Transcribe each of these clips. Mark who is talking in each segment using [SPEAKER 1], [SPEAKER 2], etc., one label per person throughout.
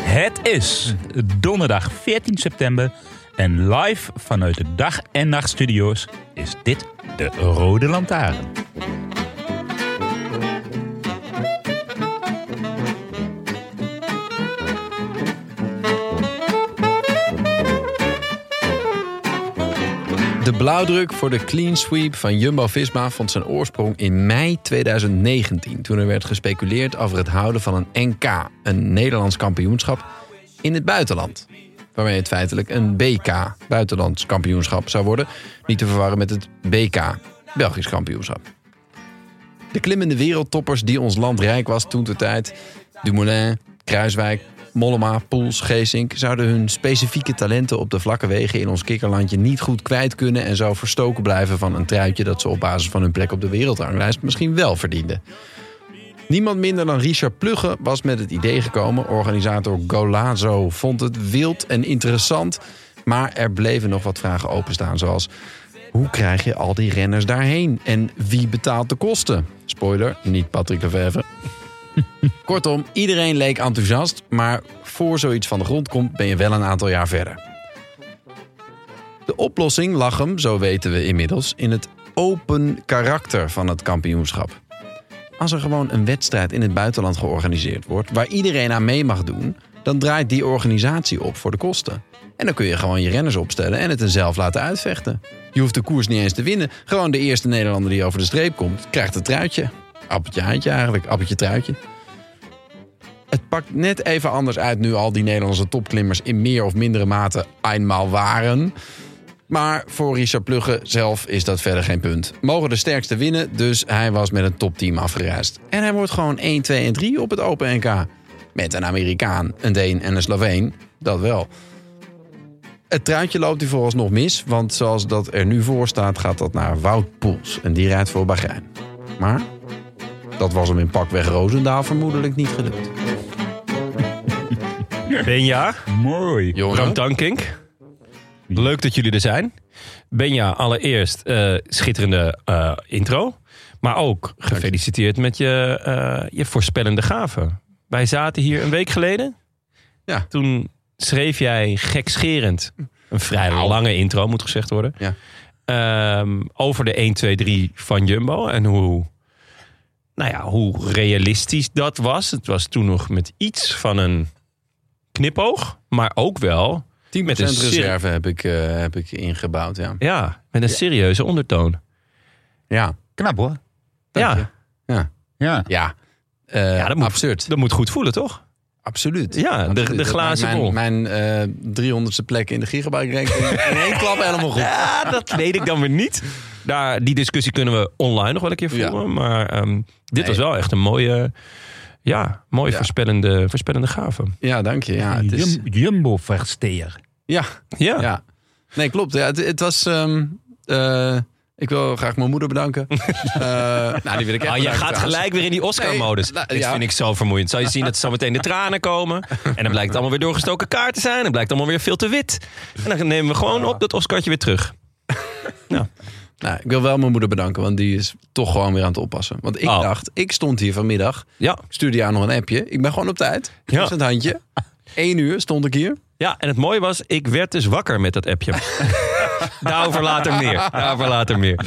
[SPEAKER 1] Het is donderdag 14 september en live vanuit de dag- en nachtstudio's is dit de Rode Lantaarn.
[SPEAKER 2] De blauwdruk voor de clean sweep van Jumbo-Visma vond zijn oorsprong in mei 2019... toen er werd gespeculeerd over het houden van een NK, een Nederlands kampioenschap, in het buitenland. Waarmee het feitelijk een BK, buitenlands kampioenschap, zou worden. Niet te verwarren met het BK, Belgisch kampioenschap. De klimmende wereldtoppers die ons land rijk was toen de tijd... Dumoulin, Kruiswijk, Mollema, Poels, Geesink... zouden hun specifieke talenten op de vlakke wegen in ons kikkerlandje niet goed kwijt kunnen... en zo verstoken blijven van een truitje dat ze op basis van hun plek op de wereldranglijst misschien wel verdienden. Niemand minder dan Richard Plugge was met het idee gekomen. Organisator Golazo vond het wild en interessant... maar er bleven nog wat vragen openstaan, zoals... Hoe krijg je al die renners daarheen? En wie betaalt de kosten? Spoiler, niet Patrick Lefevre. Kortom, iedereen leek enthousiast, maar voor zoiets van de grond komt ben je wel een aantal jaar verder. De oplossing lag hem, zo weten we inmiddels, in het open karakter van het kampioenschap. Als er gewoon een wedstrijd in het buitenland georganiseerd wordt waar iedereen aan mee mag doen, dan draait die organisatie op voor de kosten. En dan kun je gewoon je renners opstellen en het er zelf laten uitvechten. Je hoeft de koers niet eens te winnen, gewoon de eerste Nederlander die over de streep komt, krijgt het truitje. Appeltje haantje eigenlijk, appeltje truitje. Het pakt net even anders uit nu al die Nederlandse topklimmers in meer of mindere mate eenmaal waren. Maar voor Richard Plugge zelf is dat verder geen punt. Mogen de sterkste winnen, dus hij was met een topteam afgereisd. En hij wordt gewoon 1, 2 en 3 op het Open NK. Met een Amerikaan, een Deen en een Sloveen. Dat wel. Het truitje loopt hij vooralsnog mis, want zoals dat er nu voor staat, gaat dat naar Wout Poels. En die rijdt voor Bahrein. Maar dat was hem in pakweg Roosendaal vermoedelijk niet gelukt.
[SPEAKER 3] Benja,
[SPEAKER 1] Mooi.
[SPEAKER 3] Bram
[SPEAKER 2] Jongen,
[SPEAKER 3] Tankink. Leuk dat jullie er zijn. Benja, allereerst eh, schitterende eh, intro. Maar ook gefeliciteerd met je, eh, je voorspellende gaven. Wij zaten hier een week geleden.
[SPEAKER 2] Ja.
[SPEAKER 3] Toen schreef jij gekscherend een vrij lange intro, moet gezegd worden.
[SPEAKER 2] Ja.
[SPEAKER 3] Ehm, over de 1, 2, 3 van Jumbo. En hoe, nou ja, hoe realistisch dat was. Het was toen nog met iets van een knipoog. Maar ook wel
[SPEAKER 2] 10%
[SPEAKER 3] met een serie-
[SPEAKER 2] reserve heb ik, eh, heb ik ingebouwd, ja.
[SPEAKER 3] ja, met een serieuze ondertoon.
[SPEAKER 2] Ja,
[SPEAKER 1] Knap hoor.
[SPEAKER 3] ja,
[SPEAKER 2] je.
[SPEAKER 1] Ja.
[SPEAKER 2] ja. Eh,
[SPEAKER 3] Ja, dat moet-
[SPEAKER 2] absurd.
[SPEAKER 3] dat moet goed voelen, toch?
[SPEAKER 2] Absoluut.
[SPEAKER 3] Ja, de,
[SPEAKER 2] Absoluut.
[SPEAKER 3] de
[SPEAKER 2] Dat
[SPEAKER 3] glazen
[SPEAKER 2] maakt
[SPEAKER 3] bol.
[SPEAKER 2] Mijn, mijn eh, 300ste plek in de gigabyte ranking in één klap helemaal goed.
[SPEAKER 3] Ja, dat weet ik dan weer niet. Daar, die discussie kunnen we online nog wel een keer
[SPEAKER 2] Ja.
[SPEAKER 3] voeren. Maar ehm, dit
[SPEAKER 2] Nee.
[SPEAKER 3] was wel echt een mooie, ja, mooie
[SPEAKER 2] Ja.
[SPEAKER 3] Voorspellende, voorspellende gave.
[SPEAKER 2] Ja, dank je.
[SPEAKER 3] Ah,
[SPEAKER 2] Ja, het is,
[SPEAKER 1] Jum- Jumbo-versteer.
[SPEAKER 2] ja,
[SPEAKER 3] Ja,
[SPEAKER 2] ja. Nee, klopt. Ja, het, het was... ehm, eh, ik wil graag mijn moeder bedanken. Eh, nou, die wil ik echt
[SPEAKER 3] Ah, je
[SPEAKER 2] bedanken
[SPEAKER 3] gaat
[SPEAKER 2] trouwens.
[SPEAKER 3] gelijk weer in die Oscar-modus.
[SPEAKER 2] Nee, nou,
[SPEAKER 3] Dit
[SPEAKER 2] ja.
[SPEAKER 3] vind ik zo vermoeiend. Zou je zien dat zometeen de tranen komen. En dan blijkt het allemaal weer doorgestoken kaart te zijn. Dan blijkt het allemaal weer veel te wit. En dan nemen we gewoon op dat Oscartje weer terug.
[SPEAKER 2] Nou, ik wil wel mijn moeder bedanken, want die is toch gewoon weer aan het oppassen. Want ik
[SPEAKER 3] Oh.
[SPEAKER 2] dacht, ik stond hier vanmiddag,
[SPEAKER 3] Ja.
[SPEAKER 2] stuurde jou nog een appje. Ik ben gewoon op tijd. Ik
[SPEAKER 3] Ja.
[SPEAKER 2] was het handje. Eén uur stond ik hier.
[SPEAKER 3] ja, en het mooie was, ik werd dus wakker met dat appje. Daarover later meer. Daarover later meer.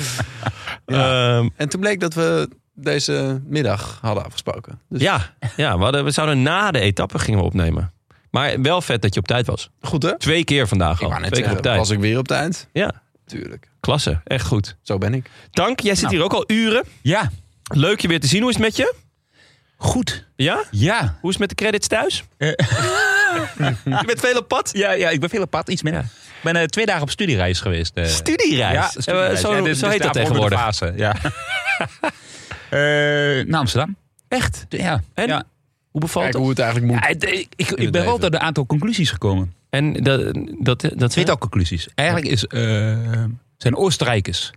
[SPEAKER 3] Ehm,
[SPEAKER 2] En toen bleek dat we deze middag hadden afgesproken. Dus
[SPEAKER 3] ja, ja we, hadden, we zouden na de etappe gingen we opnemen. Maar wel vet dat je op tijd was.
[SPEAKER 2] goed hè?
[SPEAKER 3] Twee keer vandaag al.
[SPEAKER 2] Ik wou net
[SPEAKER 3] Twee keer
[SPEAKER 2] zeggen,
[SPEAKER 3] op tijd.
[SPEAKER 2] was ik weer Oh, op tijd?
[SPEAKER 3] Ja,
[SPEAKER 2] Tuurlijk.
[SPEAKER 3] klasse. Echt goed.
[SPEAKER 2] Zo ben ik.
[SPEAKER 3] Dank, jij zit
[SPEAKER 1] Nou.
[SPEAKER 3] hier ook al uren.
[SPEAKER 1] Ja,
[SPEAKER 3] Leuk je weer te zien. Hoe is het met je?
[SPEAKER 1] goed.
[SPEAKER 3] Ja?
[SPEAKER 1] Ja.
[SPEAKER 3] Hoe is het met de credits thuis? Je bent veel op pad.
[SPEAKER 1] Ja, ja, ik ben veel op pad, iets minder. Ik ben eh, twee dagen op studiereis geweest. eh.
[SPEAKER 3] Studiereis.
[SPEAKER 1] Ja,
[SPEAKER 3] Eh, Zo,
[SPEAKER 1] Ja, dit- dit
[SPEAKER 3] zo
[SPEAKER 1] is
[SPEAKER 3] heet
[SPEAKER 1] daarvoor
[SPEAKER 3] dat
[SPEAKER 1] de
[SPEAKER 3] tegenwoordig.
[SPEAKER 1] Fase, ja. Eh, naar Amsterdam.
[SPEAKER 3] Echt?
[SPEAKER 1] Ja.
[SPEAKER 3] En?
[SPEAKER 1] Ja.
[SPEAKER 3] Hoe bevalt
[SPEAKER 2] Kijk
[SPEAKER 3] het?
[SPEAKER 2] hoe het eigenlijk moet.
[SPEAKER 1] Ja, het- ik, ik, ik
[SPEAKER 2] het
[SPEAKER 1] ben wel
[SPEAKER 2] leven.
[SPEAKER 1] tot een aantal conclusies gekomen.
[SPEAKER 3] En dat, dat, dat
[SPEAKER 1] Tweetal conclusies. Eigenlijk is, eh, zijn Oostenrijkers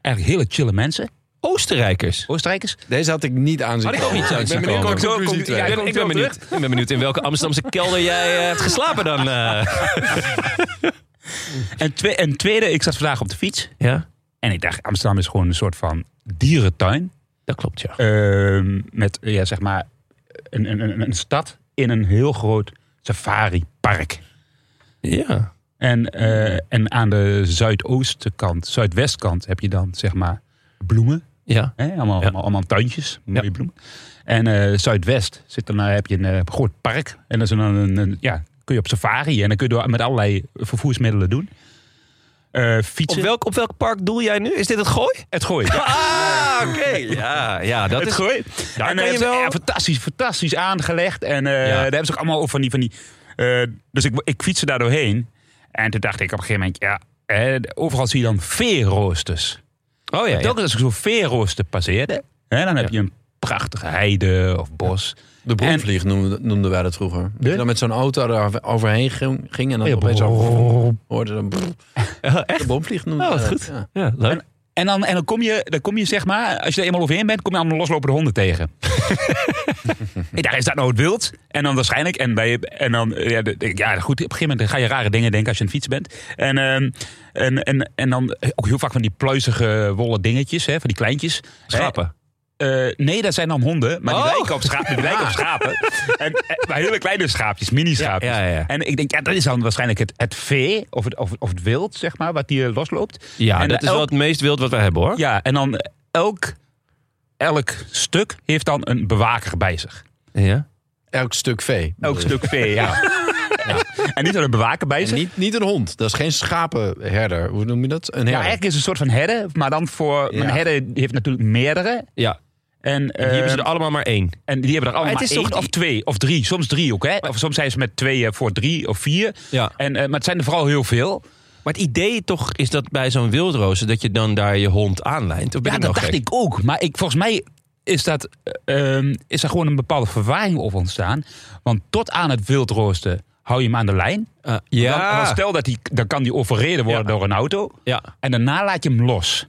[SPEAKER 1] eigenlijk hele chille mensen.
[SPEAKER 3] Oostenrijkers.
[SPEAKER 1] Oostenrijkers.
[SPEAKER 2] Deze had ik niet aan zien
[SPEAKER 3] Had ik ook
[SPEAKER 2] komen.
[SPEAKER 3] niet aan
[SPEAKER 2] ben
[SPEAKER 3] zien
[SPEAKER 2] benieuwd
[SPEAKER 3] komen.
[SPEAKER 2] naar
[SPEAKER 1] Zo
[SPEAKER 2] conclusie
[SPEAKER 1] komt-
[SPEAKER 2] twee.
[SPEAKER 1] ja,
[SPEAKER 3] Ik
[SPEAKER 1] komt
[SPEAKER 3] ben, ik,
[SPEAKER 1] zo
[SPEAKER 3] ben benieuwd, ik ben benieuwd in welke Amsterdamse kelder jij eh, hebt geslapen dan. eh.
[SPEAKER 1] En, twee, en tweede, ik zat vandaag op de fiets.
[SPEAKER 3] Ja,
[SPEAKER 1] En ik dacht, Amsterdam is gewoon een soort van dierentuin.
[SPEAKER 3] dat klopt ja.
[SPEAKER 1] Ehm, met, eh, ja, zeg maar, een, een, een, een stad in een heel groot safari-park.
[SPEAKER 3] Ja.
[SPEAKER 1] En, eh, en aan de zuidoostenkant, zuidwestkant, heb je dan zeg maar bloemen.
[SPEAKER 3] Ja.
[SPEAKER 1] Hè? Allemaal, allemaal, allemaal tuintjes, mooie
[SPEAKER 3] Ja.
[SPEAKER 1] bloemen. En eh, zuidwest zit dan, eh, heb je een eh, groot park. En dan is er dan een, een- ja, kun je op safari en dan kun je door, met allerlei vervoersmiddelen doen. Eh,
[SPEAKER 3] Op,
[SPEAKER 1] fietsen.
[SPEAKER 3] welk, op welk park doel jij nu? Is dit het gooi?
[SPEAKER 1] Het gooien.
[SPEAKER 3] Ah, oké. Ja, ja, dat is...
[SPEAKER 1] gooi.
[SPEAKER 3] Daar
[SPEAKER 1] en daar
[SPEAKER 3] kan je
[SPEAKER 1] hebben ze
[SPEAKER 3] wel-
[SPEAKER 1] ja, fantastisch, fantastisch aangelegd. En eh, daar hebben ze ook allemaal van die... Van die eh, dus ik, ik fietste daar doorheen. En toen dacht ik op een gegeven moment... Ja, eh, overal zie je dan veerroosters.
[SPEAKER 3] Oh ja, ja.
[SPEAKER 1] Telkens als ik zo'n veerrooster passeerde... Hè, dan heb
[SPEAKER 3] Ja.
[SPEAKER 1] je een prachtige heide of bos.
[SPEAKER 2] De bronvlieg noemden, noemden wij dat vroeger. Dat je dan met zo'n auto daar overheen ging, ging en dan
[SPEAKER 1] Ja,
[SPEAKER 2] opeens zo...
[SPEAKER 1] brrrr.
[SPEAKER 2] Hoorde dan... brrrr. De bronvlieg noemden
[SPEAKER 3] Oh, wat
[SPEAKER 2] wij dat,
[SPEAKER 3] goed.
[SPEAKER 2] ja.
[SPEAKER 3] Ja, leuk.
[SPEAKER 1] En, dan, en dan, kom je, dan kom je, zeg maar... Als je er eenmaal overheen bent, kom je allemaal loslopende honden tegen. ik dacht, is dat nou het wild? En dan waarschijnlijk... En, bij, en dan, eh, ja, de- de- ja, goed, op een gegeven moment ga je rare dingen denken als je aan het fietsen bent. En, ehm, en, en, en dan eh, ook heel vaak van die pluizige wollen dingetjes, hè, van die kleintjes.
[SPEAKER 3] Schapen.
[SPEAKER 1] Eh, eh, nee, dat zijn dan honden, maar die
[SPEAKER 3] Oh.
[SPEAKER 1] lijken op schapen. Die lijken op schapen. En, eh, maar hele kleine schaapjes, mini-schaapjes.
[SPEAKER 3] Ja, ja, ja.
[SPEAKER 1] En ik denk, ja, dat is dan waarschijnlijk het, het vee of het, of, of het wild, zeg maar, wat eh, hier losloopt.
[SPEAKER 3] Ja,
[SPEAKER 1] en
[SPEAKER 3] dat is
[SPEAKER 1] elk-
[SPEAKER 3] wel het meest wild wat wij hebben hoor.
[SPEAKER 1] ja, en dan elk, elk stuk heeft dan een bewaker bij zich.
[SPEAKER 3] Ja.
[SPEAKER 2] Elk stuk vee.
[SPEAKER 1] Elk stuk vee, ja. Ja. En niet alleen een bewaker bij
[SPEAKER 2] En
[SPEAKER 1] zich.
[SPEAKER 2] niet, niet een hond. Dat is geen schapenherder. Hoe noem je dat? Een
[SPEAKER 1] Ja,
[SPEAKER 2] herder.
[SPEAKER 1] eigenlijk is het een soort van herde, maar dan voor...
[SPEAKER 2] Ja.
[SPEAKER 1] Een herde heeft natuurlijk meerdere.
[SPEAKER 3] ja.
[SPEAKER 1] En,
[SPEAKER 3] Hier hebben
[SPEAKER 1] ehm,
[SPEAKER 3] ze er allemaal maar één.
[SPEAKER 1] En die hebben er allemaal
[SPEAKER 3] Maar het is
[SPEAKER 1] maar
[SPEAKER 3] toch
[SPEAKER 1] één of twee of drie. Soms drie ook, hè? Of soms zijn ze met tweeën voor drie of vier.
[SPEAKER 3] Ja.
[SPEAKER 1] En, eh, maar het zijn er vooral heel veel.
[SPEAKER 3] Maar het idee toch is dat bij zo'n wildrozen dat je dan daar je hond aanlijnt. Of ben
[SPEAKER 1] Ja,
[SPEAKER 3] ik
[SPEAKER 1] dat
[SPEAKER 3] nou
[SPEAKER 1] dacht
[SPEAKER 3] gek?
[SPEAKER 1] ik ook. Maar ik, volgens mij is, dat, eh, ehm, is daar gewoon een bepaalde verwarring op ontstaan. Want tot aan het wildroosten hou je hem aan de lijn.
[SPEAKER 3] Eh,
[SPEAKER 1] Dan,
[SPEAKER 3] ja.
[SPEAKER 1] dan stel dat hij, dan kan die overreden worden
[SPEAKER 3] Ja.
[SPEAKER 1] door een auto.
[SPEAKER 3] ja.
[SPEAKER 1] En daarna laat je hem los.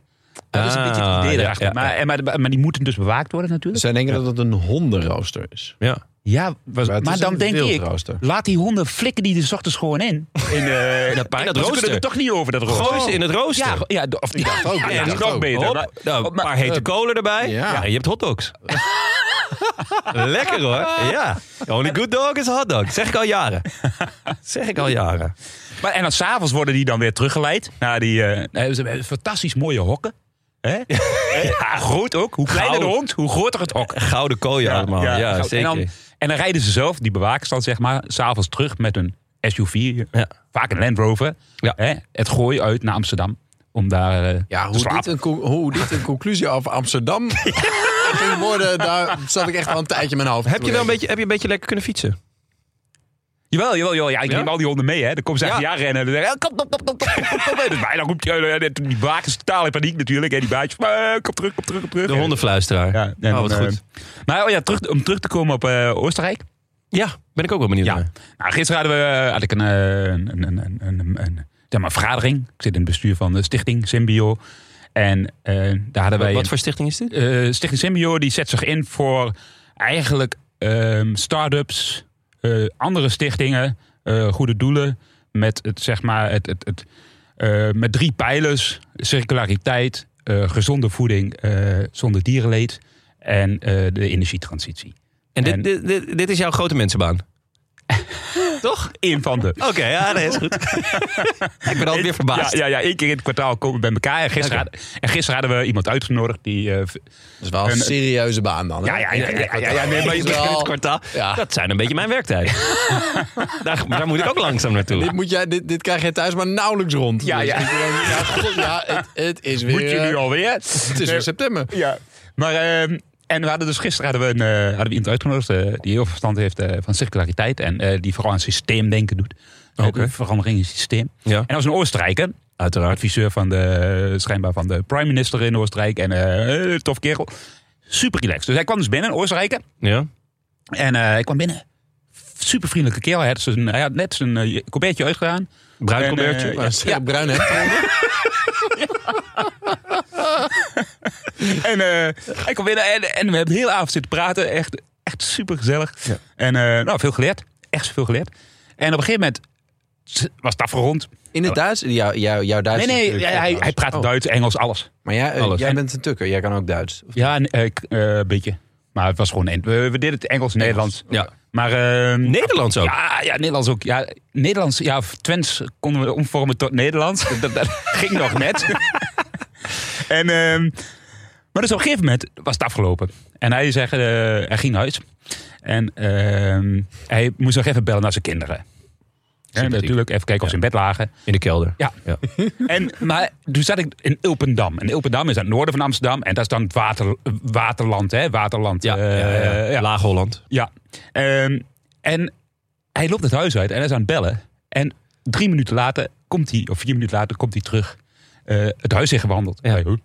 [SPEAKER 1] Dat is een
[SPEAKER 3] Ah,
[SPEAKER 1] beetje het idee
[SPEAKER 3] ja,
[SPEAKER 1] erachter.
[SPEAKER 3] ja, ja.
[SPEAKER 1] Maar, en- maar, maar die moeten dus bewaakt worden natuurlijk.
[SPEAKER 2] Zij denken dat het een hondenrooster is.
[SPEAKER 3] Ja.
[SPEAKER 1] Ja, was-
[SPEAKER 2] Maar
[SPEAKER 1] maar,
[SPEAKER 2] het is
[SPEAKER 1] dan
[SPEAKER 2] een
[SPEAKER 1] denk ik,
[SPEAKER 2] wildrooster.
[SPEAKER 1] laat die honden flikken die de 's ochtends gewoon in. In, eh, in dat dat
[SPEAKER 3] park. Dat
[SPEAKER 1] rooster.
[SPEAKER 3] rooster.
[SPEAKER 1] het toch niet over, dat rooster.
[SPEAKER 3] Gooien ze in het rooster.
[SPEAKER 1] Ja, go- ja, d- of, ja,
[SPEAKER 2] ook, ik
[SPEAKER 1] ja, dat is
[SPEAKER 2] dacht
[SPEAKER 1] nog
[SPEAKER 2] ook.
[SPEAKER 1] beter.
[SPEAKER 3] Hop,
[SPEAKER 1] maar-
[SPEAKER 3] nou, een
[SPEAKER 1] maar-
[SPEAKER 3] paar hete
[SPEAKER 2] eh,
[SPEAKER 3] kolen erbij.
[SPEAKER 2] ja.
[SPEAKER 3] Ja, en je hebt hotdogs. Lekker hoor. Ja. The Only good dog is a hot dog. Zeg ik al jaren. Zeg ik al jaren.
[SPEAKER 1] maar, en dan s'avonds worden die dan weer teruggeleid naar die... eh, eh, ze hebben fantastisch mooie hokken. Hè? Ja, groot ook. Hoe kleiner de
[SPEAKER 3] Goud.
[SPEAKER 1] hond, hoe groter het hok.
[SPEAKER 3] Gouden kooien allemaal. Ja,
[SPEAKER 1] goud.
[SPEAKER 3] zeker.
[SPEAKER 1] En dan, en dan rijden ze zelf, die bewakers dan zeg maar, s'avonds terug met een SUV.
[SPEAKER 3] Ja.
[SPEAKER 1] Vaak een Land Rover.
[SPEAKER 3] Ja.
[SPEAKER 1] Hè? Het gooien uit naar Amsterdam. Om daar eh,
[SPEAKER 2] Ja,
[SPEAKER 1] te
[SPEAKER 2] hoe dit,
[SPEAKER 1] slapen.
[SPEAKER 2] een, co- hoe dit een conclusie af Amsterdam ging worden, daar zat ik echt al een tijdje in mijn hoofd.
[SPEAKER 3] Heb je wel een beetje, heb je een beetje lekker kunnen fietsen?
[SPEAKER 1] Jawel, jawel, jawel. Ja, ik
[SPEAKER 3] Ja?
[SPEAKER 1] neem al die honden mee. Hè. Dan komen ze "Eh, achter
[SPEAKER 3] Ja.
[SPEAKER 1] ja. rennen. En dan zeggen kom, kom, kom, kom, kom, kom, kom. Dus wij, dan roept je, eh, die bakers totaal in paniek natuurlijk. Hè. Die baatjes, eh, kom terug, kom terug, kom terug.
[SPEAKER 3] De hondenfluisteraar.
[SPEAKER 1] Ja, en
[SPEAKER 3] oh, wat
[SPEAKER 1] dan, eh,
[SPEAKER 3] goed.
[SPEAKER 1] Maar oh ja, terug, om terug te komen op eh, Oostenrijk.
[SPEAKER 3] Ja, ben ik ook wel benieuwd
[SPEAKER 1] Ja.
[SPEAKER 3] naar.
[SPEAKER 1] Nou, gisteren hadden we, had ik een, eh, een, een, een, een, een, een- zeg maar, vergadering. Ik zit in het bestuur van de stichting Symbio. En eh, daar hadden wij...
[SPEAKER 3] Wat voor stichting is dit?
[SPEAKER 1] eh, Stichting Symbio die zet zich in voor eigenlijk ehm start-ups, eh, andere stichtingen, eh, goede doelen. Met, het, zeg maar, het, het, het, eh, met drie pijlers: circulariteit, eh, gezonde voeding eh, zonder dierenleed en eh, de energietransitie.
[SPEAKER 3] En dit,
[SPEAKER 1] en-
[SPEAKER 3] dit, dit, dit is jouw grote mensenbaan.
[SPEAKER 1] Toch? Eén van de.
[SPEAKER 3] Oké, ja, dat is goed. ik ben altijd weer
[SPEAKER 1] Ja,
[SPEAKER 3] verbaasd.
[SPEAKER 1] ja, ja, één keer in het kwartaal komen we bij elkaar. En gisteren,
[SPEAKER 3] Oké.
[SPEAKER 1] hadden- en gisteren hadden we iemand uitgenodigd die. eh, v-
[SPEAKER 2] Dat is wel een
[SPEAKER 1] een-
[SPEAKER 2] serieuze baan dan. hè?
[SPEAKER 1] ja, ja, ja, ja, ja, ja, ja, nee, maar
[SPEAKER 3] Maar
[SPEAKER 2] Dat
[SPEAKER 3] je
[SPEAKER 2] is
[SPEAKER 3] begint
[SPEAKER 2] wel-
[SPEAKER 3] het kwartaal.
[SPEAKER 2] Ja.
[SPEAKER 3] Dat zijn een beetje mijn werktijden. daar, daar moet ik ook langzaam
[SPEAKER 2] Dit,
[SPEAKER 3] naartoe.
[SPEAKER 2] moet jij, dit, dit krijg je thuis maar nauwelijks rond.
[SPEAKER 1] Ja,
[SPEAKER 2] Dus
[SPEAKER 1] ja.
[SPEAKER 2] ik denk, ja, god, ja, het, het is weer...
[SPEAKER 1] Moet je nu
[SPEAKER 2] eh,
[SPEAKER 1] alweer?
[SPEAKER 2] Het is weer september.
[SPEAKER 1] Ja. Maar ehm, En we hadden dus gisteren hadden we, een, eh, hadden we iemand uitgenodigd eh, die heel veel verstand heeft eh, van circulariteit. En eh, die vooral aan systeemdenken doet. Eh,
[SPEAKER 3] Oké.
[SPEAKER 1] verandering in het systeem.
[SPEAKER 3] Ja.
[SPEAKER 1] En dat was een Oostenrijker.
[SPEAKER 3] Uiteraard.
[SPEAKER 1] Adviseur van de, eh, schijnbaar van de prime minister in Oostenrijk. En eh, eh, tof kerel. Super relaxed. Dus hij kwam dus binnen, een Oostenrijker.
[SPEAKER 3] Ja.
[SPEAKER 1] En eh hij kwam binnen. Super vriendelijke kerel. Hij had, zijn, hij had net zijn eh, colbertje uitgedaan.
[SPEAKER 3] Bruin
[SPEAKER 1] En,
[SPEAKER 3] colbertje.
[SPEAKER 1] eh,
[SPEAKER 3] Maar-
[SPEAKER 2] Ja, bruin hè?
[SPEAKER 1] En eh, hij kwam binnen en, en we hebben heel avond zitten praten. Echt, echt super gezellig.
[SPEAKER 3] Ja.
[SPEAKER 1] En eh, nou, veel geleerd. Echt veel geleerd. En op een gegeven moment was het afgerond.
[SPEAKER 2] In het Duits? Jou, jou, jouw Duits
[SPEAKER 1] Nee,
[SPEAKER 2] is
[SPEAKER 1] nee,
[SPEAKER 2] natuurlijk
[SPEAKER 1] hij,
[SPEAKER 2] ook
[SPEAKER 1] hij,
[SPEAKER 2] Duits.
[SPEAKER 1] hij praat
[SPEAKER 2] Oh,
[SPEAKER 1] Duits, Engels, alles.
[SPEAKER 2] Maar jij, eh,
[SPEAKER 1] Alles.
[SPEAKER 2] jij
[SPEAKER 1] En-
[SPEAKER 2] bent een tukker, jij kan ook Duits.
[SPEAKER 1] Ja, een beetje. Maar het was gewoon... een- We, we deden het Engels, Nederlands.
[SPEAKER 3] Ja.
[SPEAKER 1] Maar... ehm,
[SPEAKER 3] Nederlands ook.
[SPEAKER 1] Ja, ja, Nederlands ook. Ja, Nederlands, ja, of Twents konden we omvormen tot Nederlands. Dat, dat ging nog net. en, ehm, maar dus op een gegeven moment was het afgelopen. En hij, zei, eh, hij ging naar huis. En ehm, hij moest nog even bellen naar zijn kinderen. En
[SPEAKER 3] Sympathiek.
[SPEAKER 1] natuurlijk even kijken of ze in bed lagen.
[SPEAKER 3] In de kelder.
[SPEAKER 1] Ja. En, maar toen zat ik in Ilpendam. En Ilpendam is aan het noorden van Amsterdam. En dat is dan het water, waterland, hè? Waterland.
[SPEAKER 3] Ja,
[SPEAKER 1] eh,
[SPEAKER 3] ja, ja.
[SPEAKER 1] ja.
[SPEAKER 3] Laag Holland.
[SPEAKER 1] Ja. Ehm, en hij loopt het huis uit en hij is aan het bellen. En drie minuten later komt hij, of vier minuten later, komt hij terug. eh, het huis ingewandeld.
[SPEAKER 3] Ja.
[SPEAKER 1] gewandeld.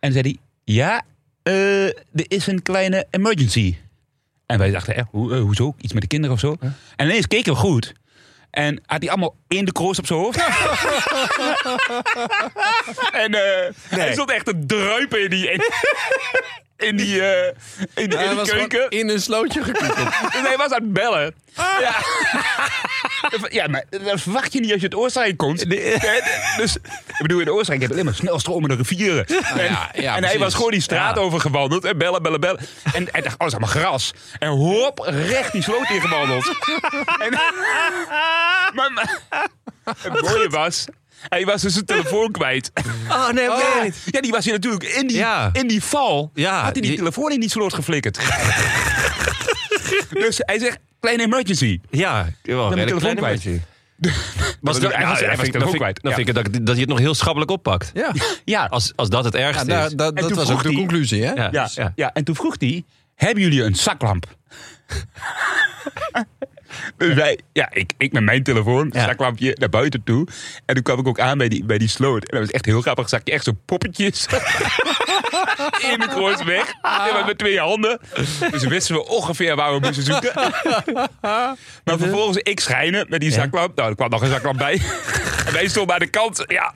[SPEAKER 1] En zei hij, ja, eh, er is een kleine emergency. En wij dachten, hè, hoe, eh, hoezo? Iets met de kinderen of zo? En ineens keken we goed. En had hij allemaal in de kroos op zijn hoofd. en eh, hij stond echt te druipen in die... In, in die, eh, in, die- in die keuken.
[SPEAKER 2] in een slootje gekoekeld.
[SPEAKER 1] Dus hij was aan het bellen.
[SPEAKER 2] Ah.
[SPEAKER 1] Ja. ja, maar dat verwacht je niet als je uit Oostenrijk komt. Hè, Dus, ik bedoel, in Oostenrijk heb je alleen maar snel stromende rivieren. En,
[SPEAKER 2] ja, ja,
[SPEAKER 1] en hij
[SPEAKER 2] precies.
[SPEAKER 1] was gewoon die straat overgewandeld en bellen, bellen, bellen. En hij dacht, oh, dat is allemaal gras. En hop, recht die sloot ingewandeld. en, maar, maar- het mooie was, hij was dus zijn telefoon kwijt.
[SPEAKER 3] Oh, nee,
[SPEAKER 1] Ja, ja, die was hier natuurlijk in die,
[SPEAKER 3] Ja.
[SPEAKER 1] in die val.
[SPEAKER 3] Ja,
[SPEAKER 1] had hij die,
[SPEAKER 3] die-
[SPEAKER 1] telefoon in die sloot geflikkerd. dus hij zegt, kleine emergency.
[SPEAKER 3] Ja, wel,
[SPEAKER 1] mijn
[SPEAKER 3] redelijk
[SPEAKER 1] telefoon
[SPEAKER 3] klein
[SPEAKER 1] kwijt.
[SPEAKER 3] beetje.
[SPEAKER 1] Was
[SPEAKER 3] Was dat,
[SPEAKER 1] hij was hij
[SPEAKER 3] ja,
[SPEAKER 1] was
[SPEAKER 3] dan vind ik-
[SPEAKER 1] telefoon
[SPEAKER 3] dan
[SPEAKER 1] kwijt.
[SPEAKER 3] vind ik- dan vind ik dat, dat je het nog heel schappelijk oppakt.
[SPEAKER 2] Ja,
[SPEAKER 1] Ja, ja,
[SPEAKER 3] Als, als dat het
[SPEAKER 2] ja
[SPEAKER 3] ergste
[SPEAKER 2] daar-
[SPEAKER 3] is.
[SPEAKER 2] dat,
[SPEAKER 1] En
[SPEAKER 2] dat
[SPEAKER 1] toen
[SPEAKER 2] was
[SPEAKER 1] vroeg
[SPEAKER 2] ook de
[SPEAKER 1] hij-
[SPEAKER 2] conclusie hè?
[SPEAKER 3] Ja,
[SPEAKER 1] ja,
[SPEAKER 3] ja.
[SPEAKER 1] ja. En toen vroeg hij, hebben jullie een zaklamp? Dus wij, ja, ik, ik met mijn telefoon,
[SPEAKER 3] Ja.
[SPEAKER 1] zaklampje naar buiten toe. En toen kwam ik ook aan bij die, bij die sloot. En dat was echt heel grappig. Zag je echt zo poppetjes in de kroos weg. Ja, maar met twee handen. Dus wisten we ongeveer waar we moesten zoeken. Maar vervolgens, ik schijnen met die zaklamp. Nou, er kwam nog een zaklamp bij. En wij stonden aan de kant. Ja,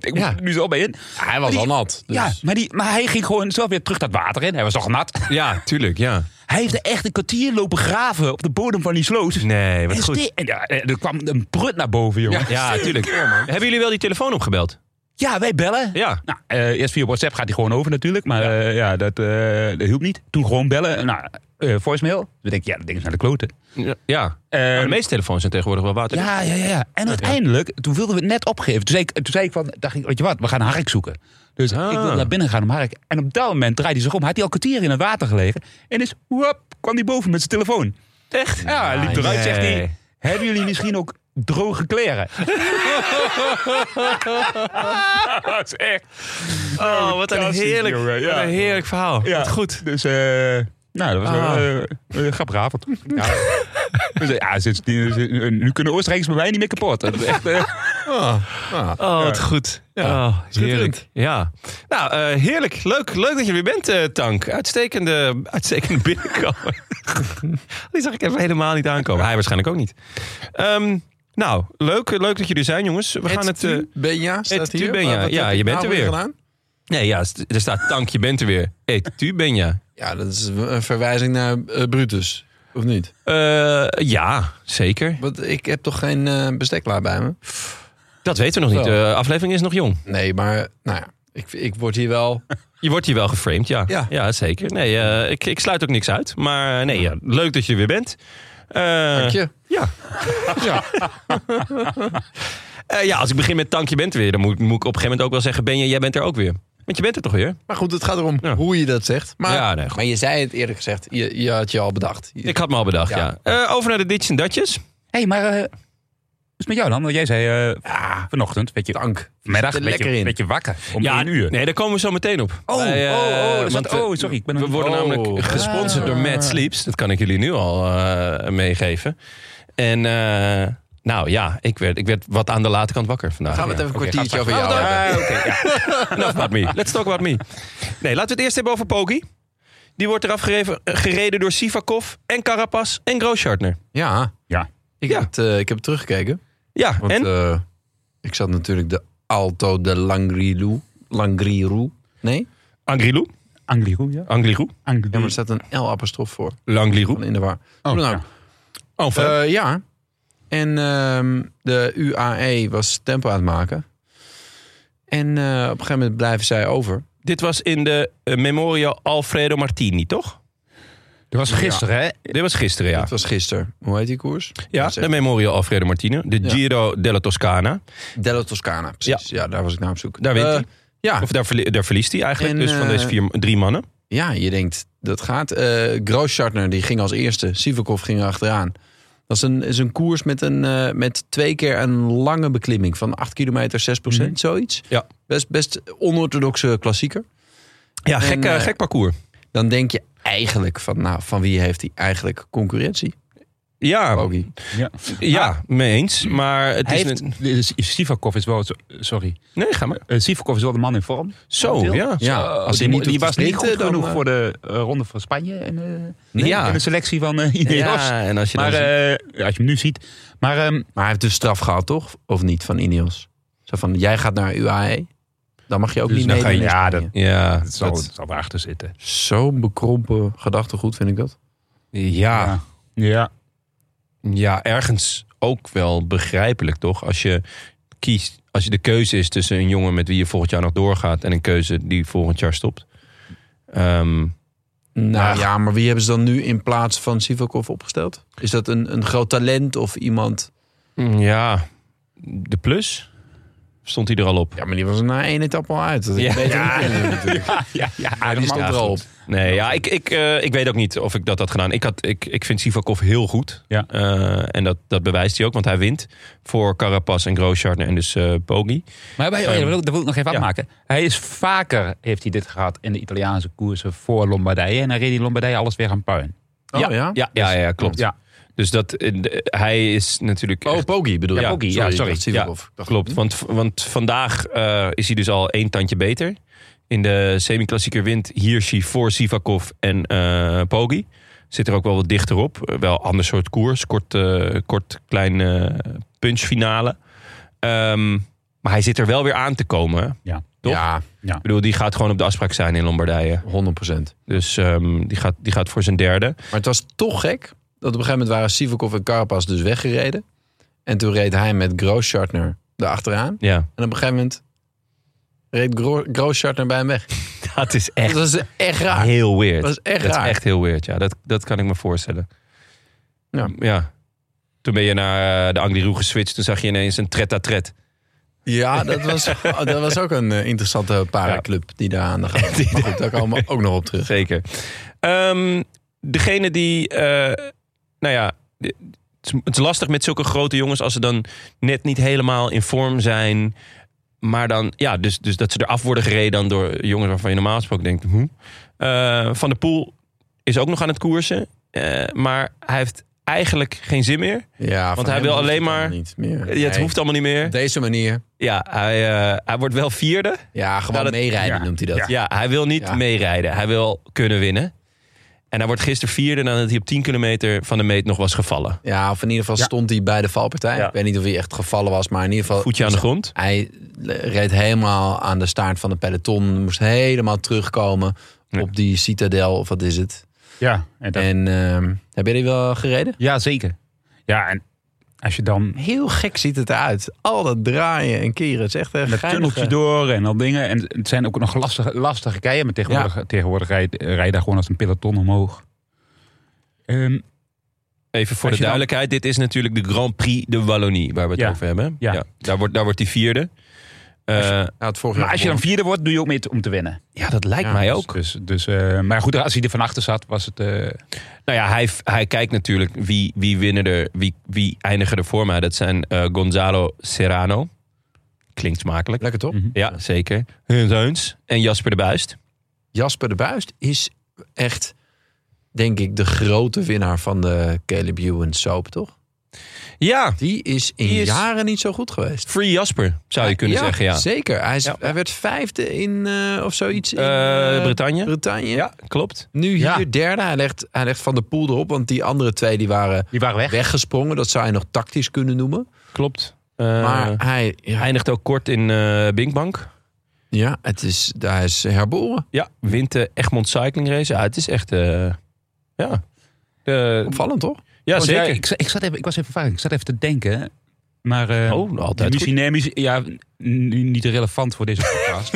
[SPEAKER 1] ik moet
[SPEAKER 3] Ja.
[SPEAKER 1] er nu zo bij in.
[SPEAKER 2] Hij was
[SPEAKER 1] Die-
[SPEAKER 2] al nat. Dus.
[SPEAKER 1] Ja, maar, die, maar hij ging gewoon zelf weer terug dat water in. Hij was toch nat.
[SPEAKER 3] Ja, tuurlijk, ja.
[SPEAKER 1] Hij heeft er echt een kwartier lopen graven op de bodem van die sloot.
[SPEAKER 3] Nee, wat
[SPEAKER 1] En
[SPEAKER 3] goed.
[SPEAKER 1] ste- en ja, eh, er kwam een prut naar boven, jongen. Ja,
[SPEAKER 3] Ja, tuurlijk. Hebben jullie wel die telefoon opgebeld?
[SPEAKER 1] wij bellen.
[SPEAKER 3] Ja.
[SPEAKER 1] Nou, eh, eerst via WhatsApp gaat hij gewoon over natuurlijk. Maar ja, ja dat, eh, dat hielp niet. Toen gewoon bellen. Nou, eh, voicemail. Dan denk ik, ja, dat ding is naar de kloten.
[SPEAKER 3] Ja.
[SPEAKER 1] Eh,
[SPEAKER 3] de meeste telefoons zijn tegenwoordig wel water.
[SPEAKER 1] ja, ja, ja, ja. En uiteindelijk, toen wilden we het net opgeven. Toen zei ik, toen zei ik van, dacht ik, weet je wat, we gaan Hark zoeken. Dus
[SPEAKER 3] Ah.
[SPEAKER 1] ik wil naar binnen gaan om Hark. En op dat moment draaide hij zich om. Had hij al een kwartier in het water gelegen. En is, wop, kwam hij boven met zijn telefoon.
[SPEAKER 3] Echt?
[SPEAKER 1] Ja, hij liep eruit,
[SPEAKER 3] nee.
[SPEAKER 1] zegt hij. Hebben jullie misschien ook droge kleren? dat is echt.
[SPEAKER 3] Oh, wat een
[SPEAKER 1] Fantastisch,
[SPEAKER 3] heerlijk,
[SPEAKER 1] jongen, ja.
[SPEAKER 3] wat een heerlijk verhaal.
[SPEAKER 1] Ja.
[SPEAKER 3] Wat goed.
[SPEAKER 1] Dus, eh nou, dat was
[SPEAKER 3] Ah.
[SPEAKER 1] wel, eh, een grappige avond. Ja. Dus, eh, ja, sinds, die- sinds- nu kunnen Oostenrijkers bij mij niet meer kapot. Dat is echt, eh,
[SPEAKER 3] Oh, wat goed. Ja. Oh, heerlijk. Ja. Nou, eh, heerlijk. Leuk, leuk dat je weer bent, eh, Tank. Uitstekende, uitstekende binnenkomen. Die zag ik even helemaal niet aankomen. Hij waarschijnlijk ook niet. Ehm, nou, leuk, leuk dat jullie er zijn, jongens. We gaan het... eh,
[SPEAKER 2] Benja staat
[SPEAKER 3] Het tu
[SPEAKER 2] hier.
[SPEAKER 3] Benja.
[SPEAKER 2] Wat- wat
[SPEAKER 3] Ja,
[SPEAKER 2] heb
[SPEAKER 3] je bent
[SPEAKER 2] nou
[SPEAKER 3] er weer.
[SPEAKER 2] gedaan?
[SPEAKER 3] nee, ja, st- er staat Tank, je bent er weer. Hey, tu Benja.
[SPEAKER 2] Ja, dat is een verwijzing naar eh, Brutus. Of niet?
[SPEAKER 3] Eh, ja, zeker.
[SPEAKER 2] Want ik heb toch geen eh besteklaar bij me?
[SPEAKER 3] Dat weten we nog niet.
[SPEAKER 2] Zo.
[SPEAKER 3] De aflevering is nog jong.
[SPEAKER 2] Nee, maar nou ja, ik, ik word hier wel...
[SPEAKER 3] Je wordt hier wel geframed, ja.
[SPEAKER 2] Ja.
[SPEAKER 3] zeker. Nee, eh, ik, ik sluit ook niks uit. Maar eh, nee, ja, leuk dat je er weer bent. Eh,
[SPEAKER 2] Dank je.
[SPEAKER 3] Ja.
[SPEAKER 2] Ja.
[SPEAKER 3] Eh, ja, als ik begin met Tank, je bent er weer. Dan moet, moet ik op een gegeven moment ook wel zeggen, Benja, jij bent er ook weer. Want je bent er toch weer?
[SPEAKER 2] Maar goed, het gaat erom
[SPEAKER 3] Ja.
[SPEAKER 2] hoe je dat zegt. Maar,
[SPEAKER 3] Ja, nee, goed.
[SPEAKER 2] maar je zei het eerlijk gezegd. Je, je had je al bedacht. Je-
[SPEAKER 3] Ik had me al bedacht, ja.
[SPEAKER 2] Ja.
[SPEAKER 3] Eh, over naar de ditjes en datjes.
[SPEAKER 1] hey, maar eh, is het met jou dan? Want jij zei eh,
[SPEAKER 2] Ja,
[SPEAKER 1] vanochtend, weet je,
[SPEAKER 2] dank.
[SPEAKER 1] middag,
[SPEAKER 2] Zit er
[SPEAKER 1] weet
[SPEAKER 2] lekker
[SPEAKER 1] je,
[SPEAKER 2] in.
[SPEAKER 1] weet je wakker. Om
[SPEAKER 3] ja,
[SPEAKER 1] één uur.
[SPEAKER 3] Nee, daar komen we zo meteen op.
[SPEAKER 1] Oh,
[SPEAKER 3] Wij, eh,
[SPEAKER 1] oh, oh, dat
[SPEAKER 3] want
[SPEAKER 1] zat-
[SPEAKER 3] we-
[SPEAKER 1] oh, Ah. sorry, ik ben
[SPEAKER 3] we
[SPEAKER 1] een-
[SPEAKER 3] worden
[SPEAKER 2] Oh.
[SPEAKER 3] namelijk gesponsord door Mad Sleeps. Dat kan ik jullie nu al eh, meegeven. En eh, nou ja, ik werd, ik werd wat aan de late kant wakker vandaag.
[SPEAKER 2] Gaan we het
[SPEAKER 3] Ja.
[SPEAKER 2] even een
[SPEAKER 3] Oké,
[SPEAKER 2] kwartiertje
[SPEAKER 3] ga
[SPEAKER 2] over
[SPEAKER 3] straks-
[SPEAKER 2] jou
[SPEAKER 3] Gaan we het
[SPEAKER 2] hebben.
[SPEAKER 3] over- Ah, oké, ja. Enough about me. Let's talk about me. Nee, laten we het eerst hebben over Poki. Die wordt eraf gereven- gereden door Sivakov en Carapaz en Grooschartner.
[SPEAKER 2] Ja,
[SPEAKER 1] Ja.
[SPEAKER 2] ik,
[SPEAKER 3] Ja.
[SPEAKER 2] Heb het, eh, ik heb het teruggekeken.
[SPEAKER 3] Ja,
[SPEAKER 2] Want
[SPEAKER 3] en?
[SPEAKER 2] eh, ik zat natuurlijk de Alto de Langrilou. Langrilou. Nee?
[SPEAKER 3] Angrilou.
[SPEAKER 1] Angliru, ja.
[SPEAKER 3] Angrilou.
[SPEAKER 1] Angliru.
[SPEAKER 2] Ja, maar er
[SPEAKER 3] Hm.
[SPEAKER 2] staat een L-apostrof voor. Van
[SPEAKER 3] Langrilou.
[SPEAKER 2] in de war.
[SPEAKER 1] Oh,
[SPEAKER 2] Hoe dan ook.
[SPEAKER 1] ja.
[SPEAKER 3] Oh,
[SPEAKER 2] Eh, ja. En ehm, de UAE was tempo aan het maken. En eh, op een gegeven moment blijven zij over.
[SPEAKER 3] Dit was in de eh, Memoria Alfredo Martini, toch?
[SPEAKER 1] Dat was gisteren, hè?
[SPEAKER 3] Dit was gisteren, ja.
[SPEAKER 2] Dat was gisteren. Hoe heet die koers?
[SPEAKER 3] Ja,
[SPEAKER 2] Dat is
[SPEAKER 3] de Memorial Alfredo Martino. De
[SPEAKER 2] Ja.
[SPEAKER 3] Giro della Toscana.
[SPEAKER 2] Della Toscana, precies. Ja. daar was ik naar op zoek.
[SPEAKER 3] Daar wint
[SPEAKER 2] Eh,
[SPEAKER 3] hij.
[SPEAKER 2] Ja.
[SPEAKER 3] Of daar, verlie- daar verliest hij eigenlijk
[SPEAKER 2] En,
[SPEAKER 3] dus van
[SPEAKER 2] eh,
[SPEAKER 3] deze vier, drie mannen.
[SPEAKER 2] ja, je denkt, dat gaat. Eh Grooschartner, die ging als eerste. Sivakov ging er achteraan. Dat is een, is een koers met, een, eh, met twee keer een lange beklimming. Van 8 kilometer, 6 procent, zoiets.
[SPEAKER 3] Mhm. Ja.
[SPEAKER 2] Best, best onorthodoxe klassieker.
[SPEAKER 3] Ja, gek,
[SPEAKER 2] en,
[SPEAKER 3] eh,
[SPEAKER 2] eh,
[SPEAKER 3] gek parcours.
[SPEAKER 2] Dan denk je eigenlijk van, nou, van wie heeft hij eigenlijk concurrentie?
[SPEAKER 3] Ja,
[SPEAKER 2] Bogie. Ah.
[SPEAKER 3] ja mee eens. Maar het
[SPEAKER 1] Hij
[SPEAKER 3] is
[SPEAKER 1] heeft,
[SPEAKER 3] een-
[SPEAKER 1] dus Sivakov is wel, zo- sorry,
[SPEAKER 3] Nee, ga maar.
[SPEAKER 1] Eh, Sivakov is wel de man in vorm.
[SPEAKER 3] Zo, ja.
[SPEAKER 2] Ja,
[SPEAKER 1] Eh,
[SPEAKER 2] als
[SPEAKER 1] die,
[SPEAKER 2] hij niet
[SPEAKER 1] die
[SPEAKER 2] op de
[SPEAKER 1] was niet
[SPEAKER 2] sprinten,
[SPEAKER 1] goed
[SPEAKER 2] dan,
[SPEAKER 1] genoeg
[SPEAKER 2] eh, dus-
[SPEAKER 1] voor de eh, ronde van Spanje en, eh,
[SPEAKER 3] Nee.
[SPEAKER 1] en de selectie van eh Ineos.
[SPEAKER 3] Ja, en als je
[SPEAKER 1] maar
[SPEAKER 3] dan...
[SPEAKER 1] eh, ja, als je hem nu ziet, maar ehm,
[SPEAKER 2] Maar hij heeft dus straf gehad, toch? Of niet, van Ineos? Zo van, jij gaat naar UAE. Dan mag je ook
[SPEAKER 1] Dus
[SPEAKER 2] niet
[SPEAKER 1] dan
[SPEAKER 2] mee.
[SPEAKER 1] ga je- ja,
[SPEAKER 2] dat...
[SPEAKER 3] ja,
[SPEAKER 1] het zal,
[SPEAKER 3] dat-
[SPEAKER 1] het zal erachter zitten.
[SPEAKER 2] Zo'n bekrompen gedachtegoed, vind ik dat.
[SPEAKER 3] ja,
[SPEAKER 1] Ah. ja.
[SPEAKER 3] ja, ergens ook wel begrijpelijk, toch? Als je kiest, als je de keuze is tussen een jongen met wie je volgend jaar nog doorgaat... en een keuze die volgend jaar stopt. Ehm,
[SPEAKER 2] Nou
[SPEAKER 3] Ja.
[SPEAKER 2] ja, maar wie hebben ze dan nu in plaats van Sivakov opgesteld? Is dat een, een groot talent of iemand...
[SPEAKER 3] ja, de plus stond hij er al op.
[SPEAKER 2] Ja, maar die was er na één etappe al uit. Dat
[SPEAKER 3] Ja.
[SPEAKER 2] ja. beter
[SPEAKER 3] Ja.
[SPEAKER 2] niet kunnen natuurlijk.
[SPEAKER 1] ja, ja,
[SPEAKER 2] Die stond er al op.
[SPEAKER 3] Nee, ja, ik, ik, eh, ik weet ook niet of ik dat had gedaan. Ik, had, ik, ik vind Sivakov heel goed.
[SPEAKER 1] Ja.
[SPEAKER 3] Eh, en dat, dat bewijst hij ook, want hij wint voor Carapaz en Grosjean en dus eh Poggi.
[SPEAKER 1] Maar bij, oh ja, dat, wil, ik- dat wil ik nog even
[SPEAKER 3] Ja.
[SPEAKER 1] afmaken. Hij is vaker, heeft hij dit gehad in de Italiaanse koersen voor Lombardije. En dan reed die Lombardije alles weer aan puin.
[SPEAKER 2] Oh, ja?
[SPEAKER 3] Ja, ja, ja, klopt.
[SPEAKER 1] Ja.
[SPEAKER 3] Dus dat, eh, de- hij is natuurlijk...
[SPEAKER 2] Oh,
[SPEAKER 3] echt-
[SPEAKER 2] Poggi bedoel je?
[SPEAKER 3] Ja, Poggi, ja,
[SPEAKER 2] ik
[SPEAKER 3] sorry.
[SPEAKER 2] dacht Sivakov. Ik dacht-
[SPEAKER 3] klopt, want, want vandaag eh, is hij dus al één tandje beter. In de semi-klassieker wint Hirschi voor Sivakov en eh Poggi. Zit er ook wel wat dichter op. Eh, wel ander soort koers. Kort, eh, kort klein eh, punchfinale. Ehm, maar hij zit er wel weer aan te komen. hè? Ik Toch?
[SPEAKER 2] Ja,
[SPEAKER 3] bedoel, die gaat gewoon op de afspraak zijn in Lombardije.
[SPEAKER 2] 100 procent.
[SPEAKER 3] Dus ehm, die, gaat, die gaat voor zijn derde.
[SPEAKER 2] Maar het was toch gek. Dat op een gegeven moment waren Sivakov en Carapaz dus weggereden. En toen reed hij met Grooschartner erachteraan.
[SPEAKER 3] Ja,
[SPEAKER 2] En op een gegeven moment reed Gro- Grooschartner bij hem weg.
[SPEAKER 3] dat is echt
[SPEAKER 2] Dat is echt raar.
[SPEAKER 3] heel weird.
[SPEAKER 2] Dat is echt
[SPEAKER 3] Dat
[SPEAKER 2] raar.
[SPEAKER 3] is echt heel weird, ja. Dat, dat kan ik me voorstellen.
[SPEAKER 2] Ja.
[SPEAKER 3] Toen ben je naar eh, de Angliru geswitcht. Toen zag je ineens een tret-a-tret.
[SPEAKER 2] Ja, dat was, dat was ook een eh, interessante paraclub die daar aan de gang was. Maar goed, daar komen we ook nog op terug.
[SPEAKER 3] Zeker. Ehm, degene die... eh, nou ja, de- het is- het is lastig met zulke grote jongens... als ze dan net niet helemaal in vorm zijn... Maar dan, ja, dus, dus dat ze eraf worden gereden dan door jongens waarvan je normaal gesproken denkt... Hm. Eh, Van der Poel is ook nog aan het koersen. eh, maar hij heeft eigenlijk geen zin meer.
[SPEAKER 2] Ja, van
[SPEAKER 3] Want hij
[SPEAKER 2] hem
[SPEAKER 3] wil
[SPEAKER 2] hoeft
[SPEAKER 3] alleen
[SPEAKER 2] het
[SPEAKER 3] maar-
[SPEAKER 2] allemaal Niet meer.
[SPEAKER 3] Ja, het
[SPEAKER 2] Nee.
[SPEAKER 3] hoeft allemaal niet
[SPEAKER 2] Op
[SPEAKER 3] meer.
[SPEAKER 2] deze manier.
[SPEAKER 3] Ja, hij, eh, hij wordt wel vierde.
[SPEAKER 2] Ja, gewoon
[SPEAKER 3] Nou, dat-
[SPEAKER 2] meerijden
[SPEAKER 1] ja.
[SPEAKER 2] noemt hij dat.
[SPEAKER 3] Ja, hij wil niet
[SPEAKER 2] Ja.
[SPEAKER 3] meerijden. Hij wil kunnen winnen. En hij wordt gisteren vierde nadat hij op 10 kilometer van de meet nog was gevallen.
[SPEAKER 2] Ja, of in ieder geval stond hij bij de valpartij.
[SPEAKER 3] Ja.
[SPEAKER 2] Ik weet niet of hij echt gevallen was, maar in ieder geval...
[SPEAKER 3] Voetje aan de grond.
[SPEAKER 2] Hij reed helemaal aan de staart van de peloton. Moest helemaal terugkomen
[SPEAKER 3] Ja.
[SPEAKER 2] op die citadel, of wat is het.
[SPEAKER 1] Ja, en dat-
[SPEAKER 2] En ehm, heb je die wel gereden?
[SPEAKER 1] Eh, ja, zeker. Ja, en als je dan
[SPEAKER 2] Heel gek ziet het eruit. Al dat draaien en keren. Het is echt een eh,
[SPEAKER 1] dat tunneltje door en al dingen. En het zijn ook nog lastige, lastige keien. Maar tegenwoordig, tegenwoordig rijd, rij je daar gewoon als een peloton omhoog. Ehm,
[SPEAKER 3] Even voor
[SPEAKER 1] Als
[SPEAKER 3] de
[SPEAKER 1] je dan-
[SPEAKER 3] duidelijkheid. Dit is natuurlijk de Grand Prix de Wallonie waar we het
[SPEAKER 1] Ja.
[SPEAKER 3] over hebben.
[SPEAKER 1] Ja.
[SPEAKER 3] Daar, wordt, daar wordt hij vierde. Eh, Eh,
[SPEAKER 2] Ja, het vorig jaar
[SPEAKER 1] Maar als je dan
[SPEAKER 2] gewonnen.
[SPEAKER 1] vierde wordt, doe je ook mee om te winnen.
[SPEAKER 3] ja, dat lijkt
[SPEAKER 2] Ja,
[SPEAKER 3] mij
[SPEAKER 1] Dus-
[SPEAKER 3] ook.
[SPEAKER 1] Dus, dus, eh, maar goed, als hij er van achter zat, was het... eh,
[SPEAKER 3] Nou ja, hij, hij kijkt natuurlijk wie, wie winnen er, wie, wie eindigen er voor mij. Dat zijn eh, Gonzalo Serrano. Klinkt smakelijk.
[SPEAKER 2] Lekker toch?
[SPEAKER 3] Ja, zeker. Hun Heuns en Jasper de Buist.
[SPEAKER 2] Jasper de Buist is echt, denk ik, de grote winnaar van de Caleb Ewan Soap, toch?
[SPEAKER 3] Ja,
[SPEAKER 2] Die is in
[SPEAKER 3] Die is-
[SPEAKER 2] jaren niet zo goed geweest.
[SPEAKER 3] Free Jasper zou je kunnen zeggen, ja.
[SPEAKER 2] Zeker. Hij, is,
[SPEAKER 3] Ja.
[SPEAKER 2] hij werd vijfde in, eh, of zoiets, in
[SPEAKER 3] Eh,
[SPEAKER 2] eh,
[SPEAKER 3] Bretagne.
[SPEAKER 2] Bretagne.
[SPEAKER 3] Ja, klopt.
[SPEAKER 2] Nu hier
[SPEAKER 1] Ja.
[SPEAKER 2] derde. Hij legt, hij legt Van de Poel erop, want die andere twee die waren
[SPEAKER 1] die waren weg.
[SPEAKER 2] weggesprongen. Dat zou je nog tactisch kunnen noemen.
[SPEAKER 3] Klopt. Eh,
[SPEAKER 2] Maar hij,
[SPEAKER 3] hij
[SPEAKER 2] ja,
[SPEAKER 3] eindigt ook kort in eh Binkbank.
[SPEAKER 2] ja, het is, hij is herboren.
[SPEAKER 3] Ja, wint de Egmond Cycling Race. Ja, het is echt... eh, ja. De-
[SPEAKER 2] Opvallend, toch?
[SPEAKER 3] ja,
[SPEAKER 1] Want
[SPEAKER 3] zeker.
[SPEAKER 1] jij- ik, za- ik, zat even, ik was even vaak, ik zat even te denken. Maar eh,
[SPEAKER 3] Oh, altijd
[SPEAKER 1] misschien neem je- ja, nu niet relevant voor deze podcast.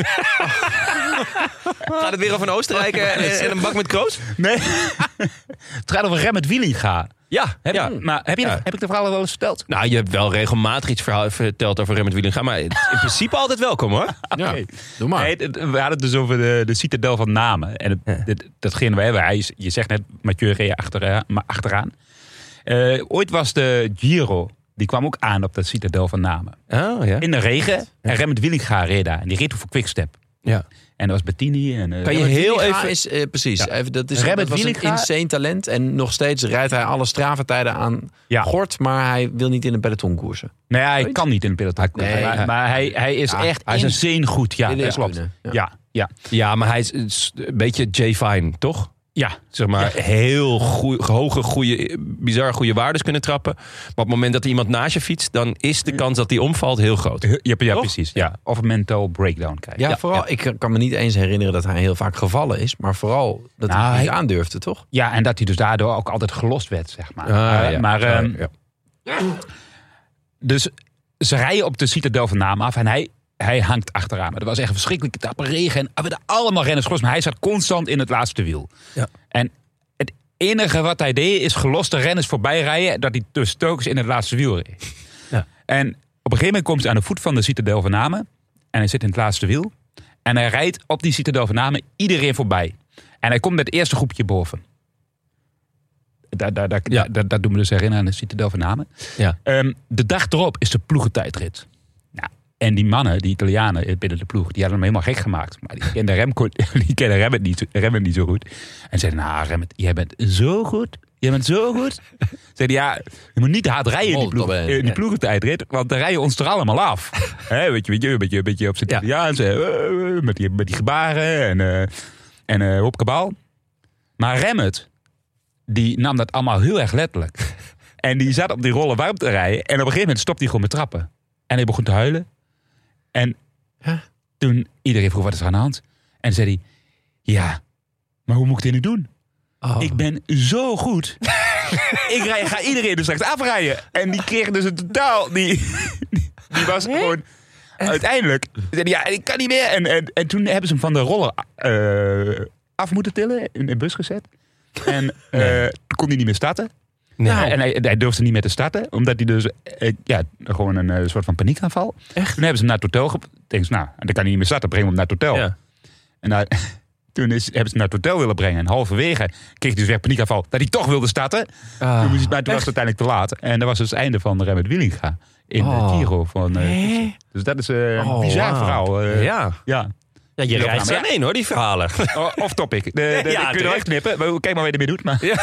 [SPEAKER 3] Gaat het weer over een Oostenrijker en, en een bak met kroos?
[SPEAKER 1] nee. het gaat over Remmet Wielinga.
[SPEAKER 3] Ja,
[SPEAKER 1] Heb,
[SPEAKER 3] ja.
[SPEAKER 1] maar, heb, je,
[SPEAKER 3] Ja.
[SPEAKER 1] heb ik de verhaal al wel eens verteld?
[SPEAKER 3] Nou, je hebt wel regelmatig iets verhaal verteld over Remmert Wielinga. Maar in principe altijd welkom hoor.
[SPEAKER 2] Ja, doe maar.
[SPEAKER 1] Nee, het- het- we hadden het dus over de, de citadel van namen. En het, dit- datgene waar hebben. Hij is, je zegt net Mathieu Rea achteraan. Maar achteraan. Eh, ooit was de Giro. Die kwam ook aan op dat citadel van namen.
[SPEAKER 3] Oh, ja.
[SPEAKER 1] In de regen. En Remmet Wielinga reed daar. En die reed voor Quickstep.
[SPEAKER 3] ja.
[SPEAKER 1] En dat was Bettini. En, eh,
[SPEAKER 3] Kan je
[SPEAKER 2] Remmet
[SPEAKER 3] heel
[SPEAKER 2] Wielinga
[SPEAKER 3] even-
[SPEAKER 2] Is, eh, precies. Even, dat is
[SPEAKER 1] Remmet
[SPEAKER 2] dat was een
[SPEAKER 1] Wielinga-
[SPEAKER 2] insane talent. En nog steeds rijdt hij alle stravatijden aan
[SPEAKER 1] Ja.
[SPEAKER 2] Gort. Maar hij wil niet in een peloton koersen.
[SPEAKER 1] Nee, Nou hij kan niet in de peloton. komen,
[SPEAKER 2] Nee,
[SPEAKER 1] maar,
[SPEAKER 2] hij-
[SPEAKER 1] maar hij, hij is echt
[SPEAKER 3] hij is een-
[SPEAKER 1] insane goed. Ja,
[SPEAKER 2] Willen
[SPEAKER 1] dat
[SPEAKER 2] is
[SPEAKER 1] klopt.
[SPEAKER 2] kunnen, ja.
[SPEAKER 1] Ja. Ja, ja.
[SPEAKER 3] ja, maar hij is een s- een beetje Jay Fine, toch? Zeg maar heel goeie, hoge, goede, bizar goede waardes kunnen trappen. Maar op het moment dat er iemand naast je fietst, dan is de kans dat hij omvalt heel groot.
[SPEAKER 1] Ja, ja,
[SPEAKER 3] Toch?
[SPEAKER 1] precies. Ja. Of een mental breakdown krijgen.
[SPEAKER 2] Ja, vooral. Ik kan me niet eens herinneren dat hij heel vaak gevallen is. Maar vooral dat hij
[SPEAKER 1] Nou,
[SPEAKER 2] het niet
[SPEAKER 1] hij-
[SPEAKER 2] aandurfde, toch?
[SPEAKER 1] Ja, en dat hij dus daardoor ook altijd gelost werd, zeg maar.
[SPEAKER 3] Ah,
[SPEAKER 1] Eh,
[SPEAKER 3] ja.
[SPEAKER 1] Maar
[SPEAKER 3] Sorry,
[SPEAKER 1] ehm,
[SPEAKER 3] ja.
[SPEAKER 1] dus ze rijden op de Citadel van Naam af en hij, hij hangt achteraan. Maar dat was echt een verschrikkelijke tappe regen. En er werden allemaal renners gelost, maar hij zat constant in het laatste wiel.
[SPEAKER 3] Ja.
[SPEAKER 1] En het enige wat hij deed is geloste renners voorbij rijden... dat hij dus telkens in het laatste wiel reed.
[SPEAKER 3] Ja.
[SPEAKER 1] En op een gegeven moment komt hij aan de voet van de Citadel van Namen. En hij zit in het laatste wiel. En hij rijdt op die Citadel van Namen iedereen voorbij. En hij komt met het eerste groepje boven. Daar, daar, daar,
[SPEAKER 3] Ja.
[SPEAKER 1] daar, daar doen we dus herinneren aan de Citadel van Namen.
[SPEAKER 3] Ja.
[SPEAKER 1] Ehm, de dag erop is de ploegentijdrit. Nou, en die mannen, die Italianen binnen de ploeg, die hadden hem helemaal gek gemaakt. Maar die kenden Remco, die kenden Remmet niet, zo- Remmet niet zo goed. En zeiden, nou Remmet, jij bent zo goed. Jij bent zo goed. Zeiden, ja, je moet niet te hard rijden in die,
[SPEAKER 2] Molto
[SPEAKER 1] ploeg,
[SPEAKER 2] bene.
[SPEAKER 1] in die ploegentijdrit, want dan rijden we ons er allemaal af. Hè, weet je, weet je, een beetje, een beetje op zijn
[SPEAKER 3] Ja.
[SPEAKER 1] Italiaans, hè, eh, eh, met, die, met die gebaren en, eh en eh hop kabaal. Maar Remmet, die nam dat allemaal heel erg letterlijk. En die zat op die rollen warm te rijden. En op een gegeven moment stopte hij gewoon met trappen. En hij begon te huilen. En
[SPEAKER 2] Ja.
[SPEAKER 1] toen iedereen vroeg wat is er aan de hand. En zei hij, ja, maar hoe moet ik dit nu doen?
[SPEAKER 2] Oh.
[SPEAKER 1] Ik ben zo goed. ik rij, ga iedereen dus straks afrijden. En die kreeg dus een totaal... Die, die was gewoon... Uiteindelijk zei hij, ja, ik kan niet meer. En, en, en toen hebben ze hem van de roller eh, af moeten tillen. In de bus gezet. En eh, toen kon hij niet meer starten.
[SPEAKER 3] Nee.
[SPEAKER 1] Ja, Ah, en hij, hij durfde niet meer te starten, omdat hij dus eh, ja, gewoon een eh, soort van paniekaanval. Echt? Toen hebben ze hem naar het hotel gebracht. Denk ze, nou, dan kan hij niet meer starten, breng hem naar het hotel.
[SPEAKER 3] Ja.
[SPEAKER 1] En daar- toen is, hebben ze hem naar het hotel willen brengen. En halverwege kreeg hij dus weer paniekaanval dat hij toch wilde starten.
[SPEAKER 3] Ah.
[SPEAKER 2] Ah.
[SPEAKER 1] toen moest hij, maar toen was het uiteindelijk te laat. En dat was dus het einde van Remmert Wielinga in de
[SPEAKER 2] Oh.
[SPEAKER 1] Giro. Van, eh, dus dat is eh, een
[SPEAKER 2] Oh,
[SPEAKER 1] bizar
[SPEAKER 3] wauw.
[SPEAKER 1] verhaal. eh,
[SPEAKER 3] ja.
[SPEAKER 1] ja.
[SPEAKER 3] ja, je
[SPEAKER 1] Ja,
[SPEAKER 3] rijdt
[SPEAKER 1] maar-
[SPEAKER 3] aan één hoor, die verhalen.
[SPEAKER 1] O- Off topic. De, de, de-
[SPEAKER 3] Ja,
[SPEAKER 1] kun je
[SPEAKER 3] terecht.
[SPEAKER 1] eruit knippen. Maar Kijk maar wat je ermee doet. Maar, ja,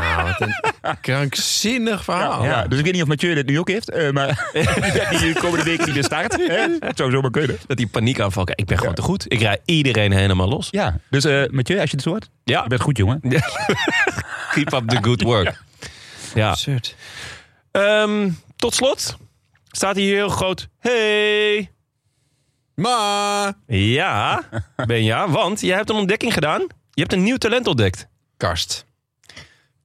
[SPEAKER 2] Nou, wat een krankzinnig verhaal.
[SPEAKER 1] dus ik weet niet of Mathieu dit nu ook heeft. eh, maar die die komende week niet de start. hè? Het zou zomaar kunnen.
[SPEAKER 3] Dat die paniek aanvalt. Ik ben gewoon te goed. Ik rijd iedereen helemaal los.
[SPEAKER 1] Ja, dus eh Mathieu, als je het zo hoort,
[SPEAKER 3] Ja,
[SPEAKER 1] je bent goed, jongen.
[SPEAKER 3] keep up the good work. Ja.
[SPEAKER 2] Absurd.
[SPEAKER 3] Ehm, tot slot staat hier heel groot. Hey!
[SPEAKER 2] Maar
[SPEAKER 3] Ja, Benja, want jij hebt een ontdekking gedaan. Je hebt een nieuw talent ontdekt.
[SPEAKER 2] Karst.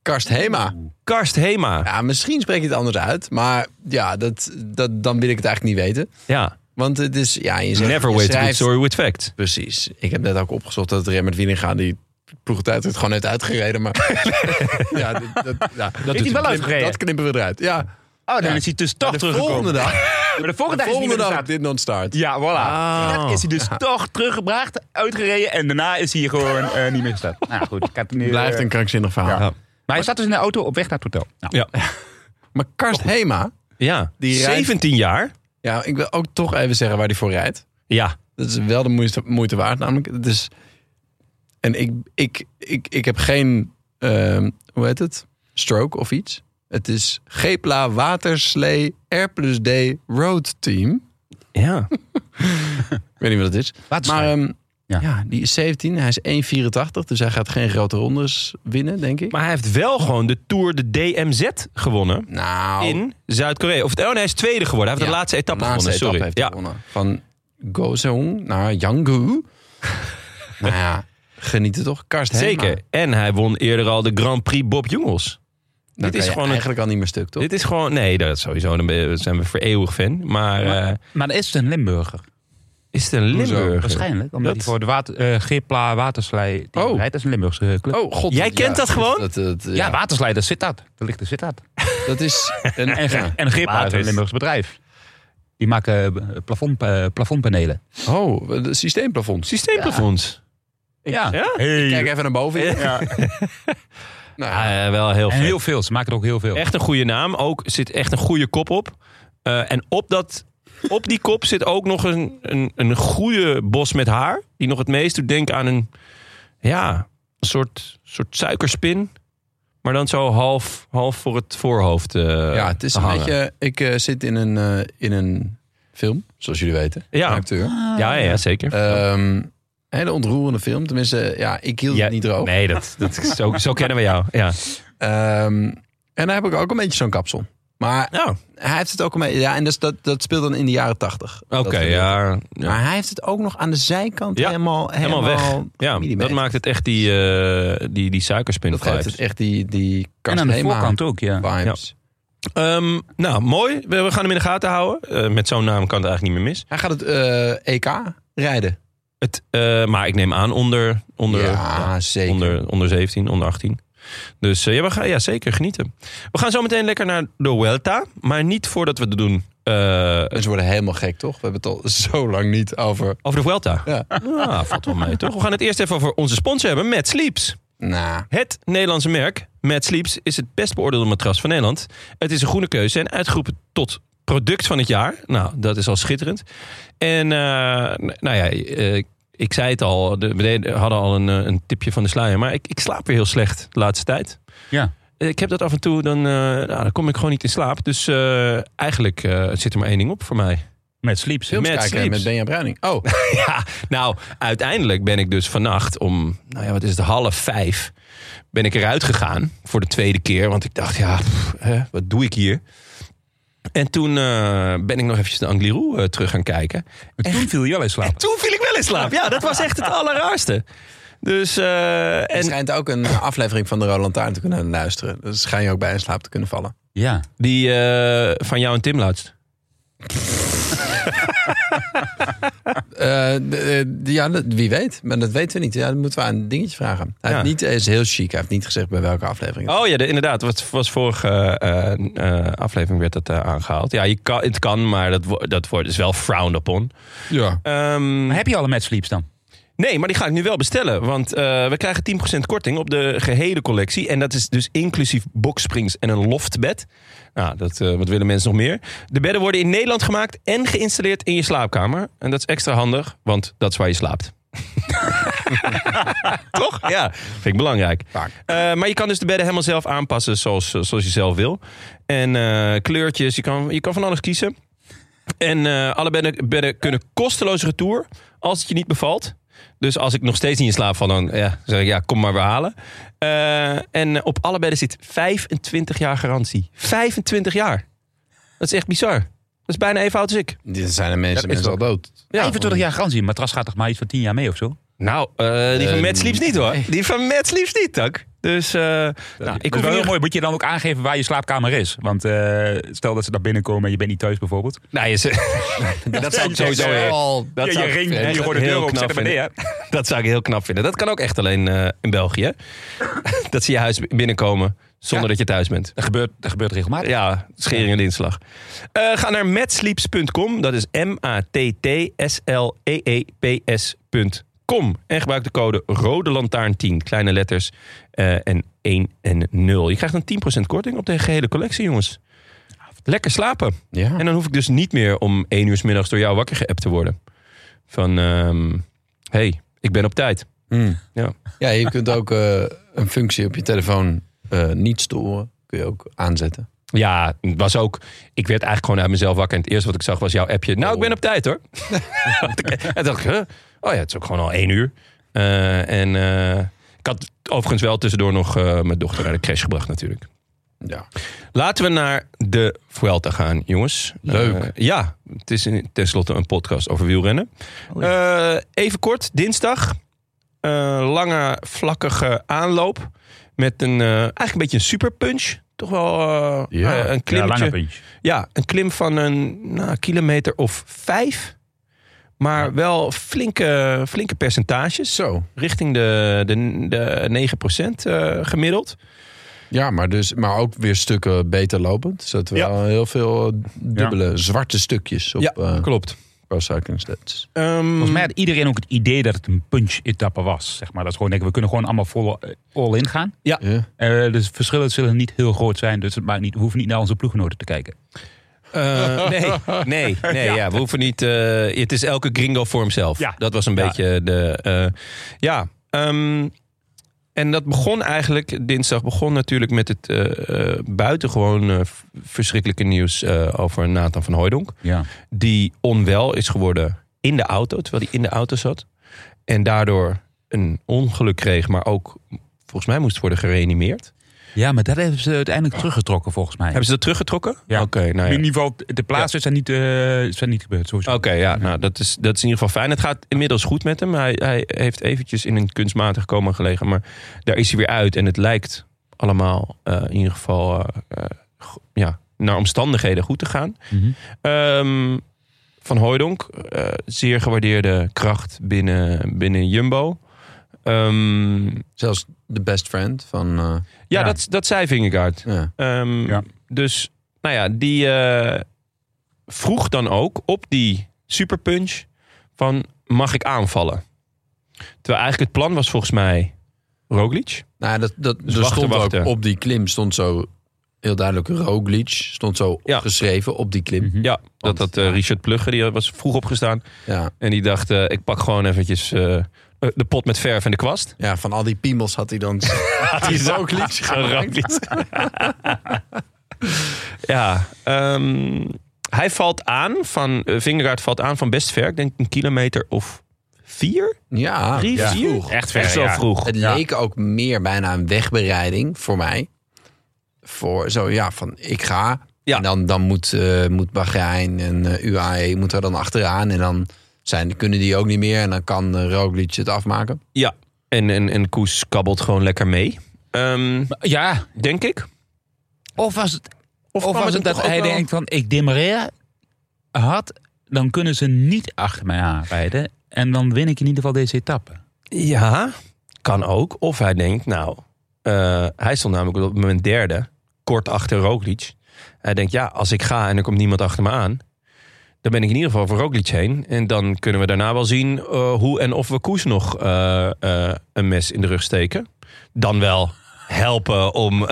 [SPEAKER 2] Karst Hema.
[SPEAKER 3] Karst Hema.
[SPEAKER 2] Ja, misschien spreek je het anders uit. Maar ja, dat, dat, dan wil ik het eigenlijk niet weten.
[SPEAKER 3] Ja.
[SPEAKER 1] Oh,
[SPEAKER 2] Want het is... Ja, je zegt,
[SPEAKER 3] Never
[SPEAKER 2] je
[SPEAKER 3] waste a
[SPEAKER 2] schrijft-
[SPEAKER 3] good story with facts.
[SPEAKER 2] Precies. Ik heb net ook opgezocht dat Remmert Wielinga die ploegentijd het gewoon heeft uitgereden. Maar ja, dat, dat, ja, dat, doet
[SPEAKER 1] wel
[SPEAKER 2] hij.
[SPEAKER 1] uitgereden?
[SPEAKER 2] dat knippen we eruit. Ja.
[SPEAKER 1] Oh, dan
[SPEAKER 2] Ja.
[SPEAKER 1] is hij dus toch
[SPEAKER 2] de
[SPEAKER 1] teruggekomen.
[SPEAKER 2] volgende dag,
[SPEAKER 1] Maar de volgende dag is hij
[SPEAKER 2] volgende
[SPEAKER 1] weer in
[SPEAKER 2] dag
[SPEAKER 1] de stad.
[SPEAKER 2] dit non-start.
[SPEAKER 1] Ja, voilà.
[SPEAKER 2] Ah.
[SPEAKER 1] Dan is hij dus toch teruggebracht, uitgereden. En daarna is hij gewoon eh, niet meer gestart. Nou goed, ik had nu, eh,
[SPEAKER 2] Blijft een krankzinnig verhaal.
[SPEAKER 1] Ja. Maar hij zat dus in de auto op weg naar het hotel. Nou,
[SPEAKER 3] Ja.
[SPEAKER 2] Maar Karst Hema,
[SPEAKER 3] ja.
[SPEAKER 2] Die rijdt-
[SPEAKER 3] 17 jaar.
[SPEAKER 2] ja, ik wil ook toch even zeggen waar hij voor rijdt.
[SPEAKER 3] Ja.
[SPEAKER 2] Dat is wel de moeite, moeite waard namelijk. Het is, en ik, ik, ik, ik heb geen, ehm, hoe heet het, stroke of iets. Het is Gepla Waterslee R plus D Road Team.
[SPEAKER 3] Ja.
[SPEAKER 2] Ik weet niet wat het is.
[SPEAKER 1] Waterslee.
[SPEAKER 2] Maar ehm,
[SPEAKER 1] Ja.
[SPEAKER 2] ja. die is 17, hij is 1,84. Dus hij gaat geen grote rondes winnen, denk ik.
[SPEAKER 3] Maar hij heeft wel gewoon de Tour de DMZ gewonnen.
[SPEAKER 2] nou,
[SPEAKER 3] In Zuid-Korea. Of oh, nee, hij is tweede geworden. Hij heeft de laatste etappe
[SPEAKER 2] laatste
[SPEAKER 3] gewonnen.
[SPEAKER 2] etappe
[SPEAKER 3] Sorry.
[SPEAKER 2] heeft hij gewonnen. Van Gozong naar Yanggu. nou ja, genieten toch? Karst
[SPEAKER 3] ja,
[SPEAKER 2] Hema.
[SPEAKER 3] zeker. En hij won eerder al de Grand Prix Bob Jungels.
[SPEAKER 2] Dan
[SPEAKER 3] Dit is
[SPEAKER 2] kan je
[SPEAKER 3] gewoon een
[SPEAKER 2] eigenlijk al niet meer stuk, toch?
[SPEAKER 3] Dit is gewoon, nee, dat is sowieso, dan ben- zijn we voor eeuwig fan. Maar eh,
[SPEAKER 1] maar dan is het een Limburger.
[SPEAKER 3] is het een
[SPEAKER 2] Hoezo?
[SPEAKER 3] Limburger?
[SPEAKER 1] Waarschijnlijk. Omdat
[SPEAKER 3] Dat-
[SPEAKER 1] hij voor de water, eh, Gipla Waterslei die
[SPEAKER 2] Oh.
[SPEAKER 1] rijdt. Dat is een Limburgse club.
[SPEAKER 2] Oh god.
[SPEAKER 3] Jij kent dat gewoon?
[SPEAKER 2] Dat, dat, dat-
[SPEAKER 1] ja,
[SPEAKER 2] ja,
[SPEAKER 1] Waterslei, dat zit dat. Dat ligt er zit dat.
[SPEAKER 2] dat is een,
[SPEAKER 1] En,
[SPEAKER 2] ja.
[SPEAKER 1] en Gipla is
[SPEAKER 3] Water
[SPEAKER 1] een
[SPEAKER 3] is-
[SPEAKER 1] Limburgs bedrijf. Die maken eh, plafond, eh, plafondpanelen.
[SPEAKER 2] Oh, het systeemplafond.
[SPEAKER 3] Systeemplafonds.
[SPEAKER 1] Ja.
[SPEAKER 3] Ja?
[SPEAKER 1] Hey.
[SPEAKER 2] Kijk even naar boven.
[SPEAKER 1] Ja.
[SPEAKER 2] Nou,
[SPEAKER 3] Ah, eh, wel heel
[SPEAKER 1] En
[SPEAKER 3] vet.
[SPEAKER 1] heel veel. Ze maken er ook heel veel.
[SPEAKER 3] Echt een goede naam. Ook zit echt een goede kop op. Eh, en op, dat, op die kop zit ook nog een, een, een goede bos met haar. Die nog het meest doet denken aan een, ja, een soort, soort suikerspin. Maar dan zo half, half voor het voorhoofd. eh,
[SPEAKER 2] Ja, het is een
[SPEAKER 3] hangen.
[SPEAKER 2] beetje. Ik eh, zit in een, eh, in een film, zoals jullie weten.
[SPEAKER 3] Ja.
[SPEAKER 2] Een acteur.
[SPEAKER 3] Ja, ja, ja, zeker.
[SPEAKER 2] Ehm, hele ontroerende film. Tenminste, ja, ik hield
[SPEAKER 3] Ja,
[SPEAKER 2] het niet droog.
[SPEAKER 3] Nee, dat, dat, zo, zo kennen we jou. Ja.
[SPEAKER 2] Ehm, en daar heb ik ook een beetje zo'n kapsel. Maar
[SPEAKER 3] Nou,
[SPEAKER 2] hij heeft het ook een beetje. Ja, en dus dat, dat speelt dan in de jaren tachtig.
[SPEAKER 3] oké. ja, ja.
[SPEAKER 2] Maar hij heeft het ook nog aan de zijkant
[SPEAKER 3] Ja,
[SPEAKER 2] helemaal, helemaal,
[SPEAKER 3] Helemaal weg. Ja,
[SPEAKER 2] millimeter.
[SPEAKER 3] dat maakt het echt die, eh die, die suikerspin
[SPEAKER 2] Dat geeft
[SPEAKER 3] vibes.
[SPEAKER 2] het echt die, die
[SPEAKER 1] En aan
[SPEAKER 2] Karsten
[SPEAKER 1] de
[SPEAKER 2] Hema
[SPEAKER 1] voorkant ook, ja.
[SPEAKER 2] vibes.
[SPEAKER 3] Ehm, nou, mooi. We, we gaan hem in de gaten houden. Eh, met zo'n naam kan het eigenlijk niet meer mis.
[SPEAKER 2] Hij gaat het eh, EK rijden.
[SPEAKER 3] Het, eh, maar ik neem aan onder, onder,
[SPEAKER 2] ja,
[SPEAKER 3] ja,
[SPEAKER 2] zeker.
[SPEAKER 3] onder, onder 17, onder 18. Dus eh, ja, we gaan ja, zeker genieten. We gaan zo meteen lekker naar de Vuelta. Maar niet voordat we het doen eh,
[SPEAKER 2] Mensen worden helemaal gek, toch? We hebben het al zo lang niet over.
[SPEAKER 3] over de Vuelta.
[SPEAKER 2] Ja.
[SPEAKER 3] Nou, valt wel mee toch? We gaan het eerst even over onze sponsor hebben, Mad Sleeps.
[SPEAKER 2] Nou,
[SPEAKER 3] Het Nederlandse merk Mad Sleeps is het best beoordeelde matras van Nederland. Het is een groene keuze en uitgeroepen tot product van het jaar. Nou, dat is al schitterend. En eh, nou ja, eh, ik zei het al, de- we deden- hadden al een, eh, een tipje van de sluier. Maar ik, ik slaap weer heel slecht de laatste tijd.
[SPEAKER 1] Ja.
[SPEAKER 3] Eh, Ik heb dat af en toe, dan, eh, nou, dan kom ik gewoon niet in slaap. Dus eh, eigenlijk eh, zit er maar één ding op voor mij.
[SPEAKER 1] Met Sleeps.
[SPEAKER 2] films
[SPEAKER 3] Mad
[SPEAKER 2] kijken
[SPEAKER 3] Sleeps.
[SPEAKER 2] met Benja Bruining. Oh,
[SPEAKER 3] Ja, nou, uiteindelijk ben ik dus vannacht om, nou ja, wat is het, half vijf, ben ik eruit gegaan voor de tweede keer. Want ik dacht, ja, pff, hè, wat doe ik hier? En toen eh, ben ik nog eventjes de Angliru eh, terug gaan kijken.
[SPEAKER 1] En Toen viel Jelle in slaap.
[SPEAKER 3] Toen viel ik wel in slaap. Ja, dat was echt het allerraarste. Dus, eh,
[SPEAKER 2] en
[SPEAKER 3] en
[SPEAKER 2] schijnt ook een aflevering van de Roland Taarn te kunnen luisteren. Dus schijn je ook bij in slaap te kunnen vallen.
[SPEAKER 1] Ja.
[SPEAKER 3] die eh, van jou en Tim laatst.
[SPEAKER 2] Eh, d- eh, d- ja, dat- wie weet. Maar dat weten we niet. Ja, dat moeten we aan een dingetje vragen. Hij
[SPEAKER 3] Ja.
[SPEAKER 2] heeft niet, hij is heel chic. Hij heeft niet gezegd bij welke aflevering.
[SPEAKER 3] Oh ja, de- inderdaad. Wat was vorige eh, eh, aflevering werd dat eh, aangehaald. Ja, je kan, het kan, maar dat, wo- dat wordt is wel frowned upon.
[SPEAKER 2] Ja.
[SPEAKER 3] Ehm,
[SPEAKER 1] Maar heb je alle Met Sleeps dan?
[SPEAKER 3] Nee, maar die ga ik nu wel bestellen. Want eh, we krijgen 10% korting op de gehele collectie. En dat is dus inclusief boksprings en een loftbed. Nou, dat, eh, wat willen mensen nog meer? De bedden worden in Nederland gemaakt en geïnstalleerd in je slaapkamer. En dat is extra handig, want dat is waar je slaapt. Toch? Ja, vind ik belangrijk.
[SPEAKER 2] Vaak.
[SPEAKER 3] Eh, maar je kan dus de bedden helemaal zelf aanpassen zoals, eh, zoals je zelf wil. En eh, kleurtjes, je kan, je kan van alles kiezen. En eh, alle bedden, bedden kunnen kosteloos retour als het je niet bevalt. Dus als ik nog steeds niet in slaap val, dan ja, zeg ik ja, kom maar weer halen. Eh, en op alle bedden zit 25 jaar garantie. 25 jaar. Dat is echt bizar. Dat is bijna even oud als ik.
[SPEAKER 2] Dit zijn de
[SPEAKER 1] Dat
[SPEAKER 2] meeste
[SPEAKER 1] is
[SPEAKER 2] mensen al
[SPEAKER 1] ook-
[SPEAKER 2] dood.
[SPEAKER 3] Ja.
[SPEAKER 1] 25 jaar garantie. Een matras gaat toch maar iets van 10 jaar mee of zo?
[SPEAKER 3] Nou, eh, die van
[SPEAKER 2] Eh,
[SPEAKER 3] Mad Sleeps niet hoor. Die van Mad Sleeps niet, tak. Dus eh, nou, ik
[SPEAKER 1] Ik
[SPEAKER 3] hoef
[SPEAKER 1] wel heel
[SPEAKER 3] niet...
[SPEAKER 1] mooi. Moet je dan ook aangeven waar je slaapkamer is? Want eh, stel dat ze naar binnen komen en je bent niet thuis bijvoorbeeld.
[SPEAKER 3] Nou, je ze- dat zou ik sowieso heel-
[SPEAKER 2] Dat
[SPEAKER 1] ja, je ring,
[SPEAKER 3] echt
[SPEAKER 1] je gooit de
[SPEAKER 3] heel
[SPEAKER 1] deur op,
[SPEAKER 3] knap
[SPEAKER 1] zet hem
[SPEAKER 3] vinden.
[SPEAKER 1] neer.
[SPEAKER 3] Dat zou ik heel knap vinden. Dat kan ook echt alleen eh, in België. dat ze je huis binnenkomen. Zonder
[SPEAKER 1] Ja.
[SPEAKER 3] dat je thuis bent.
[SPEAKER 1] Dat gebeurt, dat gebeurt regelmatig.
[SPEAKER 3] Ja, schering en inslag. Eh, ga naar matsleeps.com. Dat is E M-A-T-T-S-L-E-E-P-S.com. En gebruik de code Rode Lantaarn 10. Kleine letters eh, en 1 en 0. Je krijgt een 10% korting op de gehele collectie, jongens. Lekker slapen.
[SPEAKER 2] Ja.
[SPEAKER 3] En dan hoef ik dus niet meer om 1 uur 's middags door jou wakker geappt te worden. Van, ehm, hey, ik ben op tijd. Ja.
[SPEAKER 2] ja, je kunt ook eh, een functie op je telefoon eh, niet storen. Kun je ook aanzetten.
[SPEAKER 3] Ja, het was ook. Ik werd eigenlijk gewoon uit mezelf wakker. En het eerste wat ik zag was jouw appje. Nou,
[SPEAKER 2] Oh.
[SPEAKER 3] ik ben op tijd hoor. en toen dacht ik, huh? oh ja, het is ook gewoon al één uur. Eh, en eh, ik had overigens wel tussendoor nog eh, mijn dochter naar de crash gebracht natuurlijk.
[SPEAKER 2] Ja.
[SPEAKER 3] Laten we naar de Vuelta gaan, jongens.
[SPEAKER 2] Leuk.
[SPEAKER 3] Eh, ja, het is een- tenslotte een podcast over wielrennen.
[SPEAKER 2] Oh
[SPEAKER 3] Eh, even kort, dinsdag. Eh, lange, vlakkige aanloop. Met een, eh, eigenlijk een beetje een superpunch. Toch wel eh,
[SPEAKER 2] Ja.
[SPEAKER 3] eh, een
[SPEAKER 1] Ja,
[SPEAKER 3] klimmetje.
[SPEAKER 1] lange
[SPEAKER 3] Ja,
[SPEAKER 1] punch.
[SPEAKER 3] een klim van een nou, kilometer of vijf. Maar wel flinke, flinke percentages.
[SPEAKER 2] Zo.
[SPEAKER 3] Richting de, de, de 9% eh, gemiddeld.
[SPEAKER 2] Ja, maar, dus, maar ook weer stukken beter lopend. Dus dat we
[SPEAKER 3] Ja.
[SPEAKER 2] wel heel veel eh, dubbele zwarte stukjes op
[SPEAKER 3] ja,
[SPEAKER 2] eh
[SPEAKER 3] klopt.
[SPEAKER 2] Pro Cycling Stats.
[SPEAKER 3] Ehm,
[SPEAKER 1] Volgens mij had iedereen ook het idee dat het een punch-etappe was. Zeg maar. Dat is gewoon denken, we kunnen gewoon allemaal vol, eh, all in gaan.
[SPEAKER 2] Ja.
[SPEAKER 1] Eh, dus verschillen zullen niet heel groot zijn. Dus het maakt niet, we hoeven niet naar onze ploeggenoten te kijken.
[SPEAKER 3] Eh, nee, nee, nee ja. we hoeven niet. eh, het is elke gringo voor hemzelf.
[SPEAKER 1] Ja.
[SPEAKER 3] Dat was een
[SPEAKER 1] Ja.
[SPEAKER 3] beetje de. eh, ja. ehm, en dat begon eigenlijk, dinsdag begon natuurlijk met het eh, eh, buitengewoon eh, v- verschrikkelijke nieuws eh, over Nathan van Hooijdonk.
[SPEAKER 1] Ja.
[SPEAKER 3] Die onwel is geworden in de auto, terwijl hij in de auto zat. En daardoor een ongeluk kreeg, maar ook volgens mij moest worden gereanimeerd.
[SPEAKER 1] ja, maar dat hebben ze uiteindelijk teruggetrokken volgens mij.
[SPEAKER 3] Hebben ze dat teruggetrokken?
[SPEAKER 1] Ja.
[SPEAKER 3] Oké, nou ja.
[SPEAKER 1] In ieder geval, de plaatsen zijn, niet, eh, zijn niet gebeurd. Sowieso.
[SPEAKER 3] Oké, ja, nou, dat, is, dat is in ieder geval fijn. Het gaat inmiddels goed met hem. Hij, hij heeft eventjes in een kunstmatig coma gelegen, maar daar is hij weer uit. En het lijkt allemaal eh, in ieder geval eh, eh, go- ja, naar omstandigheden goed te gaan.
[SPEAKER 1] Mhm.
[SPEAKER 3] Ehm, van Hooijdonk, eh, zeer gewaardeerde kracht binnen, binnen Jumbo. Ehm, ja,
[SPEAKER 2] Zelfs de best friend van... eh,
[SPEAKER 1] Ja.
[SPEAKER 3] Dat, dat zei Vingegaard.
[SPEAKER 2] ja.
[SPEAKER 3] Ehm,
[SPEAKER 1] Ja.
[SPEAKER 3] Dus, nou ja, die eh, vroeg dan ook op die superpunch van mag ik aanvallen? Terwijl eigenlijk het plan was volgens mij Roglic.
[SPEAKER 2] Nou, ja, dat, dat, er
[SPEAKER 3] Dus wachten,
[SPEAKER 2] stond
[SPEAKER 3] wachten.
[SPEAKER 2] ook op die klim stond zo heel duidelijk Roglic. Stond zo
[SPEAKER 3] Ja.
[SPEAKER 2] geschreven op die klim.
[SPEAKER 1] Mhm.
[SPEAKER 3] Ja, dat dat eh, Richard Plugge, die was vroeg opgestaan.
[SPEAKER 2] Ja.
[SPEAKER 3] En die dacht, eh, ik pak gewoon eventjes eh, eh, de pot met verf en de kwast.
[SPEAKER 2] ja, van al die piemels had hij dan had hij Roglic gemaakt.
[SPEAKER 3] Roglic. ja, ehm, hij valt aan van, eh, Vingegaard valt aan van best ver. Ik denk een kilometer of vier,
[SPEAKER 2] Ja,
[SPEAKER 3] drie,
[SPEAKER 2] ja.
[SPEAKER 3] vier.
[SPEAKER 1] Echt ver,
[SPEAKER 3] Echt zo
[SPEAKER 1] ja.
[SPEAKER 3] Ah, vroeg.
[SPEAKER 2] Het leek ook meer bijna een wegbereiding voor mij. Voor zo, ja, van ik ga.
[SPEAKER 3] Ja.
[SPEAKER 2] En dan, dan moet, eh, moet Bahrein en eh, UAE moet er dan achteraan. En dan zijn, kunnen die ook niet meer. En dan kan eh, Roglic het afmaken.
[SPEAKER 3] Ja, en, en, en Koes kabbelt gewoon lekker mee. Ehm,
[SPEAKER 1] Ja,
[SPEAKER 3] denk ik.
[SPEAKER 1] Of was het, of
[SPEAKER 3] kwam
[SPEAKER 1] was
[SPEAKER 3] het
[SPEAKER 1] het
[SPEAKER 3] hem
[SPEAKER 1] dat
[SPEAKER 3] toch ook
[SPEAKER 1] hij
[SPEAKER 3] wel-
[SPEAKER 1] denkt van ik demareer had, dan kunnen ze niet achter mij aanrijden. En dan win ik in ieder geval deze etappe.
[SPEAKER 3] Ja, kan ook. Of hij denkt, nou, eh, hij stond namelijk op mijn derde, kort achter Roglic. Hij denkt, ja, als ik ga en er komt niemand achter me aan, dan ben ik in ieder geval voor Roglic heen. En dan kunnen we daarna wel zien eh, hoe en of we Koes nog eh, eh, een mes in de rug steken. Dan wel helpen om eh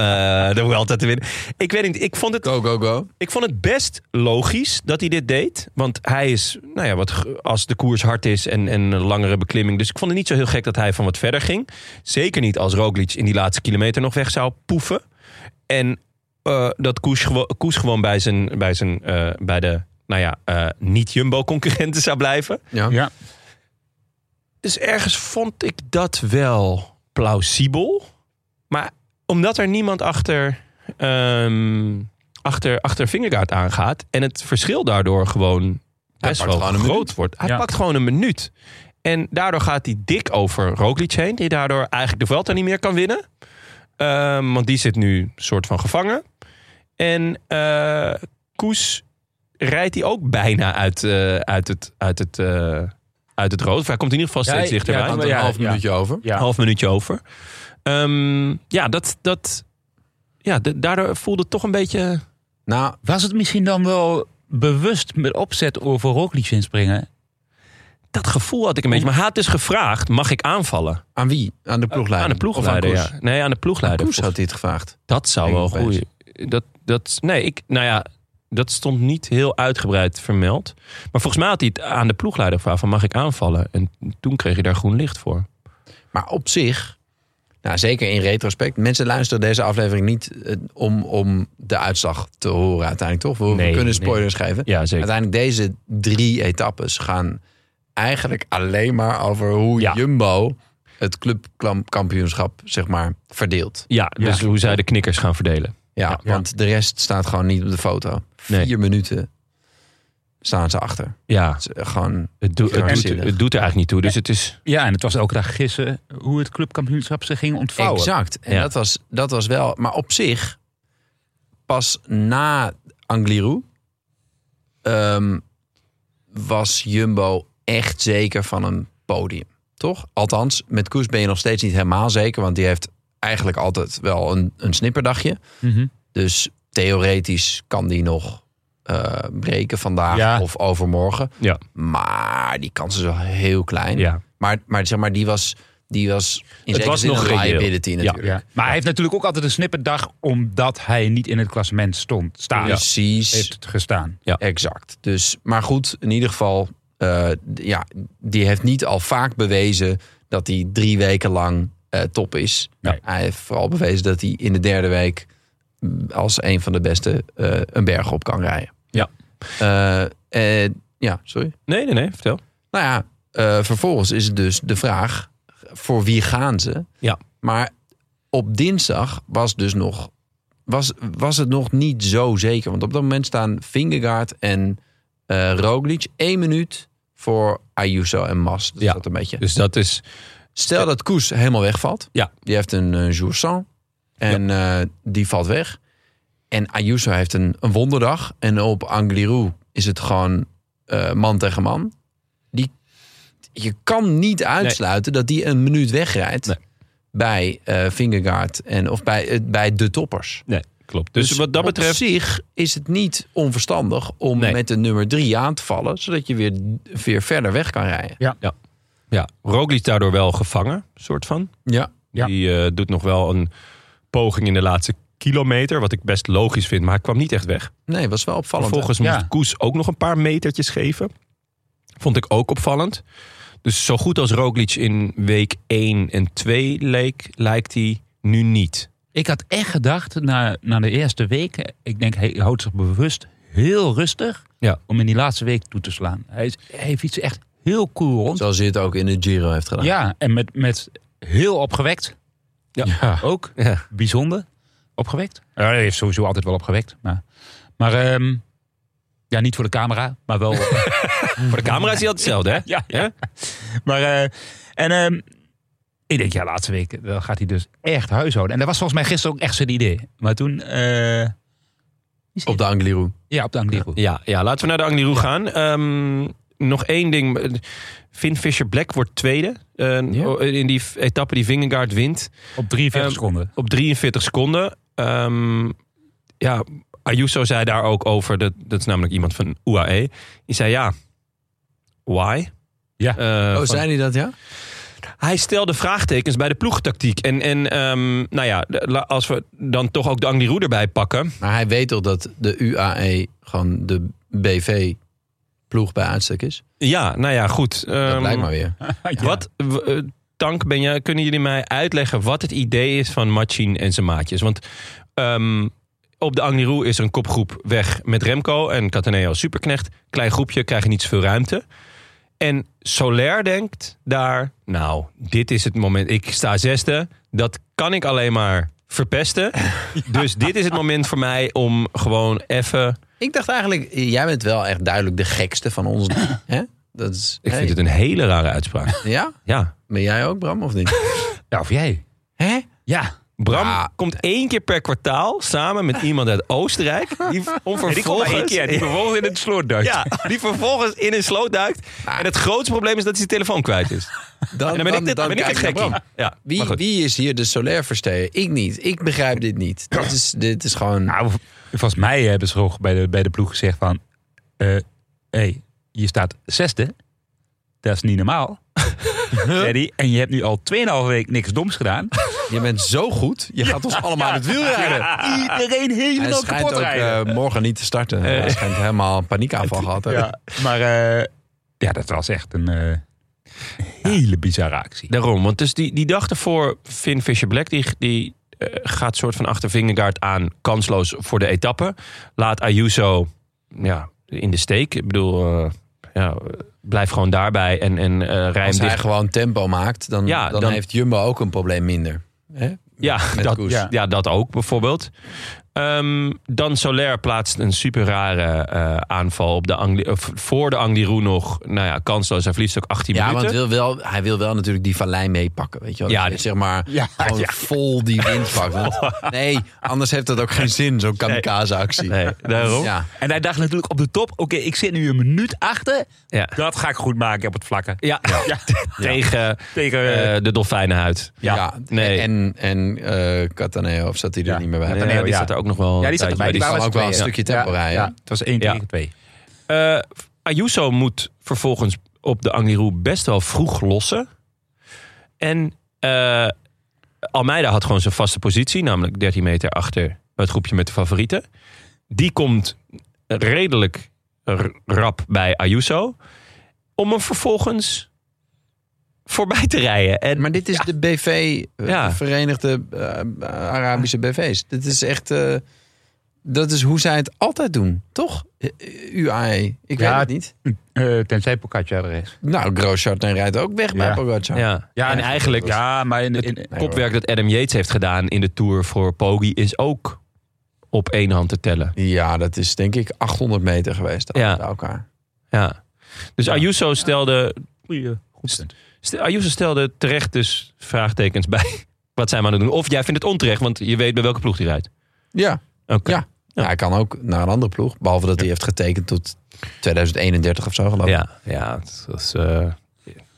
[SPEAKER 3] de Vuelta te winnen. Ik weet niet, ik vond het
[SPEAKER 2] Go, go, go.
[SPEAKER 3] Ik vond het best logisch dat hij dit deed. Want hij is, nou ja, wat, ge- als de koers hard is en, en een langere beklimming. Dus ik vond het niet zo heel gek dat hij van wat verder ging. Zeker niet als Roglic in die laatste kilometer nog weg zou poeven. En eh, dat Koes, gewo- Koes gewoon bij, zijn, bij, zijn, eh, bij de nou ja, eh, niet-Jumbo-concurrenten zou blijven.
[SPEAKER 2] Ja.
[SPEAKER 1] Ja.
[SPEAKER 3] Dus ergens vond ik dat wel plausibel. Maar omdat er niemand achter, ehm achter, achter Vingegaard aangaat... en het verschil daardoor gewoon best
[SPEAKER 2] pakt
[SPEAKER 3] wel
[SPEAKER 2] gewoon een
[SPEAKER 3] groot
[SPEAKER 2] minuut.
[SPEAKER 3] wordt. Hij
[SPEAKER 1] Ja.
[SPEAKER 3] pakt gewoon een minuut. En daardoor gaat hij dik over Roglic heen... die daardoor eigenlijk de Vuelta niet meer kan winnen. Ehm, want die zit nu soort van gevangen. En eh, Koes rijdt hij ook bijna uit, eh, uit het... Uit het eh, uit het rood. Of hij komt in ieder geval steeds
[SPEAKER 1] Ja,
[SPEAKER 3] dichterbij.
[SPEAKER 1] ja,
[SPEAKER 2] Had er een
[SPEAKER 1] Ja,
[SPEAKER 2] half
[SPEAKER 1] ja.
[SPEAKER 2] minuutje over.
[SPEAKER 1] Ja.
[SPEAKER 3] Half minuutje over. Ehm, ja, dat, dat ja, de- daardoor voelde het toch een beetje...
[SPEAKER 2] Nou,
[SPEAKER 1] Was het misschien dan wel bewust met opzet over Roglic inspringen?
[SPEAKER 3] Dat gevoel had ik een beetje. Maar hij had dus gevraagd, mag ik aanvallen?
[SPEAKER 2] aan wie? Aan de
[SPEAKER 3] Eh, Aan
[SPEAKER 2] ploegleider?
[SPEAKER 3] de ploegleider,
[SPEAKER 2] Of aan Koes?
[SPEAKER 3] ja. Nee, aan de
[SPEAKER 2] Aan
[SPEAKER 3] ploegleider.
[SPEAKER 2] Koes had hij het gevraagd.
[SPEAKER 3] Dat zou
[SPEAKER 2] Denk
[SPEAKER 3] wel
[SPEAKER 2] ik
[SPEAKER 3] goed. Dat, dat, nee, ik, nou ja, dat stond niet heel uitgebreid vermeld. Maar volgens mij had hij het aan de ploegleider gevraagd van mag ik aanvallen? En toen kreeg je daar groen licht voor.
[SPEAKER 2] Maar op zich, nou, zeker in retrospect, mensen luisteren deze aflevering niet eh, om, om de uitslag te horen uiteindelijk, toch? We, we
[SPEAKER 3] Nee,
[SPEAKER 2] kunnen
[SPEAKER 3] nee.
[SPEAKER 2] spoilers geven.
[SPEAKER 3] Ja, zeker.
[SPEAKER 2] Uiteindelijk deze drie etappes gaan eigenlijk alleen maar over hoe
[SPEAKER 3] Ja.
[SPEAKER 2] Jumbo het clubkampioenschap zeg maar verdeelt.
[SPEAKER 3] Ja, dus hoe zij de knikkers gaan verdelen.
[SPEAKER 2] Ja,
[SPEAKER 3] Ja.
[SPEAKER 2] want de rest staat gewoon niet op de foto.
[SPEAKER 3] Nee.
[SPEAKER 2] Vier minuten staan ze achter.
[SPEAKER 3] Ja,
[SPEAKER 2] Het is, eh, gewoon
[SPEAKER 3] het, doet het, doet,
[SPEAKER 2] Krankzinnig.
[SPEAKER 3] het doet er eigenlijk niet toe. Dus het is,
[SPEAKER 1] Ja, en het was elke dag gissen hoe het clubkampioenschap zich ging ontvouwen.
[SPEAKER 2] exact. En
[SPEAKER 3] Ja.
[SPEAKER 2] dat, was, dat was wel, maar op zich pas na Angliru ehm, was Jumbo echt zeker van een podium, toch? Althans, met Koes ben je nog steeds niet helemaal zeker, want die heeft eigenlijk altijd wel een, een snipperdagje.
[SPEAKER 1] Mhm.
[SPEAKER 2] Dus theoretisch kan die nog eh, breken vandaag
[SPEAKER 1] Ja.
[SPEAKER 2] of overmorgen.
[SPEAKER 3] ja,
[SPEAKER 2] Maar die kans is wel heel klein.
[SPEAKER 3] ja.
[SPEAKER 2] Maar, maar zeg maar, die was, die was in zekere
[SPEAKER 3] was
[SPEAKER 2] zin
[SPEAKER 3] nog
[SPEAKER 2] een
[SPEAKER 3] reëel.
[SPEAKER 2] liability natuurlijk.
[SPEAKER 1] Ja. Maar hij heeft natuurlijk ook altijd een snipperdag omdat hij niet in het klassement stond, staat,
[SPEAKER 2] Precies,
[SPEAKER 1] heeft gestaan.
[SPEAKER 2] exact. Dus, maar goed, in ieder geval, eh, d- ja, die heeft niet al vaak bewezen dat hij drie weken lang eh, top is. Nou,
[SPEAKER 1] Nee.
[SPEAKER 2] Hij heeft vooral bewezen dat hij in de derde week mm, als een van de beste eh, een berg op kan rijden.
[SPEAKER 3] Ja.
[SPEAKER 2] Eh, eh, ja, sorry.
[SPEAKER 3] Nee, nee, nee, vertel.
[SPEAKER 2] Nou ja, eh, vervolgens is het dus de vraag: voor wie gaan ze?
[SPEAKER 3] Ja.
[SPEAKER 2] Maar op dinsdag was, dus nog, was, was het nog niet zo zeker. Want op dat moment staan Vingegaard en eh Roglic één minuut voor Ayuso en Mas. Dus
[SPEAKER 3] Ja.
[SPEAKER 2] dat een beetje.
[SPEAKER 3] Dus dat is,
[SPEAKER 2] Stel dat Koes helemaal wegvalt.
[SPEAKER 3] Ja.
[SPEAKER 2] Die heeft een uh, En eh, die valt weg. En Ayuso heeft een, een wonderdag. En op Angliru is het gewoon eh, man tegen man. Die, je kan niet uitsluiten dat die een minuut wegrijdt.
[SPEAKER 3] Nee.
[SPEAKER 2] Bij eh Vingegaard en, of bij, eh, bij de toppers.
[SPEAKER 3] nee, klopt. Dus, wat dat betreft,
[SPEAKER 2] Op zich is het niet onverstandig om
[SPEAKER 3] Nee.
[SPEAKER 2] met de nummer drie aan te vallen. Zodat je weer, weer verder weg kan rijden.
[SPEAKER 3] ja, Roglic daardoor wel gevangen, soort van.
[SPEAKER 2] Ja.
[SPEAKER 1] Ja.
[SPEAKER 3] Die eh, doet nog wel een poging in de laatste kilometer, wat ik best logisch vind. Maar hij kwam niet echt weg.
[SPEAKER 2] Nee, was wel opvallend. hè?
[SPEAKER 3] Vervolgens
[SPEAKER 1] hè?
[SPEAKER 3] moest
[SPEAKER 1] Ja.
[SPEAKER 3] Koes ook nog een paar metertjes geven. Vond ik ook opvallend. Dus zo goed als Roglic in week 1 en 2 leek, lijkt hij nu niet.
[SPEAKER 1] Ik had echt gedacht, na, na de eerste week, ik denk hij houdt zich bewust heel rustig
[SPEAKER 3] Ja.
[SPEAKER 1] om in die laatste week toe te slaan. Hij, is, hij fietst echt heel cool rond.
[SPEAKER 2] Zoals hij het ook in de Giro heeft gedaan.
[SPEAKER 1] Ja, en met, met heel opgewekt.
[SPEAKER 3] Ja.
[SPEAKER 1] Ook
[SPEAKER 3] Ja.
[SPEAKER 1] bijzonder opgewekt. Ja, hij is sowieso altijd wel opgewekt. Maar, maar ehm, ja, niet voor de camera, maar wel.
[SPEAKER 3] Voor de camera is hij altijd hetzelfde, hè?
[SPEAKER 1] ja, ja. Maar, eh, en ehm, ik denk, ja, laatste week dan gaat hij dus echt huishouden. En dat was volgens mij gisteren ook echt zijn idee. Maar toen. eh,
[SPEAKER 2] Op de Angliru.
[SPEAKER 1] ja, op de Angliru.
[SPEAKER 3] Ja, ja laten we naar de Angliru gaan. Ehm, nog één ding. Finn Fisher-Black wordt tweede. eh,
[SPEAKER 2] Ja.
[SPEAKER 3] In die etappe die Vingegaard wint.
[SPEAKER 1] Op 43
[SPEAKER 3] Ehm,
[SPEAKER 1] seconden.
[SPEAKER 3] op 43 seconden. Ehm, ja, Ayuso zei daar ook over, dat, dat is namelijk iemand van UAE. Die zei ja, why?
[SPEAKER 1] Ja.
[SPEAKER 3] Eh, van-
[SPEAKER 2] Oh, zei hij dat, ja?
[SPEAKER 3] Hij stelde vraagtekens bij de ploegtactiek. En, en ehm, nou ja, de- la- als we dan toch ook de Angliru erbij pakken.
[SPEAKER 2] Maar hij weet toch dat de UAE gewoon de BV-ploeg bij uitstek is?
[SPEAKER 3] Ja, nou ja, goed.
[SPEAKER 2] Dat
[SPEAKER 3] Ehm,
[SPEAKER 2] blijkt maar weer.
[SPEAKER 3] Wat, w- eh, Tank, ben jij, kunnen jullie mij uitleggen wat het idee is van Machin en zijn maatjes? Want ehm, op de Angliru is er een kopgroep weg met Remco en Cataneo als superknecht. Klein groepje, krijgen niet zoveel ruimte. En Soler denkt daar, nou, dit is het moment. Ik sta zesde, dat kan ik alleen maar verpesten. Dus dit is het moment voor mij om gewoon even...
[SPEAKER 2] Ik dacht eigenlijk, jij bent wel echt duidelijk de gekste van ons. drie, hè? Dat is,
[SPEAKER 3] Ik
[SPEAKER 2] hey.
[SPEAKER 3] vind het een hele rare uitspraak.
[SPEAKER 2] Ja?
[SPEAKER 3] Ja.
[SPEAKER 2] Ben jij ook, Bram, of niet?
[SPEAKER 1] Ja, nou, of jij?
[SPEAKER 2] Hè?
[SPEAKER 1] Ja.
[SPEAKER 3] Bram
[SPEAKER 2] Ja.
[SPEAKER 3] komt één keer per kwartaal samen met iemand uit Oostenrijk. Die onvervolgens,
[SPEAKER 1] vervolgens in het sloot
[SPEAKER 3] ja, die vervolgens in een sloot duikt. En het grootste probleem is dat hij zijn telefoon kwijt is.
[SPEAKER 2] Dan,
[SPEAKER 3] En dan ben ik,
[SPEAKER 2] dan,
[SPEAKER 3] dit, dan ben ik het
[SPEAKER 2] kijk je naar
[SPEAKER 3] gekkie.
[SPEAKER 2] Bram.
[SPEAKER 3] Ja,
[SPEAKER 2] Wie,
[SPEAKER 3] maar goed.
[SPEAKER 2] wie is hier de solair versteer? Ik niet. Ik begrijp dit niet. Dit is, dit is gewoon...
[SPEAKER 1] Nou, volgens mij hebben ze gewoon bij de, bij de ploeg gezegd van... eh, hey, je staat zesde. Dat is niet normaal. Zei die, en je hebt nu al 2,5 week niks doms gedaan.
[SPEAKER 2] Je bent zo goed. Je gaat ons allemaal uit het wiel rijden.
[SPEAKER 1] Iedereen
[SPEAKER 2] Hij
[SPEAKER 1] helemaal
[SPEAKER 2] schijnt
[SPEAKER 1] kapot
[SPEAKER 2] ook
[SPEAKER 1] rijden.
[SPEAKER 2] eh, morgen niet te starten. Hij schijnt helemaal een paniekaanval gehad te hebben.
[SPEAKER 1] ja, maar eh, ja, dat was echt een eh, hele bizarre actie.
[SPEAKER 3] Daarom, want dus die, die dag ervoor, Finn Fisher-Black, die, die eh, gaat soort van achter Vingegaard aan, kansloos voor de etappe. Laat Ayuso ja, in de steek. Ik bedoel, eh, ja, blijf gewoon daarbij en, en eh, rij
[SPEAKER 2] Als
[SPEAKER 3] hem
[SPEAKER 2] hij
[SPEAKER 3] dicht.
[SPEAKER 2] gewoon tempo maakt, dan,
[SPEAKER 3] Ja,
[SPEAKER 2] dan,
[SPEAKER 3] dan-
[SPEAKER 2] heeft Jumbo ook een probleem minder. Hè?
[SPEAKER 3] Ja,
[SPEAKER 2] met
[SPEAKER 3] dat,
[SPEAKER 2] Koes.
[SPEAKER 3] ja. ja, dat ook bijvoorbeeld. Ehm, dan Soler plaatst een super rare eh, aanval op de Angli- of voor de Angliru nog. Nou ja, kansloos. Hij verliest ook 18
[SPEAKER 2] Ja, want
[SPEAKER 3] minuten.
[SPEAKER 2] wil wel, hij wil wel natuurlijk die vallei meepakken. Weet je wel?
[SPEAKER 3] Ja,
[SPEAKER 2] Dat je
[SPEAKER 3] dus-
[SPEAKER 2] zeg maar
[SPEAKER 1] Ja,
[SPEAKER 2] gewoon
[SPEAKER 1] ja.
[SPEAKER 2] vol die wind pakt. Want- nee, anders heeft dat ook geen zin, zo'n kamikaze-actie.
[SPEAKER 3] Nee, daarom. Ja.
[SPEAKER 2] Ja.
[SPEAKER 1] En hij dacht natuurlijk op de top, oké, ik zit nu een minuut achter.
[SPEAKER 3] Ja.
[SPEAKER 1] Dat ga ik goed maken op het vlakke. Ja.
[SPEAKER 3] tegen
[SPEAKER 1] Tegen, eh,
[SPEAKER 3] eh, de dolfijnenhuid.
[SPEAKER 2] Ja.
[SPEAKER 1] Ja.
[SPEAKER 3] Nee.
[SPEAKER 2] En, en eh Cataneo, of zat hij er
[SPEAKER 1] Ja.
[SPEAKER 2] niet meer bij?
[SPEAKER 3] Nee,
[SPEAKER 1] Cataneo,
[SPEAKER 3] die
[SPEAKER 1] ja.
[SPEAKER 3] staat er ook nog wel.
[SPEAKER 1] Ja,
[SPEAKER 3] een
[SPEAKER 1] die zat
[SPEAKER 3] tijdje
[SPEAKER 1] erbij.
[SPEAKER 3] bij.
[SPEAKER 2] die kan
[SPEAKER 1] waren met
[SPEAKER 2] ook wel
[SPEAKER 1] z'n
[SPEAKER 2] een
[SPEAKER 1] tweeën.
[SPEAKER 2] stukje tempo
[SPEAKER 1] Ja,
[SPEAKER 2] rijden.
[SPEAKER 1] ja. Het was 1
[SPEAKER 3] Ja.
[SPEAKER 1] tegen 2.
[SPEAKER 3] Eh, Ayuso moet vervolgens op de Angliru best wel vroeg lossen. En eh, Almeida had gewoon zijn vaste positie, namelijk 13 meter achter het groepje met de favorieten. Die komt redelijk r- rap bij Ayuso om hem vervolgens voorbij te rijden. En
[SPEAKER 2] Maar dit is de BV, eh,
[SPEAKER 3] Ja.
[SPEAKER 2] de Verenigde eh, Arabische BV's. Dit is echt. eh, dat is hoe zij het altijd doen, toch? Eh, eh, UAE. Ik
[SPEAKER 1] Ja.
[SPEAKER 2] weet het niet.
[SPEAKER 1] Eh, tenzij Pocatja er is.
[SPEAKER 2] Nou, Grosjean rijdt ook weg bij
[SPEAKER 1] Ja.
[SPEAKER 2] Pogacar.
[SPEAKER 3] ja.
[SPEAKER 1] Ja,
[SPEAKER 3] en eigenlijk
[SPEAKER 1] Ja, maar in, in,
[SPEAKER 3] het kopwerk dat Adam Yates heeft gedaan in de Tour voor Poggi is ook op één hand te tellen.
[SPEAKER 2] Ja, dat is denk ik 800 meter geweest
[SPEAKER 3] Ja.
[SPEAKER 2] bij elkaar.
[SPEAKER 3] Ja. Dus Ayuso stelde
[SPEAKER 1] goede
[SPEAKER 3] Stel- Ayuso stelde terecht dus vraagtekens bij wat zijn we aan het doen. Of jij vindt het onterecht, want je weet bij welke ploeg die rijdt.
[SPEAKER 2] Ja.
[SPEAKER 3] Oké.
[SPEAKER 2] Ja. Ja, hij kan ook naar een andere ploeg. Behalve dat hij heeft getekend tot 2031 of zo, geloof ik.
[SPEAKER 3] Ja, ja dat is eh,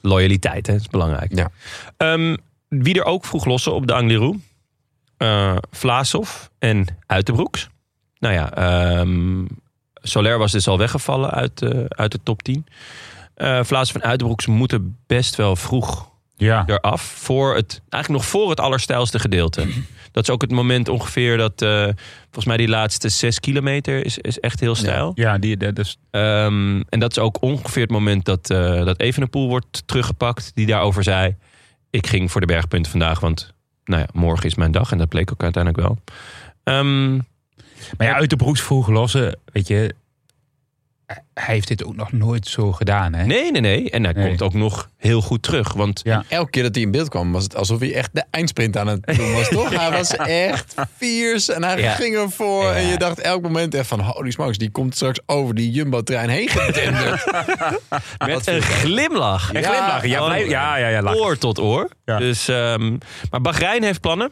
[SPEAKER 3] loyaliteit, hè, dat is belangrijk.
[SPEAKER 2] Ja.
[SPEAKER 3] Ehm, wie er ook vroeg lossen op de Angliru? Eh Vlaasov en Uitenbroeks. Nou ja, ehm, Soler was dus al weggevallen uit, eh, uit de top 10. Eh Vlaasov en Uitenbroeks moeten best wel vroeg
[SPEAKER 1] Ja.
[SPEAKER 3] eraf. Voor het, eigenlijk nog voor het allerstijlste gedeelte. Dat is ook het moment ongeveer dat... eh, volgens mij die laatste zes kilometer is, is echt heel stijl.
[SPEAKER 1] Ja, die, dus- dat is
[SPEAKER 3] Ehm, en dat is ook ongeveer het moment dat, eh dat Evenepoel wordt teruggepakt. Die daarover zei... Ik ging voor de bergpunten vandaag, want nou ja, morgen is mijn dag. En dat bleek ook uiteindelijk wel. Ehm,
[SPEAKER 1] Maar ja, uit de broeks vroeg lossen, weet je. Hij heeft dit ook nog nooit zo gedaan, hè?
[SPEAKER 3] nee, nee, nee. En hij
[SPEAKER 1] Nee.
[SPEAKER 3] komt ook nog heel goed terug. Want
[SPEAKER 1] Ja.
[SPEAKER 2] Elke keer dat hij in beeld kwam, was het alsof hij echt de eindsprint aan het doen was, toch? Hij was echt fiers en hij
[SPEAKER 3] Ja.
[SPEAKER 2] ging ervoor. En
[SPEAKER 3] Ja.
[SPEAKER 2] je dacht elk moment echt van, holy smokes, die komt straks over die Jumbo-trein heen gedenderd.
[SPEAKER 1] Ah,
[SPEAKER 3] met een glimlach.
[SPEAKER 1] Echt glimlachen. Ja,
[SPEAKER 3] gewoon-
[SPEAKER 1] blij- ja, ja, ja, lachen.
[SPEAKER 3] oor tot oor.
[SPEAKER 1] Ja.
[SPEAKER 3] Dus, ehm, maar Bahrein heeft plannen.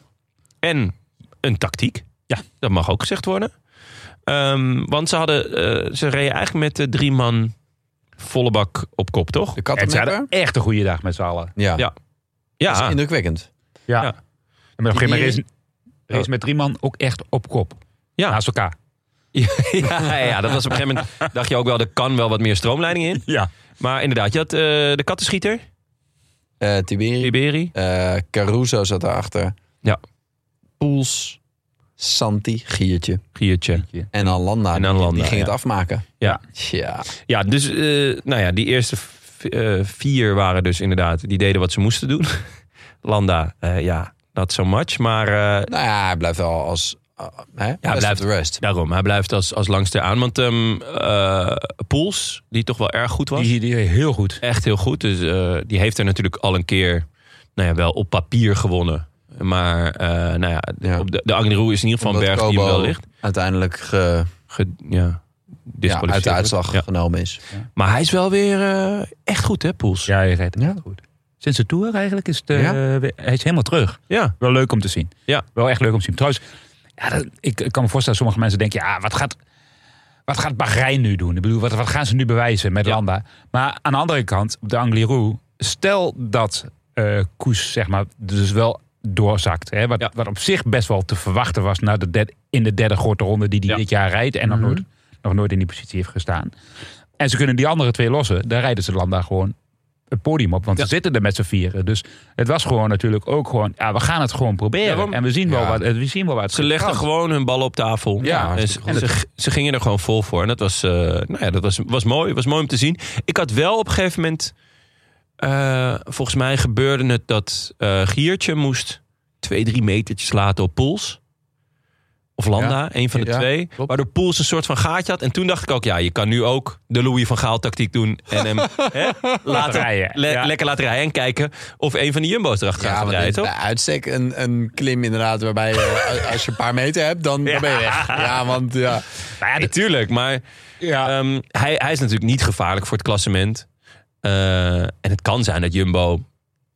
[SPEAKER 3] En een tactiek. Ja. Dat mag ook gezegd worden. Ehm, want ze, hadden, eh, ze reden eigenlijk met de drie man volle bak op kop, toch?
[SPEAKER 2] De
[SPEAKER 1] En ze
[SPEAKER 2] kattenmepper?
[SPEAKER 1] hadden echt een goede dag met z'n allen.
[SPEAKER 2] Ja.
[SPEAKER 3] Ja.
[SPEAKER 2] ja. Dat is
[SPEAKER 3] Ja,
[SPEAKER 2] indrukwekkend.
[SPEAKER 1] Ja.
[SPEAKER 3] Ja.
[SPEAKER 1] En op een gegeven moment
[SPEAKER 2] Die- Oh.
[SPEAKER 1] race, race met drie man ook echt op kop.
[SPEAKER 3] Ja.
[SPEAKER 1] Naast elkaar.
[SPEAKER 3] ja, ja, dat was op een gegeven moment. Dacht je ook wel, er kan wel wat meer stroomleiding in.
[SPEAKER 1] Ja.
[SPEAKER 3] Maar inderdaad, je had eh, de kattenschieter,
[SPEAKER 2] Eh Tiberi,
[SPEAKER 3] Liberi.
[SPEAKER 2] eh, Caruso zat daarachter.
[SPEAKER 3] Ja.
[SPEAKER 2] Poels, Santi, Giertje
[SPEAKER 3] Giertje.
[SPEAKER 2] en Alanda.
[SPEAKER 3] En
[SPEAKER 2] Die-
[SPEAKER 3] Alanda,
[SPEAKER 2] die ging het
[SPEAKER 3] ja.
[SPEAKER 2] afmaken.
[SPEAKER 3] Ja.
[SPEAKER 2] Ja.
[SPEAKER 3] Ja, dus eh, nou ja, die eerste v- eh, vier waren dus inderdaad, die deden wat ze moesten doen. Landa, eh, ja, dat so much. Maar eh,
[SPEAKER 2] Nou ja, hij blijft wel als... eh, hè? Ja,
[SPEAKER 3] blijft-
[SPEAKER 2] de rest.
[SPEAKER 3] daarom, hij blijft als, als langste aan. Want ehm eh, Poels, die toch wel erg goed was.
[SPEAKER 1] Die, die heel goed.
[SPEAKER 3] Echt heel goed. Dus eh, die heeft er natuurlijk al een keer, nou ja, wel op papier gewonnen. Maar eh, nou ja,
[SPEAKER 2] Ja.
[SPEAKER 3] Op de, de Angliru is in ieder geval een
[SPEAKER 2] Omdat
[SPEAKER 3] berg die hem
[SPEAKER 2] Kobo
[SPEAKER 3] wel ligt.
[SPEAKER 2] uiteindelijk ge-
[SPEAKER 3] Ge- ja,
[SPEAKER 2] ja, uit de uitslag
[SPEAKER 3] Ja.
[SPEAKER 2] genomen is.
[SPEAKER 3] Maar hij is wel weer eh, echt goed, hè, Poels?
[SPEAKER 1] Ja, hij rijdt
[SPEAKER 2] Ja.
[SPEAKER 1] echt goed. Sinds de Tour eigenlijk is het... eh,
[SPEAKER 2] Ja.
[SPEAKER 1] weer- hij is helemaal terug.
[SPEAKER 3] ja.
[SPEAKER 1] Wel leuk om te zien.
[SPEAKER 3] Ja.
[SPEAKER 1] Wel echt leuk om te zien. Trouwens, ja, dat- ik, ik kan me voorstellen, sommige mensen denken, ja, wat gaat, wat gaat Bahrein nu doen? Ik bedoel, wat, wat gaan ze nu bewijzen met
[SPEAKER 3] Ja.
[SPEAKER 1] Landa? Maar aan de andere kant, op de Angliru, stel dat eh, Koes zeg maar, dus wel doorzakt. Hè, wat,
[SPEAKER 3] Ja.
[SPEAKER 1] wat op zich best wel te verwachten was na de derde- in de derde grote ronde die hij
[SPEAKER 3] Ja. Mhm.
[SPEAKER 1] dit jaar rijdt. En nog, nooit, nog nooit in die positie heeft gestaan. En ze kunnen die andere twee lossen. Dan rijden ze dan daar gewoon het podium op. Want
[SPEAKER 3] Ja.
[SPEAKER 1] ze zitten er met z'n vieren. Dus het was gewoon natuurlijk ook gewoon... Ja, we gaan het gewoon proberen.
[SPEAKER 3] Daarom.
[SPEAKER 1] En we zien, wel
[SPEAKER 2] Ja.
[SPEAKER 1] wat, eh, we zien wel wat.
[SPEAKER 3] Ze legden gewoon hun bal op tafel.
[SPEAKER 1] Ja,
[SPEAKER 3] en
[SPEAKER 1] hartstikke
[SPEAKER 3] ze,
[SPEAKER 1] goed.
[SPEAKER 3] en ze, ze gingen er gewoon vol voor. En dat was, eh, nou ja, dat was, was mooi. was mooi om te zien. Ik had wel op een gegeven moment... eh, volgens mij gebeurde het dat eh, Giertje moest twee, drie metertjes laten op Poels. Of Landa, een van de
[SPEAKER 2] Ja,
[SPEAKER 3] twee.
[SPEAKER 2] klopt.
[SPEAKER 3] Waardoor Poels een soort van gaatje had. En toen dacht ik ook, ja, je kan nu ook de Louis van Gaal tactiek doen. En hem hè, laten,
[SPEAKER 1] rijden.
[SPEAKER 3] le-
[SPEAKER 1] Ja.
[SPEAKER 3] lekker laten rijden. En kijken of een van die jumbo's erachter
[SPEAKER 2] Ja,
[SPEAKER 3] gaat
[SPEAKER 2] want dit
[SPEAKER 3] rijden,
[SPEAKER 2] is
[SPEAKER 3] toch?
[SPEAKER 2] bij uitstek een, een klim inderdaad, waarbij je, eh, als je een paar meter hebt, dan, dan ben je weg. Ja, want ja.
[SPEAKER 3] Nou Ja, natuurlijk. Maar
[SPEAKER 1] Ja.
[SPEAKER 3] Ehm, hij, hij is natuurlijk niet gevaarlijk voor het klassement. Eh, en het kan zijn dat Jumbo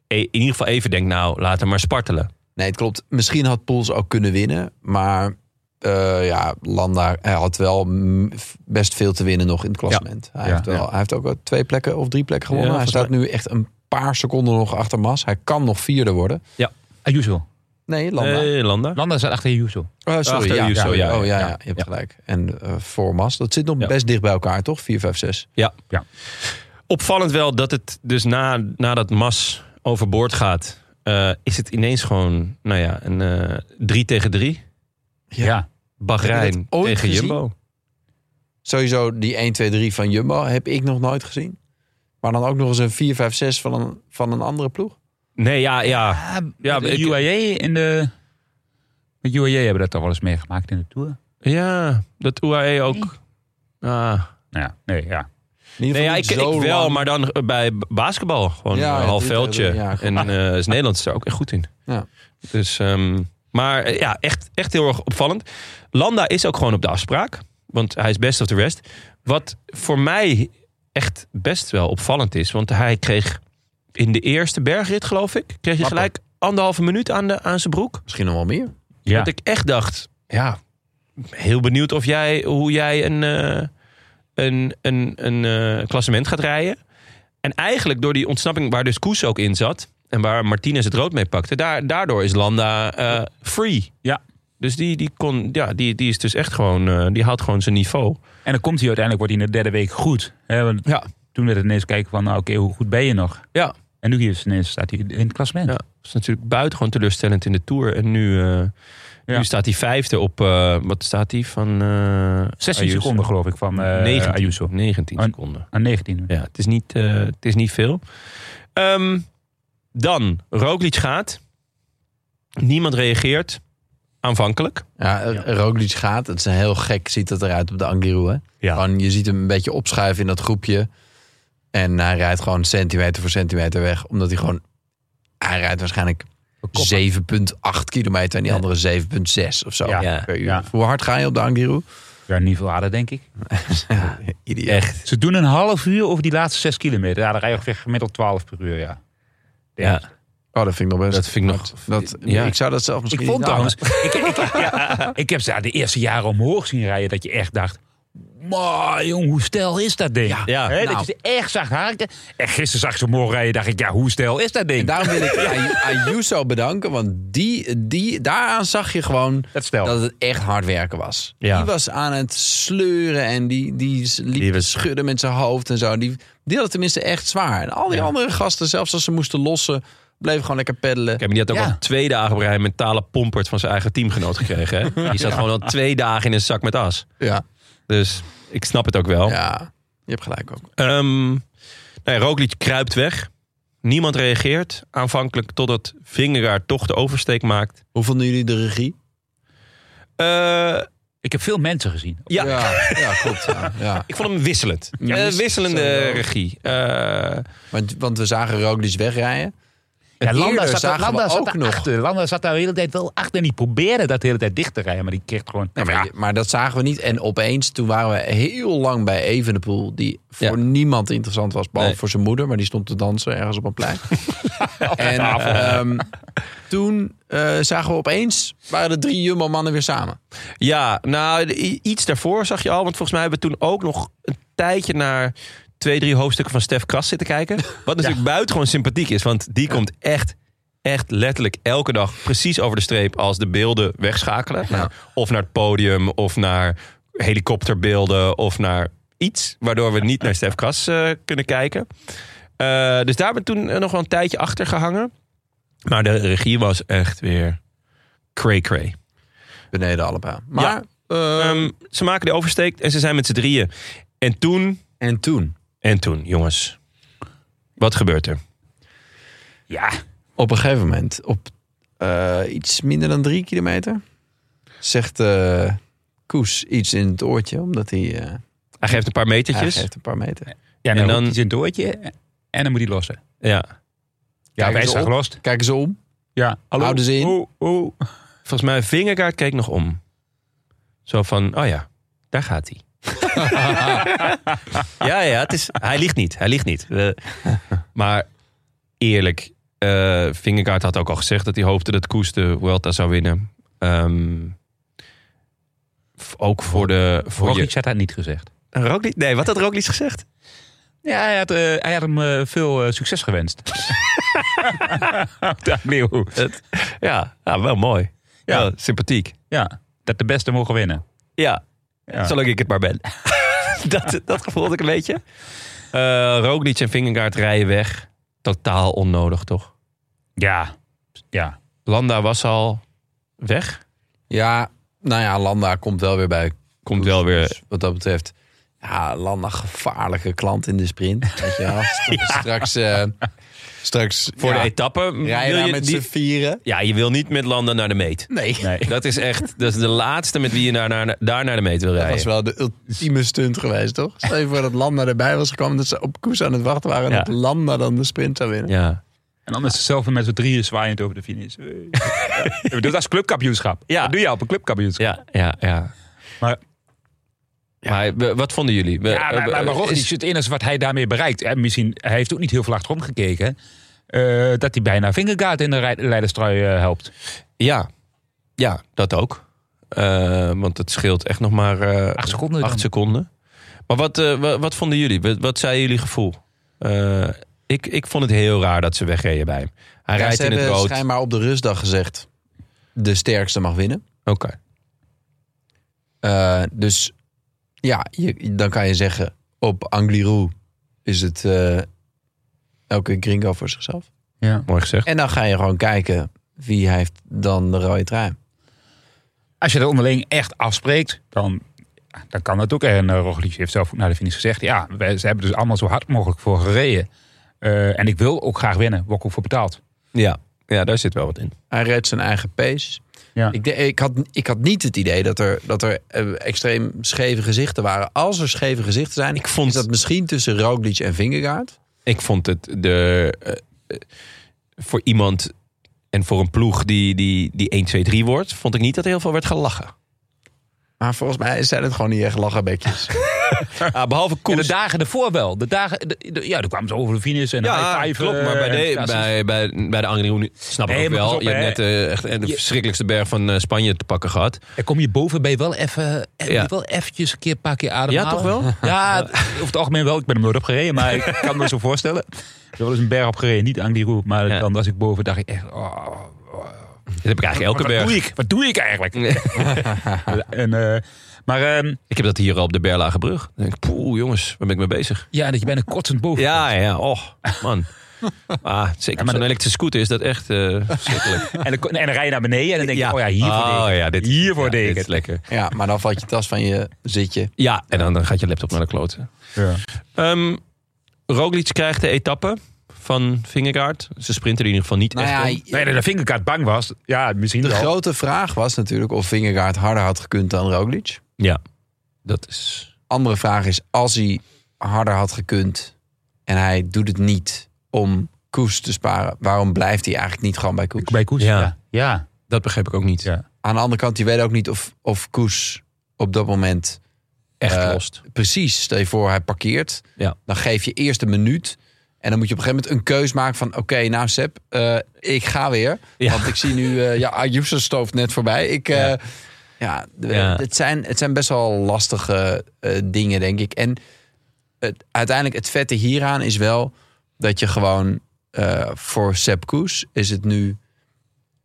[SPEAKER 3] e- in ieder geval even denkt, nou, laat hem maar spartelen.
[SPEAKER 2] Nee, het klopt. Misschien had Poels ook kunnen winnen. Maar eh, ja, Landa hij had wel mm, f- best veel te winnen nog in het klassement. Hij,
[SPEAKER 1] Ja,
[SPEAKER 2] heeft wel,
[SPEAKER 1] ja.
[SPEAKER 2] hij heeft ook wel twee plekken of drie plekken gewonnen.
[SPEAKER 3] Ja,
[SPEAKER 2] hij staat
[SPEAKER 3] volgens
[SPEAKER 2] nu echt een paar seconden nog achter Mas. Hij kan nog vierde worden.
[SPEAKER 1] Ayuso.
[SPEAKER 2] Nee, Landa.
[SPEAKER 3] Eh, Landa.
[SPEAKER 1] Landa Ah, staat achter Ayuso.
[SPEAKER 2] Oh, sorry.
[SPEAKER 3] achter
[SPEAKER 2] ja,
[SPEAKER 3] Ayuso,
[SPEAKER 2] ja,
[SPEAKER 3] ja,
[SPEAKER 2] oh, ja,
[SPEAKER 1] ja,
[SPEAKER 2] ja, je hebt
[SPEAKER 3] ja.
[SPEAKER 2] gelijk. En eh, voor Mas, dat zit nog
[SPEAKER 3] Ja.
[SPEAKER 2] best dicht bij elkaar, toch? 4, 5, 6.
[SPEAKER 3] Ja.
[SPEAKER 1] Ja.
[SPEAKER 3] Opvallend wel dat het dus na, nadat Mas overboord gaat, eh, is het ineens gewoon, nou ja, een eh, drie tegen drie.
[SPEAKER 1] Ja.
[SPEAKER 2] Heb je
[SPEAKER 3] Bahrein
[SPEAKER 2] dat ooit
[SPEAKER 3] tegen
[SPEAKER 2] gezien?
[SPEAKER 3] Jumbo.
[SPEAKER 2] Sowieso die 1, 2, 3 van Jumbo heb ik nog nooit gezien. Maar dan ook nog eens een 4, 5, 6 van een, van een andere ploeg.
[SPEAKER 3] Nee, ja, ja. Ja,
[SPEAKER 1] Ja,
[SPEAKER 3] maar
[SPEAKER 1] de
[SPEAKER 3] ik-
[SPEAKER 1] UAE in de... Met UAE hebben dat toch wel eens meegemaakt in de Tour?
[SPEAKER 3] Ja, dat UAE ook. Ah.
[SPEAKER 1] Nou ja, nee, ja.
[SPEAKER 2] In ieder
[SPEAKER 3] Nee,
[SPEAKER 2] geval
[SPEAKER 3] ja, ik,
[SPEAKER 2] niet zo
[SPEAKER 3] ik wel,
[SPEAKER 2] lang.
[SPEAKER 3] maar dan eh, bij b- basketbal. Gewoon
[SPEAKER 2] Ja,
[SPEAKER 3] een
[SPEAKER 2] ja,
[SPEAKER 3] half
[SPEAKER 2] drie
[SPEAKER 3] veldje.
[SPEAKER 2] tegen drie, ja,
[SPEAKER 3] en eh, is Nederland is daar ook echt goed in.
[SPEAKER 2] Ja.
[SPEAKER 3] Dus, ehm, maar eh, ja, echt, echt heel erg opvallend. Landa is ook gewoon op de afspraak. Want hij is best of the rest. Wat voor mij echt best wel opvallend is. Want hij kreeg in de eerste bergrit, geloof ik... kreeg je
[SPEAKER 1] Lappen.
[SPEAKER 3] gelijk anderhalve minuut aan, de, aan zijn broek.
[SPEAKER 2] Misschien nog wel meer.
[SPEAKER 1] Ja.
[SPEAKER 3] Dat ik echt dacht... Ja, heel benieuwd of jij, hoe jij een, eh, een, een, een eh, klassement gaat rijden. En eigenlijk door die ontsnapping waar dus Koes ook in zat... en waar Martinez het rood mee pakte... daar- daardoor is Landa eh, free.
[SPEAKER 1] Ja.
[SPEAKER 3] Dus die, die, kon, ja, die, die is dus echt gewoon... eh, die houdt gewoon zijn niveau.
[SPEAKER 1] En dan komt hij uiteindelijk, wordt hij in de derde week goed. Hè? Want
[SPEAKER 3] Ja.
[SPEAKER 1] Toen werd het ineens kijken van, nou, oké, hoe goed ben je nog?
[SPEAKER 3] Ja.
[SPEAKER 1] En nu is ineens staat hij in het klassement.
[SPEAKER 3] Ja, dat is natuurlijk buitengewoon teleurstellend in de Tour. En nu, eh,
[SPEAKER 1] Ja.
[SPEAKER 3] nu staat hij vijfde op... eh, wat staat hij van... eh
[SPEAKER 1] 16
[SPEAKER 3] Ayuso?
[SPEAKER 1] seconden geloof ik van eh
[SPEAKER 3] 19,
[SPEAKER 1] Ayuso.
[SPEAKER 3] 19
[SPEAKER 1] Oh,
[SPEAKER 3] seconden.
[SPEAKER 1] Aan 19.
[SPEAKER 3] Ja, het is niet, eh, het is niet veel. Ehm, dan, Roglic gaat. Niemand reageert. Aanvankelijk.
[SPEAKER 2] Ja, R- Roglic gaat. Het is een heel gek, ziet het eruit op de Angliru. Hè?
[SPEAKER 3] Ja.
[SPEAKER 2] Gewoon, je ziet hem een beetje opschuiven in dat groepje. En hij rijdt gewoon centimeter voor centimeter weg. Omdat hij gewoon... Hij rijdt waarschijnlijk 7,8 kilometer en die andere 7,6 of zo
[SPEAKER 1] Ja.
[SPEAKER 2] per uur.
[SPEAKER 1] Ja.
[SPEAKER 2] Hoe hard ga je op de Angliru?
[SPEAKER 1] Ja, niet veel harder, denk ik.
[SPEAKER 2] Ja, Echt.
[SPEAKER 1] Ze doen een half uur over die laatste 6 kilometer. Ja, dan rij je ongeveer gemiddeld 12 per uur, ja.
[SPEAKER 3] Ja,
[SPEAKER 2] Oh, dat vind ik nog best.
[SPEAKER 3] dat vind ik nog...
[SPEAKER 2] Dat,
[SPEAKER 3] Ja.
[SPEAKER 2] Ik zou dat zelf
[SPEAKER 1] Ik
[SPEAKER 2] misschien
[SPEAKER 1] vond
[SPEAKER 2] niet
[SPEAKER 1] trouwens, ik, ik, ja, ik heb ze de eerste jaren omhoog zien rijden dat je echt dacht, maar jong, hoe stijl is dat ding?
[SPEAKER 3] Ja,
[SPEAKER 1] Hè,
[SPEAKER 2] nou.
[SPEAKER 1] Dat je ze echt zag haken. En gisteren zag ik ze omhoog rijden, dacht ik, ja, hoe stijl is dat ding?
[SPEAKER 2] En daarom wil ik Ay- Ayuso bedanken, want die, die, daaraan zag je gewoon
[SPEAKER 1] Dat stel.
[SPEAKER 2] dat het echt hard werken was.
[SPEAKER 3] Ja.
[SPEAKER 2] Die was aan het sleuren en die, die s- liep
[SPEAKER 3] Die
[SPEAKER 2] te
[SPEAKER 3] was-
[SPEAKER 2] schudden met zijn hoofd en zo. Die, die had het tenminste echt zwaar. En al die
[SPEAKER 3] Ja.
[SPEAKER 2] andere gasten, zelfs als ze moesten lossen, bleven gewoon lekker peddelen.
[SPEAKER 3] Ik heb die had ook
[SPEAKER 1] Ja.
[SPEAKER 3] al twee dagen op rij een mentale pompert van zijn eigen teamgenoot gekregen. Hè? Die zat gewoon al twee dagen in een zak met as.
[SPEAKER 2] Ja.
[SPEAKER 3] Dus ik snap het ook wel.
[SPEAKER 2] ja, je hebt gelijk ook.
[SPEAKER 3] Ehm nou ja, Roglic kruipt weg. Niemand reageert aanvankelijk totdat Vingegaard toch de oversteek maakt.
[SPEAKER 2] Hoe vonden jullie de regie?
[SPEAKER 3] Eh,
[SPEAKER 1] Ik heb veel mensen gezien.
[SPEAKER 3] ja,
[SPEAKER 2] ja, ja, klopt. Ja, ja.
[SPEAKER 3] Ik vond hem wisselend.
[SPEAKER 2] Ja,
[SPEAKER 3] Eh,
[SPEAKER 2] wis-
[SPEAKER 3] wisselende
[SPEAKER 2] sowieso.
[SPEAKER 3] regie. Eh,
[SPEAKER 2] Want, want we zagen Roglic wegrijden.
[SPEAKER 1] Ja,
[SPEAKER 2] En
[SPEAKER 1] Landa
[SPEAKER 2] eerder
[SPEAKER 1] zat, daar-
[SPEAKER 2] zagen
[SPEAKER 1] Landa
[SPEAKER 2] we
[SPEAKER 1] zat
[SPEAKER 2] ook
[SPEAKER 1] daar
[SPEAKER 2] nog.
[SPEAKER 1] achter. Landa zat daar de hele tijd wel achter. En die probeerde dat de hele tijd dicht te rijden. Maar die kreeg gewoon...
[SPEAKER 2] Ja, Nou, maar,
[SPEAKER 1] Ja,
[SPEAKER 2] je- maar dat zagen we niet. En opeens, toen waren we heel lang bij Evenepoel... die voor niemand interessant was, behalve
[SPEAKER 3] Nee.
[SPEAKER 2] voor zijn moeder... maar die stond te dansen ergens op een plein. en ehm, toen eh, zagen we opeens... waren de drie Jumbo-mannen weer samen.
[SPEAKER 3] ja, nou, i- iets daarvoor zag je al. Want volgens mij hebben we toen ook nog een tijdje naar twee, drie hoofdstukken van Stef Kras zitten kijken. Wat natuurlijk buitengewoon sympathiek is. Want die komt echt, echt letterlijk elke dag precies over de streep als de beelden wegschakelen. Nou, of naar het podium, of naar helikopterbeelden, of naar iets. Waardoor we niet naar Stef Kras eh, kunnen kijken. Eh, dus daar hebben we toen eh, nog wel een tijdje achter gehangen. Maar de regie was echt weer cray-cray.
[SPEAKER 2] Beneden allebei. Maar,
[SPEAKER 3] Ja. Ehm, ze maken de oversteek en ze zijn met z'n drieën. En toen,
[SPEAKER 2] en toen?
[SPEAKER 3] en toen, jongens. Wat gebeurt er?
[SPEAKER 1] Ja,
[SPEAKER 2] Op een gegeven moment, op eh, iets minder dan drie kilometer, zegt eh, Koes iets in het oortje, omdat hij, eh,
[SPEAKER 3] Hij geeft een paar
[SPEAKER 2] hij
[SPEAKER 3] metertjes.
[SPEAKER 2] geeft een paar meter.
[SPEAKER 1] ja
[SPEAKER 3] En
[SPEAKER 1] dan,
[SPEAKER 3] dan-
[SPEAKER 1] dan... een doortje en dan moet hij lossen.
[SPEAKER 3] Ja.
[SPEAKER 1] Ja,
[SPEAKER 2] Kijken
[SPEAKER 1] wij
[SPEAKER 2] ze
[SPEAKER 1] zijn
[SPEAKER 2] op?
[SPEAKER 1] gelost.
[SPEAKER 2] Kijken ze om.
[SPEAKER 1] Ja, hallo.
[SPEAKER 2] Houden ze in?
[SPEAKER 1] Oh, oh.
[SPEAKER 3] Volgens mij, Vingergaard keek nog om. Zo van, oh ja, daar gaat hij. ja, ja, het is, hij ligt niet. Hij ligt niet. We- maar eerlijk, eh Vingegaard had ook al gezegd dat hij hoopte dat Koes de Vuelta zou winnen. Ehm, f- ook voor de... Voor je,
[SPEAKER 1] Roglic had dat niet gezegd.
[SPEAKER 3] Roglic? Nee, wat had Roglic gezegd?
[SPEAKER 1] Ja, hij had, eh, hij had hem eh, veel eh, succes gewenst. Daar, Leeuw.
[SPEAKER 3] Het- ja, nou, wel mooi.
[SPEAKER 1] Ja.
[SPEAKER 3] Ja. sympathiek.
[SPEAKER 1] Ja, dat de beste mogen winnen.
[SPEAKER 3] Ja,
[SPEAKER 1] Ja.
[SPEAKER 3] zolang ik het maar ben. dat, dat gevoel had ik een beetje. Eh Roglic en Vingegaard rijden weg. Totaal onnodig, toch?
[SPEAKER 1] Ja, ja.
[SPEAKER 3] Landa was al weg.
[SPEAKER 2] Ja, nou ja, Landa komt wel weer bij.
[SPEAKER 3] Komt wel weer...
[SPEAKER 2] Dus wat dat betreft, ja, Landa gevaarlijke klant in de sprint. Weet je wel. Straks, eh, straks
[SPEAKER 3] Voor
[SPEAKER 2] ja,
[SPEAKER 3] de etappe wil
[SPEAKER 2] rijden daar
[SPEAKER 3] je
[SPEAKER 2] met
[SPEAKER 3] die-
[SPEAKER 2] z'n vieren.
[SPEAKER 3] Ja, je wil niet met Landa naar de meet.
[SPEAKER 2] Nee,
[SPEAKER 1] Nee.
[SPEAKER 3] Dat is echt dat is de laatste met wie je naar, naar, daar naar de meet wil
[SPEAKER 2] dat was
[SPEAKER 3] rijden.
[SPEAKER 2] wel de ultieme stunt geweest, toch? Stel je voor dat Landa erbij was gekomen, dat ze op koers aan het wachten waren... en
[SPEAKER 3] Ja.
[SPEAKER 2] dat Landa dan de sprint zou winnen.
[SPEAKER 3] Ja.
[SPEAKER 1] En anders hetzelfde met z'n drieën zwaaiend over de finish. Eh, ja. Dat is clubkampioenschap.
[SPEAKER 3] Ja.
[SPEAKER 1] Dat doe je op een clubkampioenschap.
[SPEAKER 3] Ja, ja, ja.
[SPEAKER 1] Maar
[SPEAKER 3] Maar we- wat vonden jullie? We-
[SPEAKER 1] Ja, maar,
[SPEAKER 3] eh,
[SPEAKER 1] maar, maar
[SPEAKER 3] is-
[SPEAKER 1] Roglic, het enige wat hij daarmee bereikt... En misschien, hij heeft ook niet heel veel achterom gekeken... eh, dat hij bijna Vingergaard in de rij- leiderstrui eh, helpt.
[SPEAKER 3] Ja, ja dat ook. Eh, want het scheelt echt nog maar eh,
[SPEAKER 1] Acht seconden
[SPEAKER 3] acht
[SPEAKER 1] dan.
[SPEAKER 3] seconden. Maar wat, eh, wa- wat vonden jullie? Wat, wat zei jullie gevoel? Eh, ik, ik vond het heel raar dat ze wegreden bij hem. Hij
[SPEAKER 2] Ja,
[SPEAKER 3] rijdt
[SPEAKER 2] ze
[SPEAKER 3] in het
[SPEAKER 2] hebben
[SPEAKER 3] rood. Oké.
[SPEAKER 2] schijnbaar op de rustdag gezegd... de sterkste mag winnen. Eh, dus ja, je, dan kan je zeggen... op Angliru is het eh, elke gringo voor zichzelf.
[SPEAKER 1] Ja.
[SPEAKER 3] Mooi gezegd.
[SPEAKER 2] En dan ga je gewoon kijken wie heeft dan de rode trui.
[SPEAKER 1] Als je dat onderling echt afspreekt, dan, dan kan dat ook. En uh, Roglic heeft zelf ook naar de finish gezegd... ja, wij, ze hebben dus allemaal zo hard mogelijk voor gereden. Eh, en ik wil ook graag winnen, word ik ook voor betaald.
[SPEAKER 3] Ja. ja, daar zit wel wat in.
[SPEAKER 2] Hij reed zijn eigen pace.
[SPEAKER 1] Ja.
[SPEAKER 2] Ik, de- ik, had, ik had niet het idee dat er, dat er eh, extreem scheve gezichten waren. Als er scheve gezichten zijn,
[SPEAKER 3] Ik vond-
[SPEAKER 2] is dat misschien tussen Roglic en Vingegaard.
[SPEAKER 3] Ik vond het de, eh, eh, voor iemand en voor een ploeg die, die, die 1, 2, 3 wordt... vond ik niet dat er heel veel werd gelachen.
[SPEAKER 2] Maar volgens mij zijn het gewoon niet echt lachenbekjes.
[SPEAKER 3] Ah, behalve Koes.
[SPEAKER 1] En de dagen ervoor wel. De dagen, de- de- ja, toen kwamen ze over de finish en
[SPEAKER 3] Ja,
[SPEAKER 1] high five,
[SPEAKER 3] klopt.
[SPEAKER 1] eh,
[SPEAKER 3] Maar bij de,
[SPEAKER 1] en-
[SPEAKER 3] bij, bij, bij de Angry Hoen snap ik
[SPEAKER 1] Nee,
[SPEAKER 3] ook
[SPEAKER 1] maar
[SPEAKER 3] wel.
[SPEAKER 1] pas op,
[SPEAKER 3] je hebt
[SPEAKER 1] hè.
[SPEAKER 3] net eh, echt eh, de
[SPEAKER 1] Je-
[SPEAKER 3] verschrikkelijkste berg van eh, Spanje te pakken gehad.
[SPEAKER 1] Dan kom je boven, ben je wel even, eh,
[SPEAKER 3] Ja.
[SPEAKER 1] wel eventjes een keer, een paar keer ademhalen.
[SPEAKER 3] Ja, toch wel?
[SPEAKER 1] Ja, t- over het algemeen wel. Ik ben hem nooit op gereden, maar ik kan me zo voorstellen. Ik heb wel eens een berg op gereden, niet aan die roep. Maar
[SPEAKER 3] Ja.
[SPEAKER 1] dan was ik boven, dacht ik echt, oh, oh,
[SPEAKER 3] Dat heb ik eigenlijk elke
[SPEAKER 1] wat doe
[SPEAKER 3] berg.
[SPEAKER 1] ik? Wat doe ik eigenlijk? en, eh, maar ehm, ja,
[SPEAKER 3] Ik heb dat hier al op de Berlage Brug. Dan denk ik, poeh jongens, waar ben ik mee bezig?
[SPEAKER 1] dat je bijna kotsend boven.
[SPEAKER 3] Ja, ja, oh, man. Ah, zeker met
[SPEAKER 1] dat-
[SPEAKER 3] zo'n elektrische scooter is dat echt eh verschrikkelijk.
[SPEAKER 1] En, dan, ko- en dan rij je naar beneden en dan denk je,
[SPEAKER 3] Ja.
[SPEAKER 1] oh ja, hiervoor
[SPEAKER 3] Oh,
[SPEAKER 1] deed ik het.
[SPEAKER 3] ja, dit-
[SPEAKER 1] hiervoor
[SPEAKER 3] ja,
[SPEAKER 1] deed ik
[SPEAKER 3] dit is
[SPEAKER 1] het.
[SPEAKER 3] lekker.
[SPEAKER 2] ja, maar dan valt je tas van je zitje.
[SPEAKER 3] Ja, en dan, dan gaat je laptop naar de kloten.
[SPEAKER 1] Ja.
[SPEAKER 3] Ehm Roglic krijgt de etappe van Vingegaard. Ze sprinten er in ieder geval niet
[SPEAKER 2] Nou
[SPEAKER 3] echt
[SPEAKER 2] ja,
[SPEAKER 3] om.
[SPEAKER 1] Nee, dat de vingerkaart bang was. Ja, misschien
[SPEAKER 2] de
[SPEAKER 1] wel.
[SPEAKER 2] grote vraag was natuurlijk of Vingegaard harder had gekund dan Roglic.
[SPEAKER 3] Ja, dat is...
[SPEAKER 2] Andere vraag is, als hij harder had gekund en hij doet het niet om Koes te sparen, waarom blijft hij eigenlijk niet gewoon bij Koes?
[SPEAKER 1] Bij Koes,
[SPEAKER 3] Ja.
[SPEAKER 1] ja. ja.
[SPEAKER 3] Dat begreep ik ook niet.
[SPEAKER 1] Ja.
[SPEAKER 2] Aan de andere kant, je weet ook niet of, of Koes op dat moment
[SPEAKER 3] Echt
[SPEAKER 2] Eh,
[SPEAKER 3] lost.
[SPEAKER 2] precies, stel je voor hij parkeert,
[SPEAKER 3] Ja.
[SPEAKER 2] dan geef je eerst een minuut en dan moet je op een gegeven moment een keus maken van oké, nou Seb, eh, ik ga weer.
[SPEAKER 3] Ja.
[SPEAKER 2] Want ik zie nu, eh, ja, Ayuso stooft net voorbij. Ik, eh, ja. d-
[SPEAKER 3] Ja.
[SPEAKER 2] Het, zijn, het zijn best wel lastige eh, dingen, denk ik. En het, uiteindelijk het vette hieraan is wel dat je gewoon eh, voor Sepp Koes is het nu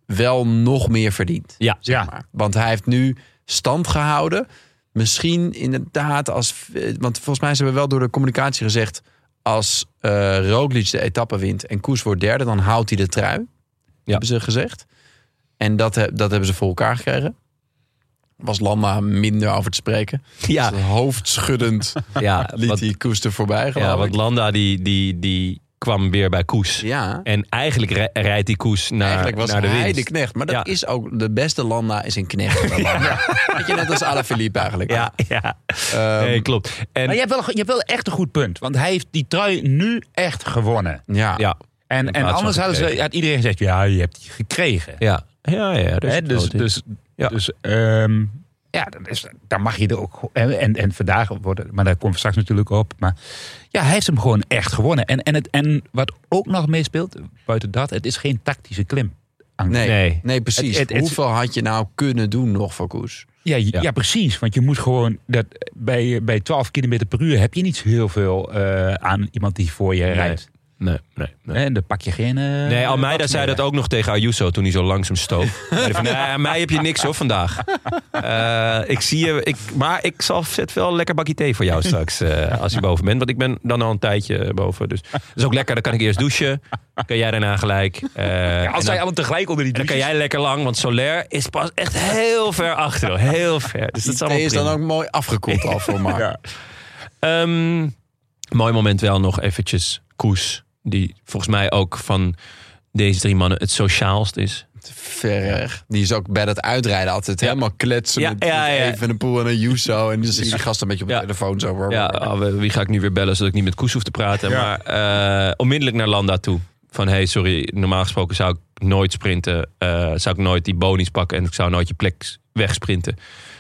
[SPEAKER 2] wel nog meer verdient.
[SPEAKER 3] Ja.
[SPEAKER 2] zeg
[SPEAKER 1] Ja.
[SPEAKER 2] maar. Want hij heeft nu stand gehouden. Misschien inderdaad als... eh, Want volgens mij ze hebben wel door de communicatie gezegd... als eh Roglic de etappe wint en Koes wordt derde... dan houdt hij de trui, hebben ze gezegd. En dat, he- dat hebben ze voor elkaar gekregen. Was Landa minder over te spreken.
[SPEAKER 3] Ja,
[SPEAKER 2] Dus hoofdschuddend
[SPEAKER 3] ja,
[SPEAKER 2] liet
[SPEAKER 3] want,
[SPEAKER 2] hij Koes er voorbij geloof
[SPEAKER 3] ja,
[SPEAKER 2] ik.
[SPEAKER 3] want Landa die, die, die kwam weer bij Koes.
[SPEAKER 2] Ja,
[SPEAKER 3] En eigenlijk rij- rijdt die Koes naar,
[SPEAKER 2] eigenlijk was
[SPEAKER 3] naar de
[SPEAKER 2] hij
[SPEAKER 3] winst.
[SPEAKER 2] de knecht. Maar dat
[SPEAKER 3] Ja.
[SPEAKER 2] is ook... De beste Landa is een knecht. van Landa. Weet je, net als Alaphilippe eigenlijk.
[SPEAKER 3] Ja, ja.
[SPEAKER 2] Ehm,
[SPEAKER 3] Nee, klopt. En,
[SPEAKER 1] Maar je hebt, wel, je hebt wel echt een goed punt. Want hij heeft die trui nu echt gewonnen.
[SPEAKER 2] ja.
[SPEAKER 3] ja,
[SPEAKER 1] En, en
[SPEAKER 3] plaats van
[SPEAKER 1] anders hadden ze,
[SPEAKER 3] gekregen.
[SPEAKER 1] had iedereen gezegd, ja, je hebt die gekregen.
[SPEAKER 3] ja. Ja, ja, dus,
[SPEAKER 1] Hè, dus, dus,
[SPEAKER 3] Ja.
[SPEAKER 1] dus ehm, ja, dan, is, dan mag je er ook. En, en, en vandaag worden, maar daar komt we straks natuurlijk op. Maar ja, hij heeft hem gewoon echt gewonnen. En, en, het, en wat ook nog meespeelt, buiten dat, het is geen tactische klim.
[SPEAKER 2] Nee, nee.
[SPEAKER 3] Nee.
[SPEAKER 2] precies.
[SPEAKER 1] Het- het- het-
[SPEAKER 2] Hoeveel had je nou kunnen doen nog voor Koes?
[SPEAKER 1] Ja, ja.
[SPEAKER 3] Ja.
[SPEAKER 1] precies. Want je moet gewoon. Dat, bij, bij 12 km per uur heb je niet zo heel veel eh, aan iemand die voor je rijdt.
[SPEAKER 3] nee, nee, nee.
[SPEAKER 1] Hè, En dan pak je geen. eh,
[SPEAKER 3] Nee, Almeida
[SPEAKER 1] wat
[SPEAKER 3] zei
[SPEAKER 1] meer.
[SPEAKER 3] dat ook nog tegen Ayuso toen hij zo langzaam stoof. Hij zei van, nee, aan mij heb je niks hoor vandaag. Eh, ik zie je, ik, maar ik zal, zet wel een lekker bakje thee voor jou straks eh, als je boven bent. Want ik ben dan al een tijdje boven. Dus dat is ook lekker, dan kan ik eerst douchen. Kan jij daarna gelijk. eh,
[SPEAKER 1] Ja,
[SPEAKER 3] en
[SPEAKER 1] als
[SPEAKER 3] dan-
[SPEAKER 1] zij allemaal tegelijk onder die
[SPEAKER 3] dan kan
[SPEAKER 1] douches-
[SPEAKER 3] jij lekker lang, want Solaire is pas echt heel ver achter. joh. Heel ver. Dus dat is
[SPEAKER 2] Die
[SPEAKER 3] allemaal
[SPEAKER 2] is dan
[SPEAKER 3] prima.
[SPEAKER 2] ook mooi afgekoeld al voor Mark.
[SPEAKER 1] Ja.
[SPEAKER 3] Ehm, mooi moment wel nog eventjes Koes. Die volgens mij ook van deze drie mannen het sociaalst is.
[SPEAKER 2] Ver weg. Die is ook bij dat uitrijden altijd helemaal kletsen.
[SPEAKER 3] Ja,
[SPEAKER 2] met,
[SPEAKER 3] ja,
[SPEAKER 2] met
[SPEAKER 3] ja.
[SPEAKER 2] Even een poel en een Yuso. En dan zie je die gast een beetje op de
[SPEAKER 3] Ja.
[SPEAKER 2] telefoon zo.
[SPEAKER 3] Ja, ah, we- wie ga ik nu weer bellen zodat ik niet met Koes hoef te praten.
[SPEAKER 1] Ja.
[SPEAKER 3] Maar eh, onmiddellijk naar Landa toe. Van hey, sorry, normaal gesproken zou ik nooit sprinten. eh, zou ik nooit die bonies pakken en ik zou nooit je plek wegsprinten.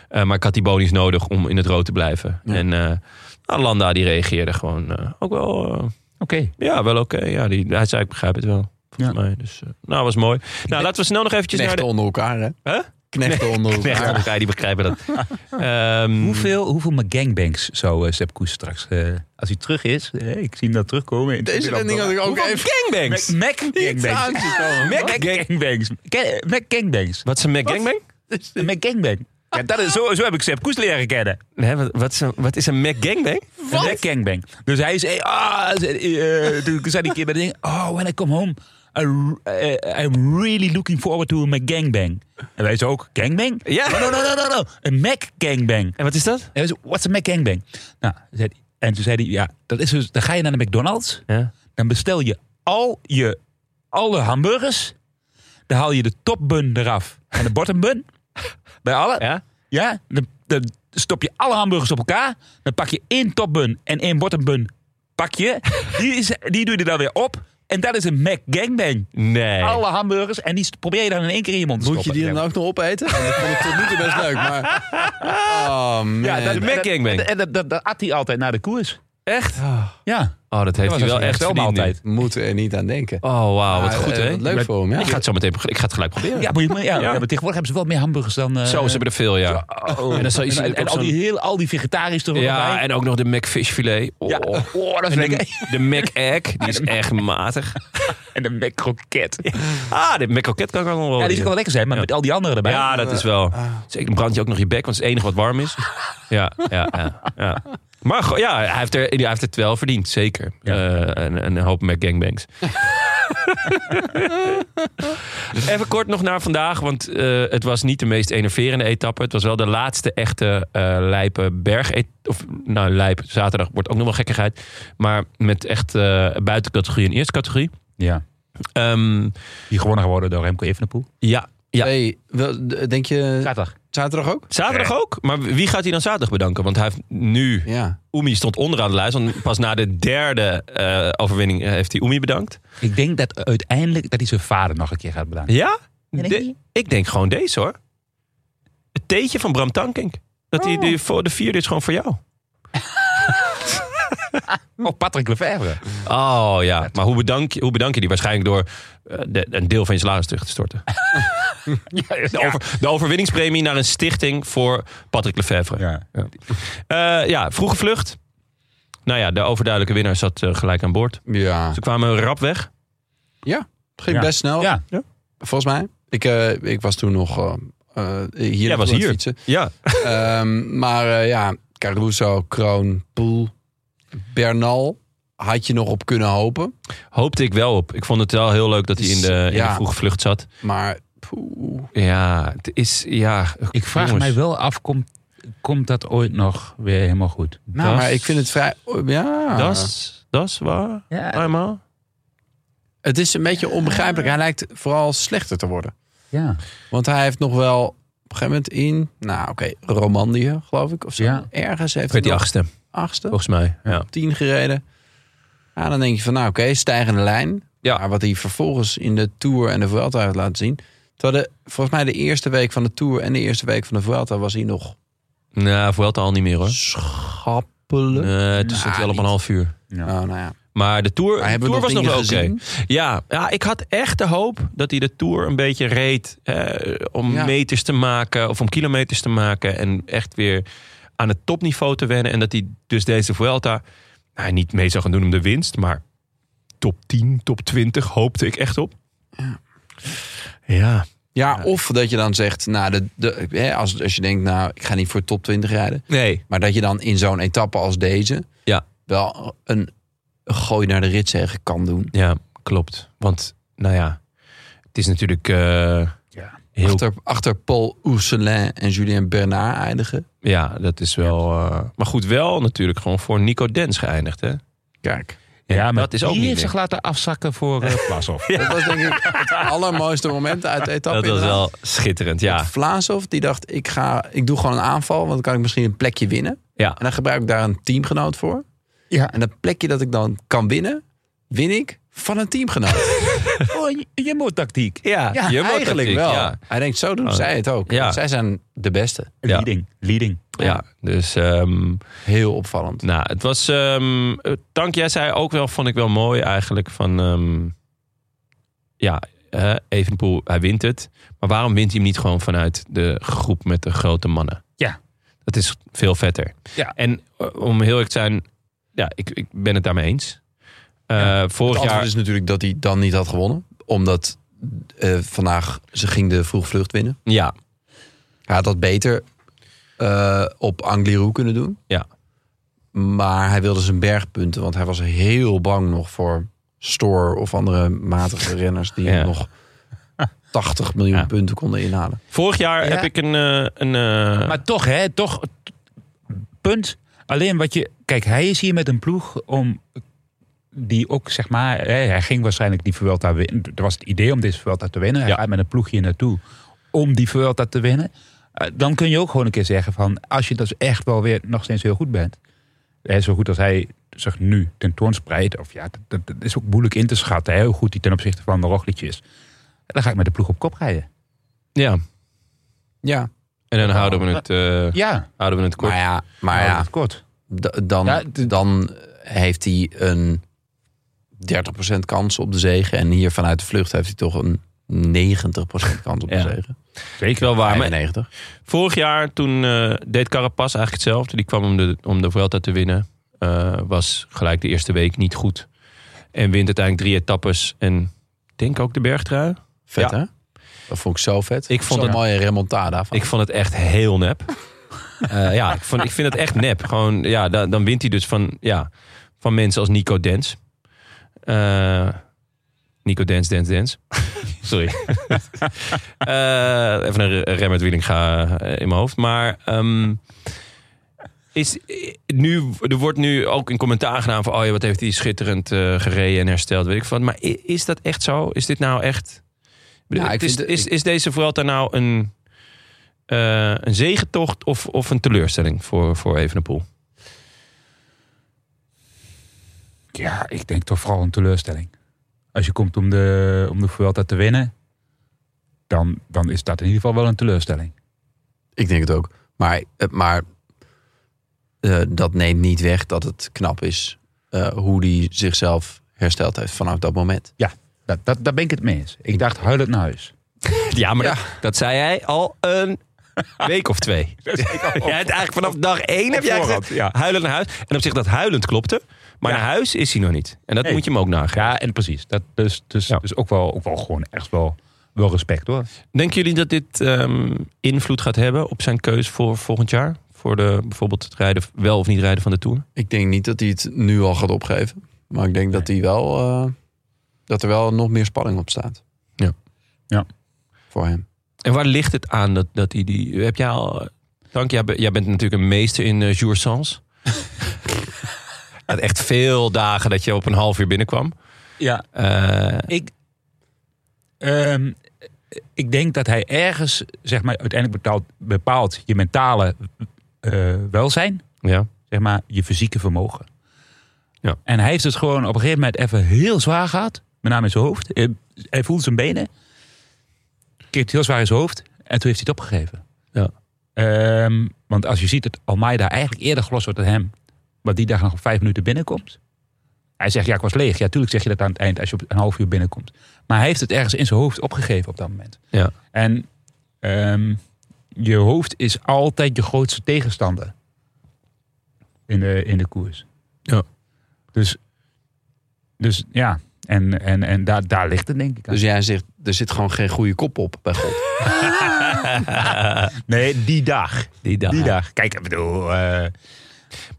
[SPEAKER 3] Eh, maar ik had die bonies nodig om in het rood te blijven. En eh, nou, Landa die reageerde gewoon eh, ook wel... eh,
[SPEAKER 1] Oké.
[SPEAKER 3] Ja, wel oké. Ja, die, hij zei, ik begrijp het wel. Volgens mij. Dus, eh, nou, was mooi. Nou, laten we snel nog eventjes naar
[SPEAKER 2] Knechten
[SPEAKER 3] de...
[SPEAKER 2] onder elkaar, hè?
[SPEAKER 3] Huh?
[SPEAKER 2] Knechten onder elkaar.
[SPEAKER 3] Knechten, ja, die begrijpen dat. Ehm,
[SPEAKER 1] Hoeveel, hoeveel gangbangs zou eh Sepp Koes straks, eh, als hij terug is, eh, ik zie hem daar terugkomen. in
[SPEAKER 2] Deze
[SPEAKER 1] Twitter
[SPEAKER 2] ding had ik ook
[SPEAKER 3] hoeveel
[SPEAKER 2] even
[SPEAKER 3] gangbangs?
[SPEAKER 1] Mac
[SPEAKER 2] aan
[SPEAKER 1] gangbangs.
[SPEAKER 2] te komen.
[SPEAKER 1] Mac gangbangs. Ken- Mac gangbangs.
[SPEAKER 3] Wat is een McGangbang?
[SPEAKER 1] Een Mac gangbang. Ja, dat is, zo, zo heb ik Sepp Koes leren kennen.
[SPEAKER 3] Nee, wat, wat, is een, wat is een McGangbang?
[SPEAKER 1] Een Mac gangbang. Dus hij is, eh, ah, ze- eh, eh, toen zei die keer bij de ding, oh, when I come home, I, eh, I'm really looking forward to a Mac gangbang. En wij zo ook, gangbang?
[SPEAKER 3] Ja.
[SPEAKER 1] No, no, no, no, no, no. Een Mac gangbang.
[SPEAKER 3] En wat is dat?
[SPEAKER 1] En we what's a McGangbang? Nou, zei die- en toen zei hij, ja, dat is dus, dan ga je naar de McDonald's,
[SPEAKER 3] Ja.
[SPEAKER 1] dan bestel je al je, alle hamburgers, dan haal je de topbun eraf en de bottombun, bij alle, ja,
[SPEAKER 3] Ja?
[SPEAKER 1] dan, dan stop je alle hamburgers op elkaar, dan pak je één topbun en één bottombun, pak je, die, is, die doe je er dan weer op. En dat is een McGangbang.
[SPEAKER 3] Nee.
[SPEAKER 1] Alle hamburgers. En die probeer je dan in één keer in je mond te
[SPEAKER 2] Moet je
[SPEAKER 1] stoppen.
[SPEAKER 2] die dan ook nog opeten? Want Ik vond het tot nu toe best leuk, maar... Oh, man.
[SPEAKER 1] Ja, dat,
[SPEAKER 3] De McGangbang.
[SPEAKER 1] En dat, dat, dat at hij altijd na de koers.
[SPEAKER 3] Echt?
[SPEAKER 1] Ja.
[SPEAKER 3] Oh, dat heeft
[SPEAKER 1] was
[SPEAKER 3] hij wel
[SPEAKER 1] een
[SPEAKER 3] echt verdiend nu.
[SPEAKER 1] herstelmaaltijd.
[SPEAKER 2] Moeten er niet aan denken.
[SPEAKER 3] Oh, wauw, wat
[SPEAKER 2] Maar,
[SPEAKER 3] goed,
[SPEAKER 2] eh,
[SPEAKER 3] hè?
[SPEAKER 2] wat Leuk voor hem, ja.
[SPEAKER 3] Ik ga het zo meteen... Ik ga het gelijk proberen.
[SPEAKER 1] Ja, maar, je- maar ja, ja,
[SPEAKER 3] Ja.
[SPEAKER 1] maar tegenwoordig hebben ze wel meer hamburgers dan... eh,
[SPEAKER 3] Zo, ze hebben er veel, ja. En dan zal je
[SPEAKER 1] en,
[SPEAKER 3] zien
[SPEAKER 1] en,
[SPEAKER 3] op
[SPEAKER 1] al,
[SPEAKER 3] zo'n-
[SPEAKER 1] die heel, al die vegetarisch er ook
[SPEAKER 3] Ja,
[SPEAKER 1] bij.
[SPEAKER 3] en ook nog de McFish filet. Oh.
[SPEAKER 1] ja. Oh, dat is
[SPEAKER 3] En
[SPEAKER 1] lekker.
[SPEAKER 3] de, de Mac Egg, die is echt matig.
[SPEAKER 1] En de McCroket.
[SPEAKER 3] Ah, de Mac Croquette kan ik ook nog wel.
[SPEAKER 1] Ja, die zou wel lekker zijn, maar
[SPEAKER 3] oh, Ja.
[SPEAKER 1] met al die anderen erbij.
[SPEAKER 3] Ja, dat is wel.
[SPEAKER 1] Ah.
[SPEAKER 3] Zeker, dan brand je ook nog je bek, want het is het enige wat warm is. Ja, ja, ja. ja. Maar go- ja, hij heeft, er, hij heeft het wel verdiend, zeker.
[SPEAKER 1] Ja.
[SPEAKER 3] Eh, en, en een hoop Mac Gangbangs. Even kort nog naar vandaag, want eh, het was niet de meest enerverende etappe. Het was wel de laatste echte eh Lijpen berg. Of nou, Lijp, zaterdag wordt ook nog wel gekkigheid. Maar met echt eh buitencategorie en eerste categorie.
[SPEAKER 1] Ja.
[SPEAKER 3] Ehm,
[SPEAKER 1] Die gewonnen geworden door Remco Evenepoel.
[SPEAKER 3] ja, ja.
[SPEAKER 2] Hey, wel, d- denk je
[SPEAKER 1] Zaterdag.
[SPEAKER 2] zaterdag ook?
[SPEAKER 3] Zaterdag ook? Maar wie gaat hij dan zaterdag bedanken? Want hij heeft nu...
[SPEAKER 2] Ja.
[SPEAKER 3] Oemi stond onderaan de lijst. Want pas na de derde eh, overwinning eh, heeft hij Oemi bedankt.
[SPEAKER 1] Ik denk dat uiteindelijk dat hij zijn vader nog een keer gaat bedanken.
[SPEAKER 3] Ja?
[SPEAKER 1] denk
[SPEAKER 3] De-
[SPEAKER 1] je?
[SPEAKER 3] ik denk gewoon deze hoor. Het theetje van Bram Tankink. Dat hij die, voor de vierde is gewoon voor jou.
[SPEAKER 1] Oh, Patrick Lefevre.
[SPEAKER 3] Oh ja, maar hoe bedank, je- hoe bedank je die? Waarschijnlijk door eh, de- een deel van je salaris terug te storten. De, over, de overwinningspremie naar een stichting voor Patrick Lefevre.
[SPEAKER 1] Ja.
[SPEAKER 3] Eh, ja, vroege vlucht. Nou ja, de overduidelijke winnaar zat eh, gelijk aan boord.
[SPEAKER 2] Ja,
[SPEAKER 3] Ze kwamen rap weg.
[SPEAKER 2] het ging
[SPEAKER 1] Ja.
[SPEAKER 2] best snel.
[SPEAKER 1] Oh. Ja.
[SPEAKER 2] Volgens mij. Ik, eh, ik was toen nog eh, eh, hier.
[SPEAKER 3] Jij was
[SPEAKER 2] aan het
[SPEAKER 3] hier.
[SPEAKER 2] Fietsen.
[SPEAKER 3] Ja,
[SPEAKER 2] Ehm, maar eh, ja, Caruso, Kroon, Poel, Bernal had je nog op kunnen hopen.
[SPEAKER 3] hoopte ik wel op. Ik vond het wel heel leuk dat hij in de, in
[SPEAKER 2] Ja.
[SPEAKER 3] de vroege vlucht zat.
[SPEAKER 2] Maar poeh,
[SPEAKER 3] Ja, het is... Ja,
[SPEAKER 1] Ik vraag
[SPEAKER 3] jongens.
[SPEAKER 1] mij wel af, komt, komt dat ooit nog weer helemaal goed?
[SPEAKER 3] Nou,
[SPEAKER 2] maar ik vind het vrij... Ja.
[SPEAKER 3] Dat is- dat is waar.
[SPEAKER 1] Ja,
[SPEAKER 3] Allemaal.
[SPEAKER 2] Het is een beetje onbegrijpelijk. Hij lijkt vooral slechter te worden.
[SPEAKER 1] ja.
[SPEAKER 2] Want hij heeft nog wel op een gegeven moment in... Nou oké, Romandie geloof ik of zo.
[SPEAKER 1] Ja.
[SPEAKER 2] Ergens heeft hij
[SPEAKER 3] Werd die
[SPEAKER 2] nog
[SPEAKER 3] achtste,
[SPEAKER 2] achtste
[SPEAKER 3] volgens mij. Ja.
[SPEAKER 2] tien gereden. Ja, dan denk je van, nou oké, stijgende lijn.
[SPEAKER 3] Ja.
[SPEAKER 2] Maar wat hij vervolgens in de Tour en de Vuelta heeft laten zien. Terwijl de, volgens mij de eerste week van de Tour en de eerste week van de Vuelta was hij nog
[SPEAKER 3] Nou, Vuelta al niet meer hoor.
[SPEAKER 2] schappelijk.
[SPEAKER 3] Eh, het is
[SPEAKER 2] Nou,
[SPEAKER 3] natuurlijk al op een
[SPEAKER 2] niet.
[SPEAKER 3] half uur.
[SPEAKER 2] Oh, nou ja.
[SPEAKER 3] Maar de Tour,
[SPEAKER 2] Maar
[SPEAKER 3] de
[SPEAKER 2] hebben we
[SPEAKER 3] tour was
[SPEAKER 2] nog
[SPEAKER 3] nog wel
[SPEAKER 2] dingen
[SPEAKER 3] oké.
[SPEAKER 2] gezien?
[SPEAKER 3] Ja, ja, ik had echt de hoop dat hij de Tour een beetje reed eh, om
[SPEAKER 2] Ja.
[SPEAKER 3] meters te maken of om kilometers te maken. En echt weer aan het topniveau te wennen. En dat hij dus deze Vuelta nou, niet mee zou gaan doen om de winst. Maar top 10, top 20 hoopte ik echt op. Ja.
[SPEAKER 2] Ja, of dat je dan zegt, nou, de, de, hè, als, als je denkt, nou, ik ga niet voor top 20 rijden.
[SPEAKER 3] Nee.
[SPEAKER 2] Maar dat je dan in zo'n etappe als deze
[SPEAKER 3] Ja.
[SPEAKER 2] wel een gooi naar de rit zeggen kan doen.
[SPEAKER 3] Ja, klopt. Want, nou ja, het is natuurlijk eh,
[SPEAKER 1] Ja.
[SPEAKER 3] heel...
[SPEAKER 2] Achter, achter Paul Ousselin en Julien Bernard eindigen.
[SPEAKER 3] Ja, dat is wel... eh, maar goed, wel natuurlijk gewoon voor Nico Dens geëindigd, hè?
[SPEAKER 2] Kijk.
[SPEAKER 1] ja, maar
[SPEAKER 3] dat is ook
[SPEAKER 1] die
[SPEAKER 3] niet
[SPEAKER 1] heeft
[SPEAKER 3] meer.
[SPEAKER 1] zich laten afzakken voor eh Vlasov.
[SPEAKER 2] Dat was denk ik het allermooiste moment uit de etappe.
[SPEAKER 3] Dat was
[SPEAKER 2] inderdaad.
[SPEAKER 3] wel schitterend, ja.
[SPEAKER 2] Vlaashoff, die dacht, ik, ga, ik doe gewoon een aanval, want dan kan ik misschien een plekje winnen.
[SPEAKER 3] Ja.
[SPEAKER 2] En dan gebruik ik daar een teamgenoot voor.
[SPEAKER 1] Ja.
[SPEAKER 2] En dat plekje dat ik dan kan winnen, win ik van een teamgenoot.
[SPEAKER 1] Oh, Jumbo-tactiek.
[SPEAKER 3] Ja, Jumbo-tactiek,
[SPEAKER 2] Eigenlijk wel.
[SPEAKER 3] Ja,
[SPEAKER 2] Hij denkt, zo doen zij het ook.
[SPEAKER 3] Ja.
[SPEAKER 2] Zij zijn de beste.
[SPEAKER 3] Ja.
[SPEAKER 1] Leading. Leading.
[SPEAKER 3] ja. dus ehm,
[SPEAKER 2] Heel opvallend.
[SPEAKER 3] nou, het was... ehm eh, Tank, jij zei ook wel, vond ik wel mooi eigenlijk, van... ehm, ja, eh, Evenepoel, hij wint het. Maar waarom wint hij hem niet gewoon vanuit de groep met de grote mannen?
[SPEAKER 1] Ja.
[SPEAKER 3] Dat is veel vetter.
[SPEAKER 1] Ja.
[SPEAKER 3] En eh, om heel eerlijk te zijn, ja, ik, ik ben het daarmee eens. Eh,
[SPEAKER 2] Het
[SPEAKER 3] vorig
[SPEAKER 2] antwoord
[SPEAKER 3] jaar...
[SPEAKER 2] is natuurlijk dat hij dan niet had gewonnen. Omdat eh, vandaag, ze ging de vroeg vlucht winnen.
[SPEAKER 1] dus-
[SPEAKER 3] Ja,
[SPEAKER 2] Hij had dat beter eh, op Angliru kunnen doen.
[SPEAKER 3] Ja.
[SPEAKER 2] Maar hij wilde zijn bergpunten, want hij was heel bang nog voor Store of andere matige renners die
[SPEAKER 3] Ja.
[SPEAKER 2] hem nog 80 miljoen
[SPEAKER 3] Ja.
[SPEAKER 2] punten konden inhalen.
[SPEAKER 3] vorig jaar
[SPEAKER 1] Ja.
[SPEAKER 3] heb ik een... eh, een eh,
[SPEAKER 1] Maar toch, hè, toch. t- Punt. Alleen wat je. Kijk, hij is hier met een ploeg om. Die ook, zeg maar. Hè, hij ging waarschijnlijk die Vuelta winnen. Er was het idee om deze Vuelta te winnen. Hij
[SPEAKER 3] Ja.
[SPEAKER 1] gaat met een ploeg hier naartoe. Om die Vuelta te winnen. Eh, Dan kun je ook gewoon een keer zeggen van. Als je dus echt wel weer nog steeds heel goed bent. Hè, zo goed als hij zich nu tentoonspreidt. Of ja, dat, dat, dat is ook moeilijk in te schatten. Hè, hoe goed hij ten opzichte van de Roglic is. Dan ga ik met de ploeg op kop rijden.
[SPEAKER 3] ja,
[SPEAKER 2] Ja,
[SPEAKER 3] en
[SPEAKER 1] Oh.
[SPEAKER 3] dan houden we het... eh,
[SPEAKER 1] Ja,
[SPEAKER 3] Houden we het kort.
[SPEAKER 2] maar ja,
[SPEAKER 3] Ah,
[SPEAKER 2] maar
[SPEAKER 1] nou,
[SPEAKER 2] ja
[SPEAKER 1] dat kort.
[SPEAKER 2] d- dan,
[SPEAKER 1] Ja,
[SPEAKER 2] dan heeft hij een 30% kans op de zegen. En hier vanuit de vlucht heeft hij toch een 90% kans op de
[SPEAKER 3] Ja.
[SPEAKER 2] zegen.
[SPEAKER 1] Zeker.
[SPEAKER 3] wel waar. Maar
[SPEAKER 2] 95.
[SPEAKER 3] vorig jaar toen eh, deed Carapaz eigenlijk hetzelfde. Die kwam om de, om de Vuelta te winnen. Eh, was gelijk de eerste week niet goed. En wint uiteindelijk drie etappes. En ik denk ook de bergtrui.
[SPEAKER 2] Vet
[SPEAKER 3] Ja.
[SPEAKER 2] hè? Dat vond ik zo vet.
[SPEAKER 3] Ik vond
[SPEAKER 2] Zo'n
[SPEAKER 3] het-
[SPEAKER 2] mooie remontada van.
[SPEAKER 3] Ik vond het echt heel nep. Eh, ja, ik, vond, ik vind het echt nep. Gewoon, ja, dan, dan wint hij dus van, ja, van mensen als Nico Dens. Eh, Nico Dens, Dens, Dens. Sorry. Eh, even een rem met Wielinga eh, in mijn hoofd. Maar ehm, is, eh, nu, er wordt nu ook een commentaar gedaan van... oh ja, wat heeft hij schitterend eh, gereden en hersteld, weet ik van. Maar i- is dat echt zo? Is dit nou echt...
[SPEAKER 2] Ja, ik
[SPEAKER 3] is,
[SPEAKER 2] vind-
[SPEAKER 3] is,
[SPEAKER 2] ik-
[SPEAKER 3] is deze Vuelta nou een, eh een zegentocht of, of een teleurstelling voor, voor Evenepoel?
[SPEAKER 1] Ja, ik denk toch vooral een teleurstelling. Als je komt om de, om de Vuelta te winnen, dan, dan is dat in ieder geval wel een teleurstelling.
[SPEAKER 2] Ik denk het ook. Maar, eh, maar eh, dat neemt niet weg dat het knap is eh, hoe die zichzelf hersteld heeft vanaf dat moment.
[SPEAKER 1] Dat, dat, daar ben ik het mee eens. Ik dacht huilend naar huis.
[SPEAKER 3] Ja, maar
[SPEAKER 2] Ja.
[SPEAKER 3] Dat, dat zei hij al een week of twee. Ja, het eigenlijk vanaf dag één heb jij
[SPEAKER 1] voorhand,
[SPEAKER 3] gezegd,
[SPEAKER 1] ja.
[SPEAKER 3] huilend naar huis. En op zich dat huilend klopte, maar
[SPEAKER 1] Ja.
[SPEAKER 3] naar huis is hij nog niet. En dat
[SPEAKER 1] Nee.
[SPEAKER 3] moet je hem ook nagaan.
[SPEAKER 1] Ja, en precies. Dat, dus dus,
[SPEAKER 3] Ja.
[SPEAKER 1] dus ook, wel, ook wel gewoon echt wel, wel respect hoor.
[SPEAKER 3] Denken jullie dat dit ehm, invloed gaat hebben op zijn keus voor volgend jaar? Voor de, bijvoorbeeld het rijden, wel of niet rijden van de Tour?
[SPEAKER 2] Ik denk niet dat hij het nu al gaat opgeven. Maar ik denk dat, hij wel, eh, dat er wel nog meer spanning op staat.
[SPEAKER 3] Ja.
[SPEAKER 1] Ja.
[SPEAKER 2] Voor hem.
[SPEAKER 3] En waar ligt het aan dat, dat hij die... Heb jij al... eh, Dank, jij, be- jij bent natuurlijk een meester in eh jour sans. Had echt veel dagen dat je op een half uur binnenkwam.
[SPEAKER 1] Ja,
[SPEAKER 3] Eh,
[SPEAKER 1] ik, ehm, ik denk dat hij ergens, zeg maar, uiteindelijk bepaalt, bepaalt je mentale eh, welzijn,
[SPEAKER 3] ja.
[SPEAKER 1] zeg maar, je fysieke vermogen.
[SPEAKER 3] Ja.
[SPEAKER 1] En hij heeft het gewoon op een gegeven moment even heel zwaar gehad, met name in zijn hoofd. Eh, Hij voelde zijn benen, keert heel zwaar in zijn hoofd en toen heeft hij het opgegeven.
[SPEAKER 3] Ja.
[SPEAKER 1] Ehm, want als je ziet dat Almeida eigenlijk eerder gelost wordt dan hem, wat die dag nog op vijf minuten binnenkomt. Hij zegt, ja, ik was leeg. Ja, tuurlijk zeg je dat aan het eind als je op een half uur binnenkomt. Maar hij heeft het ergens in zijn hoofd opgegeven op dat moment.
[SPEAKER 3] Ja.
[SPEAKER 1] En ehm, je hoofd is altijd je grootste tegenstander in de, in de koers.
[SPEAKER 3] Ja.
[SPEAKER 1] Dus, dus ja, en, en, en daar, daar ligt het denk ik aan.
[SPEAKER 2] Dus jij zegt, er zit gewoon geen goede kop op bij God.
[SPEAKER 1] nee, die dag.
[SPEAKER 3] Die dag.
[SPEAKER 1] Die dag. Kijk, ik bedoel... eh,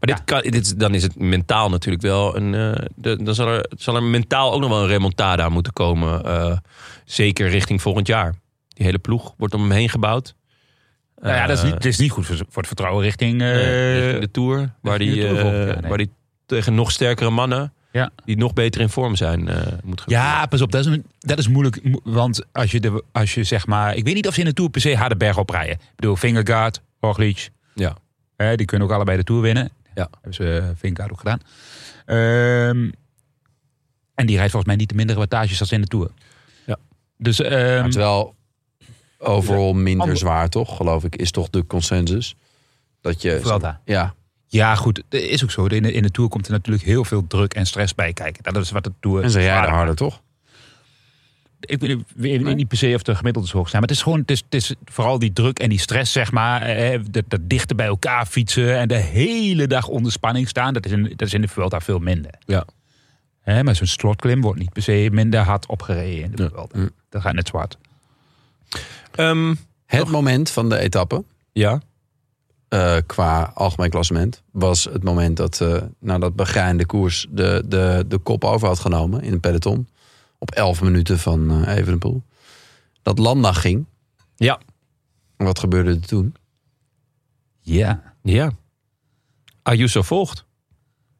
[SPEAKER 3] Maar dit kan, dit, is- dan is het mentaal natuurlijk wel een. eh, de- dan zal er, zal er mentaal ook nog wel een remontada aan moeten komen. eh, zeker richting volgend jaar. Die hele ploeg wordt om hem heen gebouwd.
[SPEAKER 1] nou ja, dat is
[SPEAKER 3] Eh,
[SPEAKER 1] niet, het is niet goed voor, voor het vertrouwen richting... eh,
[SPEAKER 3] eh, richting de Tour. Waar die,
[SPEAKER 1] richting de Tour
[SPEAKER 3] eh,
[SPEAKER 1] volgend jaar, nee.
[SPEAKER 3] waar die tegen nog sterkere mannen.
[SPEAKER 1] Ja.
[SPEAKER 3] die nog beter in vorm zijn. eh, moet gaan
[SPEAKER 1] Ja, pas op, dat is, een- dat is moeilijk. mo- Want als je, de, als je zeg maar. Ik weet niet of ze in de tour per se harde berg oprijden. Ik bedoel, Fingergaard, Roglic.
[SPEAKER 3] Ja.
[SPEAKER 1] Hè, die kunnen ook allebei de tour winnen.
[SPEAKER 3] Ja.
[SPEAKER 1] Hebben ze eh, Vingegaard ook gedaan. Ehm, en die rijdt volgens mij niet de mindere wattages als in de tour.
[SPEAKER 3] Ja.
[SPEAKER 1] Dus ehm,
[SPEAKER 2] Maar het is wel overal minder
[SPEAKER 1] Ander-
[SPEAKER 2] zwaar, toch? Geloof ik, is toch de consensus. Dat je...
[SPEAKER 1] Vuelta.
[SPEAKER 2] Ja,
[SPEAKER 1] ja, goed, dat is ook zo. In de, in de tour komt er natuurlijk heel veel druk en stress bij kijken. Dat is wat de tour.
[SPEAKER 2] en ze rijden
[SPEAKER 1] zwaarder
[SPEAKER 2] harder, toch?
[SPEAKER 1] Ik weet, ik weet niet per se of de gemiddelde hoog zijn. Maar het is gewoon, het is, het is vooral die druk en die stress, zeg maar. eh, Dat, dat dichter bij elkaar fietsen en de hele dag onder spanning staan. Dat is in, dat is in de Vuelta veel minder.
[SPEAKER 3] Ja.
[SPEAKER 1] Hè, maar zo'n slotklim wordt niet per se minder hard opgereden in de Vuelta.
[SPEAKER 2] Ja.
[SPEAKER 1] Dat gaat net zwart.
[SPEAKER 3] Ehm,
[SPEAKER 2] Het moment van de etappe,
[SPEAKER 3] ja.
[SPEAKER 2] eh, qua algemeen klassement, was het moment dat eh nadat Bahrein de koers de, de, de kop over had genomen in een peloton. Op 11 minuten van eh Evenepoel. Dat Landa ging.
[SPEAKER 3] Ja.
[SPEAKER 2] En Wat gebeurde er toen?
[SPEAKER 1] Ja.
[SPEAKER 3] Ja. Ayuso volgt.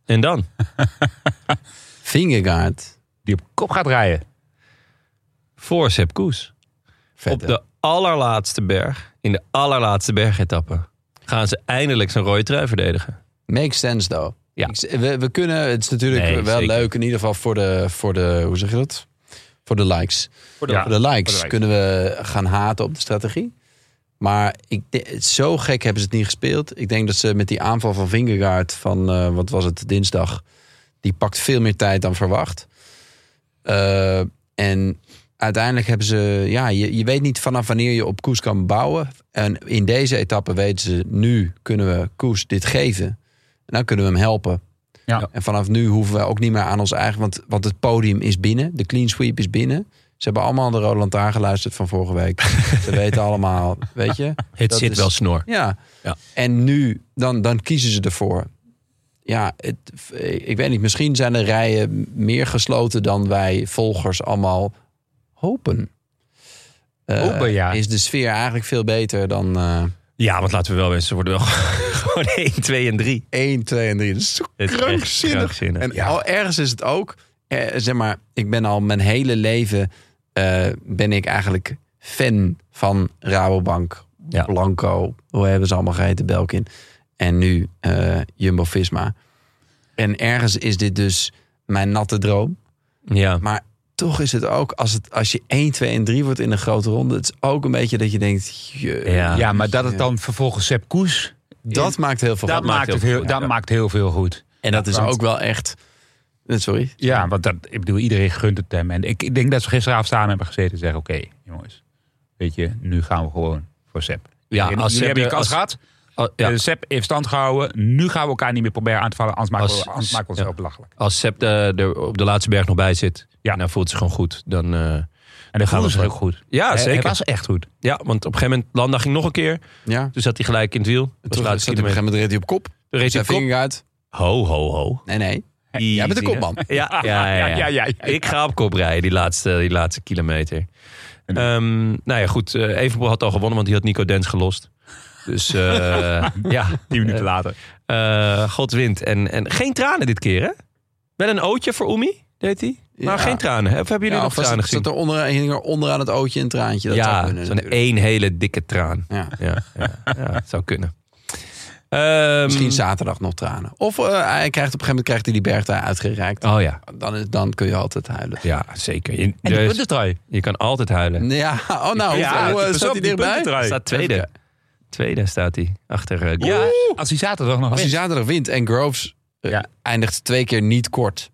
[SPEAKER 3] En dan?
[SPEAKER 2] Vingegaard.
[SPEAKER 1] Die op kop gaat rijden.
[SPEAKER 3] Voor Sepp Koes.
[SPEAKER 2] Vet,
[SPEAKER 3] op
[SPEAKER 2] hè?
[SPEAKER 3] de allerlaatste berg, in de allerlaatste bergetappe, gaan ze eindelijk zijn rode trui verdedigen.
[SPEAKER 2] Makes sense, though.
[SPEAKER 3] Ja.
[SPEAKER 2] Ik z- We, we kunnen, het is natuurlijk
[SPEAKER 3] Nee,
[SPEAKER 2] wel
[SPEAKER 3] zeker.
[SPEAKER 2] leuk in ieder geval voor de, voor de, hoe zeg je dat? Voor de likes. Voor
[SPEAKER 1] de-
[SPEAKER 2] voor de likes
[SPEAKER 1] likes.
[SPEAKER 2] kunnen we gaan haten op de strategie. Maar ik, de- zo gek hebben ze het niet gespeeld. Ik denk dat ze met die aanval van Vingegaard van, eh, wat was het, dinsdag. Die pakt veel meer tijd dan verwacht. Eh, en uiteindelijk hebben ze, ja, je, je weet niet vanaf wanneer je op koers kan bouwen. En in deze etappe weten ze, nu kunnen we koers dit geven. En dan kunnen we hem helpen.
[SPEAKER 1] Ja.
[SPEAKER 2] En vanaf nu hoeven we ook niet meer aan ons eigen, want, want het podium is binnen. De clean sweep is binnen. Ze hebben allemaal de Roland Lantaarn geluisterd van vorige week. ze weten allemaal, weet je.
[SPEAKER 3] Het
[SPEAKER 2] Dat
[SPEAKER 3] zit
[SPEAKER 2] is-
[SPEAKER 3] wel snor.
[SPEAKER 2] Ja.
[SPEAKER 3] Ja.
[SPEAKER 2] En nu, dan, dan kiezen ze ervoor. Ja, het, eh, ik weet niet. Misschien zijn de rijen meer gesloten dan wij volgers allemaal hopen. Eh,
[SPEAKER 1] Hopen, Oh, ja.
[SPEAKER 2] Is de sfeer eigenlijk veel beter dan eh
[SPEAKER 3] Ja, want laten we wel weten, ze worden wel gewoon 1, 2 en 3.
[SPEAKER 2] 1, 2 en 3. Dat is zo
[SPEAKER 3] Het is echt
[SPEAKER 2] krankzinnig.
[SPEAKER 3] krankzinnig.
[SPEAKER 2] En al ergens is het ook, eh, zeg maar, ik ben al mijn hele leven, eh, ben ik eigenlijk fan van Rabobank,
[SPEAKER 3] Ja.
[SPEAKER 2] Blanco, hoe hebben ze allemaal geheten, Belkin. En nu eh, Jumbo-Visma. En ergens is dit dus mijn natte droom.
[SPEAKER 3] Ja.
[SPEAKER 2] Maar toch is het ook, als, het, als je 1, 2 en 3 wordt in een grote ronde, het is ook een beetje dat je denkt, je,
[SPEAKER 3] Ja.
[SPEAKER 1] Ja, maar dat het dan vervolgens Sepp Koes.
[SPEAKER 2] dat maakt heel veel
[SPEAKER 1] Dat,
[SPEAKER 2] goed.
[SPEAKER 1] maakt, het heel,
[SPEAKER 3] goed,
[SPEAKER 1] dat
[SPEAKER 3] ja.
[SPEAKER 1] maakt heel veel goed.
[SPEAKER 2] En dat is
[SPEAKER 1] want-
[SPEAKER 2] ook wel echt, eh, sorry,
[SPEAKER 1] Ja, want dat, ik bedoel, iedereen gunt het hem. En ik, ik denk dat ze gisteravond samen hebben gezeten en zeggen: Oké, jongens, weet je, nu gaan we gewoon voor Sepp.
[SPEAKER 2] Ja,
[SPEAKER 1] Jullie
[SPEAKER 2] als Sepp-
[SPEAKER 1] hebben je kans
[SPEAKER 2] als-
[SPEAKER 1] gehad.
[SPEAKER 2] Al-
[SPEAKER 1] Ja.
[SPEAKER 2] ja,
[SPEAKER 1] Sepp heeft stand gehouden. Nu gaan we elkaar niet meer proberen aan te vallen. Anders maken
[SPEAKER 2] Als-
[SPEAKER 1] we, anders maken we onszelf
[SPEAKER 3] ja.
[SPEAKER 1] belachelijk.
[SPEAKER 3] Als Sepp eh, er op de laatste berg nog bij zit.
[SPEAKER 1] Ja.
[SPEAKER 3] Ja. En hij voelt zich gewoon goed. Dan, eh,
[SPEAKER 1] En dat
[SPEAKER 3] gaan
[SPEAKER 1] voelde
[SPEAKER 3] we
[SPEAKER 1] zich ook
[SPEAKER 3] wel.
[SPEAKER 1] goed.
[SPEAKER 3] ja,
[SPEAKER 1] Hij-
[SPEAKER 3] zeker.
[SPEAKER 1] Hij was echt goed.
[SPEAKER 3] Ja, want op een gegeven moment Landa ging nog een keer.
[SPEAKER 2] ja.
[SPEAKER 3] Toen zat hij gelijk in het wiel.
[SPEAKER 2] En
[SPEAKER 3] Dat
[SPEAKER 2] Toen
[SPEAKER 3] was
[SPEAKER 2] zat hij op een
[SPEAKER 3] laatste
[SPEAKER 2] gegeven
[SPEAKER 3] kilometer.
[SPEAKER 2] moment reed hij op kop.
[SPEAKER 3] Toen reed
[SPEAKER 2] Zijn
[SPEAKER 3] hij op kop.
[SPEAKER 2] vinger uit.
[SPEAKER 3] Ho, ho, ho.
[SPEAKER 2] Nee, nee.
[SPEAKER 3] Jij
[SPEAKER 2] Jij bent de kopman.
[SPEAKER 3] Ja, ja, ja, ja. Ik ga op kop rijden die laatste, die laatste kilometer. Ehm, nou ja, goed. eh, Evenpoel had al gewonnen, want die had Nico Dens gelost. Dus eh, ja,
[SPEAKER 1] Tien minuten later.
[SPEAKER 3] eh, God wint. En, en geen tranen dit keer, hè? Wel een ootje voor Oemi, deed hij. Maar
[SPEAKER 2] Ja.
[SPEAKER 3] geen tranen. Of hebben jullie
[SPEAKER 2] Ja,
[SPEAKER 3] nog
[SPEAKER 2] of was-
[SPEAKER 3] tranen gezien?
[SPEAKER 2] zat er onder, hing er onderaan het ootje een traantje. Dat zou
[SPEAKER 3] ja,
[SPEAKER 2] kunnen
[SPEAKER 3] zo'n e- Mm.
[SPEAKER 2] natuurlijk.
[SPEAKER 3] één hele dikke traan.
[SPEAKER 2] Ja.
[SPEAKER 3] Ja, ja, ja het zou kunnen. Ehm,
[SPEAKER 2] Misschien zaterdag nog tranen. Of eh, hij krijgt op een gegeven moment krijgt hij die berg daar uitgereikt.
[SPEAKER 3] Oh ja,
[SPEAKER 2] Dan, is- dan kun je altijd huilen.
[SPEAKER 3] ja zeker. Je,
[SPEAKER 1] En die
[SPEAKER 3] dus-
[SPEAKER 1] puntentrui.
[SPEAKER 3] je kan altijd huilen.
[SPEAKER 2] Ja, oh nou,
[SPEAKER 1] Ja,
[SPEAKER 2] hoe, eh,
[SPEAKER 1] pas
[SPEAKER 2] staat hij
[SPEAKER 1] op, die
[SPEAKER 2] dichtbij?
[SPEAKER 1] puntentrui.
[SPEAKER 3] Hij staat tweede.
[SPEAKER 2] Even
[SPEAKER 3] Tweede staat hij. Achter eh, Gol.
[SPEAKER 1] Ja, als hij zaterdag nog
[SPEAKER 2] Als hij
[SPEAKER 1] wint.
[SPEAKER 2] zaterdag wint en Groves eh,
[SPEAKER 1] Ja.
[SPEAKER 2] eindigt twee keer niet kort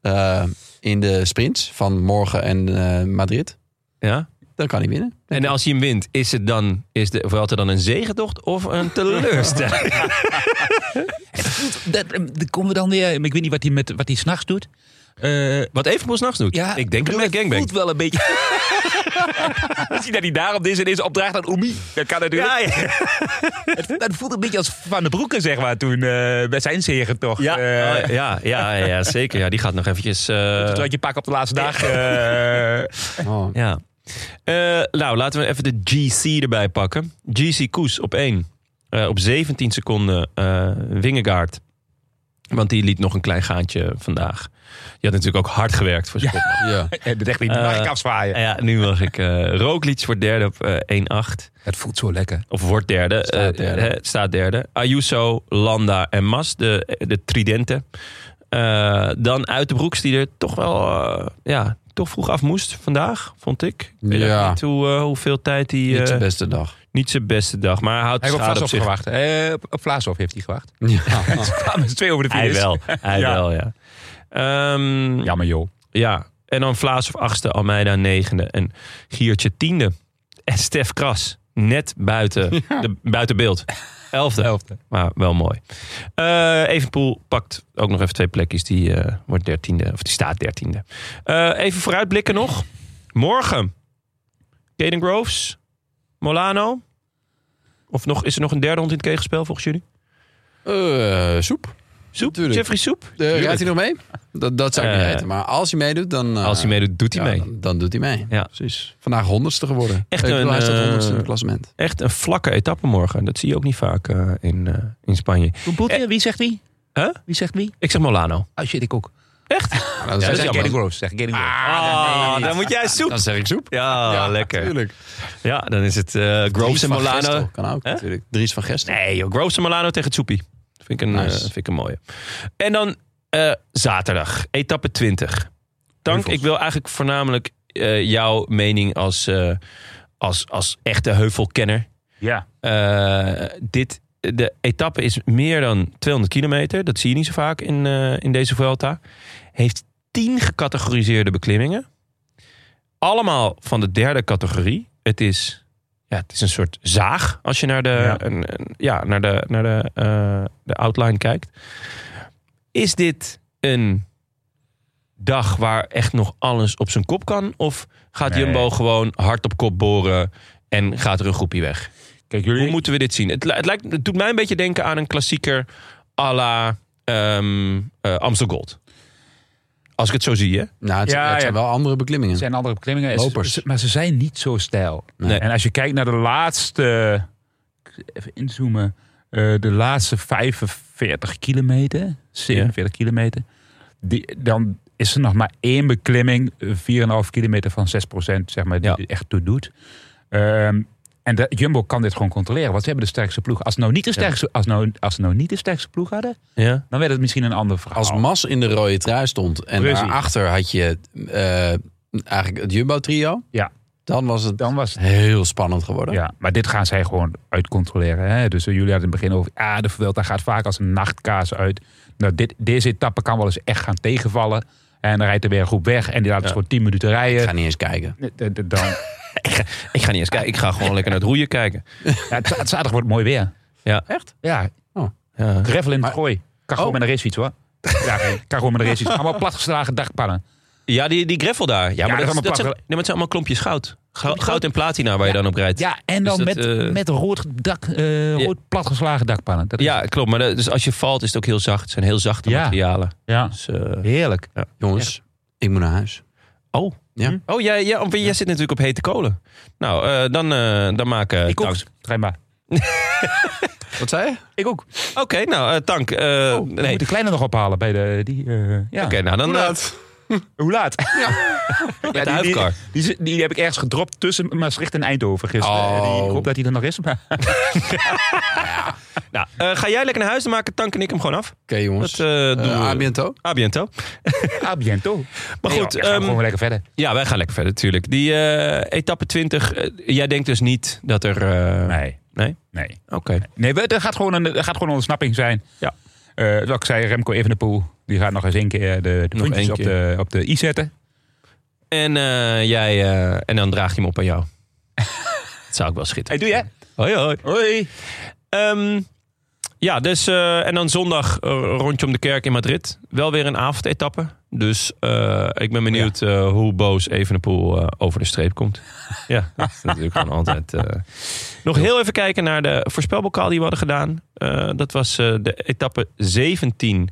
[SPEAKER 2] eh, in de sprints van morgen en eh, Madrid,
[SPEAKER 3] Ja.
[SPEAKER 2] dan kan hij winnen.
[SPEAKER 3] En als hij hem wint, is het dan, is de Vuelta dan een zegentocht of een teleurstelling?
[SPEAKER 1] Dat, eh, dan komen we dan weer. Ik weet niet wat hij, met, wat hij s'nachts doet. Eh,
[SPEAKER 3] Wat Evenpoel s'nachts doet?
[SPEAKER 1] ja,
[SPEAKER 3] ik denk dat
[SPEAKER 1] bedoel,
[SPEAKER 3] hij gangbang.
[SPEAKER 1] voelt wel een beetje. Als hij dat hij daarom is en is opdracht aan Oemi. Dat kan natuurlijk.
[SPEAKER 3] Ja, ja.
[SPEAKER 1] Dat voelt een beetje als Van de Broeken, zeg maar, toen eh, bij zijn zegen toch.
[SPEAKER 3] Ja,
[SPEAKER 1] eh,
[SPEAKER 3] oh, ja, ja, ja, zeker. Ja, die gaat nog eventjes... eh,
[SPEAKER 1] dat je pak op de laatste dag. eh,
[SPEAKER 2] Oh,
[SPEAKER 3] ja. Eh, nou, laten we even de GC erbij pakken. GC Koes op 1. op 17 seconden eh Wingegaard. Want die liet nog een klein gaatje vandaag. Je had natuurlijk ook hard gewerkt voor zijn kopman.
[SPEAKER 2] Ja.
[SPEAKER 1] en dat echt niet, mag ik
[SPEAKER 3] Eh,
[SPEAKER 1] afzwaaien.
[SPEAKER 3] Ja, nu mag ik. eh Roglic wordt derde op eh 1-8.
[SPEAKER 1] Het voelt zo lekker.
[SPEAKER 3] Of wordt derde.
[SPEAKER 2] Staat
[SPEAKER 3] Staat
[SPEAKER 2] derde.
[SPEAKER 3] derde. staat derde. Ayuso, Landa en Mas, de, de tridenten. Eh, dan uit de broeks die er toch wel eh, ja, toch vroeg af moest vandaag, vond ik. Ik weet
[SPEAKER 2] Ja.
[SPEAKER 3] ook niet hoe, eh, hoeveel tijd hij...
[SPEAKER 2] Niet
[SPEAKER 3] eh,
[SPEAKER 2] zijn beste dag.
[SPEAKER 3] niet zijn beste dag, maar hij houdt
[SPEAKER 1] Hij heeft op
[SPEAKER 3] schade
[SPEAKER 1] Vlaashof
[SPEAKER 3] op zich.
[SPEAKER 1] gewacht. Eh, op op Vlaashof heeft hij gewacht.
[SPEAKER 2] Ja.
[SPEAKER 1] Kwamen ze twee over de
[SPEAKER 3] Hij
[SPEAKER 1] finish.
[SPEAKER 3] wel, hij
[SPEAKER 1] Ja.
[SPEAKER 3] wel, ja. Ehm,
[SPEAKER 1] Jammer joh.
[SPEAKER 3] Ja, en dan Vlaas of achtste, Almeida negende en Giertje tiende. En Stef Kras net buiten, de, buiten beeld. Elfde.
[SPEAKER 1] Elfde.
[SPEAKER 3] Maar wel mooi. Eh, Evenpoel pakt ook nog even twee plekjes. Die eh, wordt dertiende, of die staat dertiende. Eh, even vooruitblikken nog. Morgen. Caden Groves, Molano. Of nog, is er nog een derde hond in het kegelspel volgens jullie?
[SPEAKER 2] Eh, soep.
[SPEAKER 3] Soep?
[SPEAKER 2] Tuurlijk.
[SPEAKER 3] Jeffrey Soep?
[SPEAKER 2] Eh, rijdt hij nog mee? Dat, dat zou ik niet
[SPEAKER 3] Eh,
[SPEAKER 2] weten. Maar als hij meedoet, dan... eh,
[SPEAKER 3] Als hij meedoet, doet hij
[SPEAKER 2] ja,
[SPEAKER 3] mee.
[SPEAKER 2] Dan, dan doet hij mee.
[SPEAKER 3] Ja.
[SPEAKER 2] Precies. Vandaag honderdste geworden.
[SPEAKER 3] Echt
[SPEAKER 2] Ik bedoel,
[SPEAKER 3] een,
[SPEAKER 2] hij staat
[SPEAKER 3] eh,
[SPEAKER 2] honderdste in het klassement.
[SPEAKER 3] Echt een vlakke etappe morgen. Dat zie je ook niet vaak eh, in, eh, in Spanje.
[SPEAKER 1] Poetin, wie zegt wie?
[SPEAKER 3] Huh?
[SPEAKER 1] Wie zegt wie?
[SPEAKER 3] Ik zeg Molano.
[SPEAKER 1] Oh shit, ik ook.
[SPEAKER 2] Nou,
[SPEAKER 1] Ja,
[SPEAKER 2] dan,
[SPEAKER 1] dat
[SPEAKER 3] dat
[SPEAKER 2] zeg
[SPEAKER 3] is
[SPEAKER 2] ik,
[SPEAKER 1] is
[SPEAKER 3] jammer.
[SPEAKER 1] Getting Gross. Zeg Getting Gross.
[SPEAKER 3] Ah, dan moet jij soep.
[SPEAKER 2] dan zeg ik soep.
[SPEAKER 3] Ja, lekker.
[SPEAKER 2] Tuurlijk.
[SPEAKER 3] Ja, dan is het eh Groves
[SPEAKER 2] Dries
[SPEAKER 3] en
[SPEAKER 2] van
[SPEAKER 3] Molano.
[SPEAKER 2] Gestel Kan ook
[SPEAKER 3] Hè?
[SPEAKER 2] natuurlijk. Dries van Gestel.
[SPEAKER 3] Nee, joh, Groves en Molano tegen Tsoepie. Vind ik een,
[SPEAKER 2] Nice.
[SPEAKER 3] eh, vind ik een mooie. En dan eh, zaterdag, etappe 20. Dank,
[SPEAKER 2] Heuvels.
[SPEAKER 3] ik wil eigenlijk voornamelijk eh, jouw mening als, eh, als, als echte heuvelkenner.
[SPEAKER 1] Ja.
[SPEAKER 3] Eh, dit, de etappe is meer dan 200 kilometer. Dat zie je niet zo vaak in, eh, in deze Vuelta. Heeft 10 gecategoriseerde beklimmingen. Allemaal van de derde categorie. Het is, ja, het is een soort zaag als je naar de,
[SPEAKER 1] Ja.
[SPEAKER 3] een- een- ja, naar de, naar de, eh, de outline kijkt. Is dit een dag waar echt nog alles op zijn kop kan? Of gaat
[SPEAKER 1] Nee.
[SPEAKER 3] Jumbo gewoon hard op kop boren en gaat er een groepje weg?
[SPEAKER 1] Kijk, jullie...
[SPEAKER 3] Hoe moeten we dit zien? Het, li- het, lijkt, het doet mij een beetje denken aan een klassieker à la ehm, eh, Amstel Gold. Als ik het zo zie, hè?
[SPEAKER 2] Nou, het,
[SPEAKER 1] Ja,
[SPEAKER 2] het zijn
[SPEAKER 1] ja.
[SPEAKER 2] wel andere beklimmingen.
[SPEAKER 1] zijn andere beklimmingen.
[SPEAKER 2] Lopers.
[SPEAKER 1] Ze- Maar ze zijn niet zo stijl.
[SPEAKER 2] Nee.
[SPEAKER 1] En als je kijkt naar de laatste... Even inzoomen. eh, de laatste 45 kilometer. 47 kilometer. Die, dan is er nog maar één beklimming. eh, 4,5 kilometer van 6 zeg maar. Die
[SPEAKER 3] Ja.
[SPEAKER 1] er echt toe doet. Ehm, en de, Jumbo kan dit gewoon controleren. Want ze hebben de sterkste ploeg. Als ze nou niet de sterkste, als nou, als ze nou niet de sterkste ploeg hadden...
[SPEAKER 3] Ja.
[SPEAKER 1] dan werd het misschien een ander verhaal.
[SPEAKER 3] oh.
[SPEAKER 2] Als Mas in de rode trui stond en
[SPEAKER 1] Precies.
[SPEAKER 2] daarachter had je eh, eigenlijk het Jumbo-trio.
[SPEAKER 1] Ja.
[SPEAKER 2] Dan was het
[SPEAKER 1] dan was
[SPEAKER 2] heel spannend geworden.
[SPEAKER 1] Ja, maar dit gaan zij gewoon uitcontroleren. Hè? Dus eh, jullie hadden in het begin over... Ah, de Vuelta gaat vaak als een nachtkaas uit. Nou, dit, deze etappe kan wel eens echt gaan tegenvallen. En dan rijdt er weer een groep weg. En die laat het
[SPEAKER 3] Ja.
[SPEAKER 1] gewoon 10 minuten
[SPEAKER 2] Ik
[SPEAKER 1] rijden.
[SPEAKER 2] ga niet eens kijken.
[SPEAKER 1] Eh, eh, Dan,
[SPEAKER 3] ik, ga, ik ga niet eens kijken. Ik ga gewoon lekker naar het roeien kijken.
[SPEAKER 1] Ja, het, het zaterdag wordt mooi weer.
[SPEAKER 3] Ja. Echt?
[SPEAKER 1] Ja, Oh.
[SPEAKER 3] Ja.
[SPEAKER 1] gravel in het
[SPEAKER 3] Maar-
[SPEAKER 1] gooi. Kan gewoon met een racefiets hoor. Ja, kan gewoon met een racefiets. Allemaal platgeslagen dakpannen.
[SPEAKER 3] Ja, die, die greffel daar. Ja, maar, dat,
[SPEAKER 1] dat is allemaal
[SPEAKER 3] dat zijn,
[SPEAKER 1] plak-
[SPEAKER 3] nee, maar het zijn allemaal klompjes goud. Goud, goud en platina waar je dan op rijdt.
[SPEAKER 1] Ja, en
[SPEAKER 3] Dus
[SPEAKER 1] dan
[SPEAKER 3] dat,
[SPEAKER 1] met,
[SPEAKER 3] eh,
[SPEAKER 1] met rood, dak, eh,
[SPEAKER 3] Ja.
[SPEAKER 1] rood platgeslagen dakpannen. Dat is-
[SPEAKER 3] Ja, klopt. Maar dat- dus als je valt is het ook heel zacht. Het zijn heel zachte
[SPEAKER 1] Ja.
[SPEAKER 3] materialen.
[SPEAKER 1] ja,
[SPEAKER 3] Dus, eh,
[SPEAKER 1] heerlijk.
[SPEAKER 4] Jongens, ik moet naar huis.
[SPEAKER 3] oh.
[SPEAKER 4] Ja.
[SPEAKER 3] Oh, jij, jij, jij zit natuurlijk op hete kolen. Nou, eh, dan, eh, dan maken...
[SPEAKER 1] Ik ook,
[SPEAKER 3] Tank-
[SPEAKER 1] schijnbaar.
[SPEAKER 4] Wat zei je?
[SPEAKER 1] Ik ook.
[SPEAKER 3] Oké, nou, eh, Tank. eh,
[SPEAKER 1] Ik
[SPEAKER 3] nee.
[SPEAKER 1] Oh, moet de kleine nog ophalen bij de... Die, eh, ja.
[SPEAKER 3] Oké, nou dan... eh,
[SPEAKER 1] Hoe laat?
[SPEAKER 3] Met de
[SPEAKER 1] die-
[SPEAKER 3] huifkar.
[SPEAKER 1] Die, zi- die heb ik ergens gedropt tussen Maastricht en Eindhoven gisteren. Eh,
[SPEAKER 3] Oh.
[SPEAKER 1] Die- ik hoop dat hij er nog is. Maar
[SPEAKER 3] Nou, eh, ga jij lekker naar huis, dan maken Tank en ik hem gewoon af.
[SPEAKER 4] Oké jongens.
[SPEAKER 3] Dat eh doen
[SPEAKER 4] Eh,
[SPEAKER 3] we.
[SPEAKER 4] a biento.
[SPEAKER 3] A biento. Ah,
[SPEAKER 1] a biento.
[SPEAKER 3] Maar
[SPEAKER 1] Nee,
[SPEAKER 3] goed,
[SPEAKER 1] joh, we gaan
[SPEAKER 3] ehm,
[SPEAKER 1] gewoon weer lekker verder.
[SPEAKER 3] ja, wij gaan lekker verder natuurlijk. Die eh, etappe 20, eh, jij denkt dus niet dat er... eh,
[SPEAKER 1] Nee.
[SPEAKER 3] Nee?
[SPEAKER 1] Nee.
[SPEAKER 3] Oké.
[SPEAKER 1] Nee, we- er gaat gewoon een, er gaat gewoon een ontsnapping zijn.
[SPEAKER 3] Ja.
[SPEAKER 1] Eh, wat ik zei, Remco Evenepoel. Die gaat nog eens één keer eh, de, de
[SPEAKER 3] Nog
[SPEAKER 1] puntjes
[SPEAKER 3] één
[SPEAKER 1] op
[SPEAKER 3] keer.
[SPEAKER 1] de, op de i zetten.
[SPEAKER 3] En, eh, jij, eh, en dan draag je hem op aan jou. dat zou ik
[SPEAKER 1] Hey,
[SPEAKER 3] wel schitteren.
[SPEAKER 1] doe je?
[SPEAKER 3] Hoi, hoi.
[SPEAKER 1] Hoi.
[SPEAKER 3] Ehm, ja, dus, eh, en dan zondag eh, rondje om de kerk in Madrid. Wel weer een avondetappe. Dus eh, ik ben benieuwd eh, hoe boos Evenepoel eh, over de streep komt. ja, dat is natuurlijk gewoon altijd... eh. Nog heel even kijken naar de voorspelbokaal die we hadden gedaan. Eh, dat was eh, de etappe 17.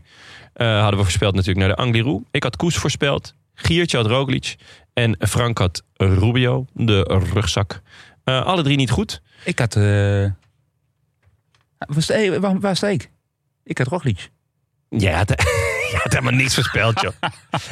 [SPEAKER 3] eh, hadden we voorspeld natuurlijk naar de Angliru. Ik had Koes voorspeld. Giertje had Roglic. En Frank had Rubio, de rugzak. Eh, alle drie niet goed.
[SPEAKER 1] Ik had... eh waar, sta, hey, waar, waar sta ik? Ik had Roglic.
[SPEAKER 3] Ja, had, je had helemaal niks voorspeld, joh.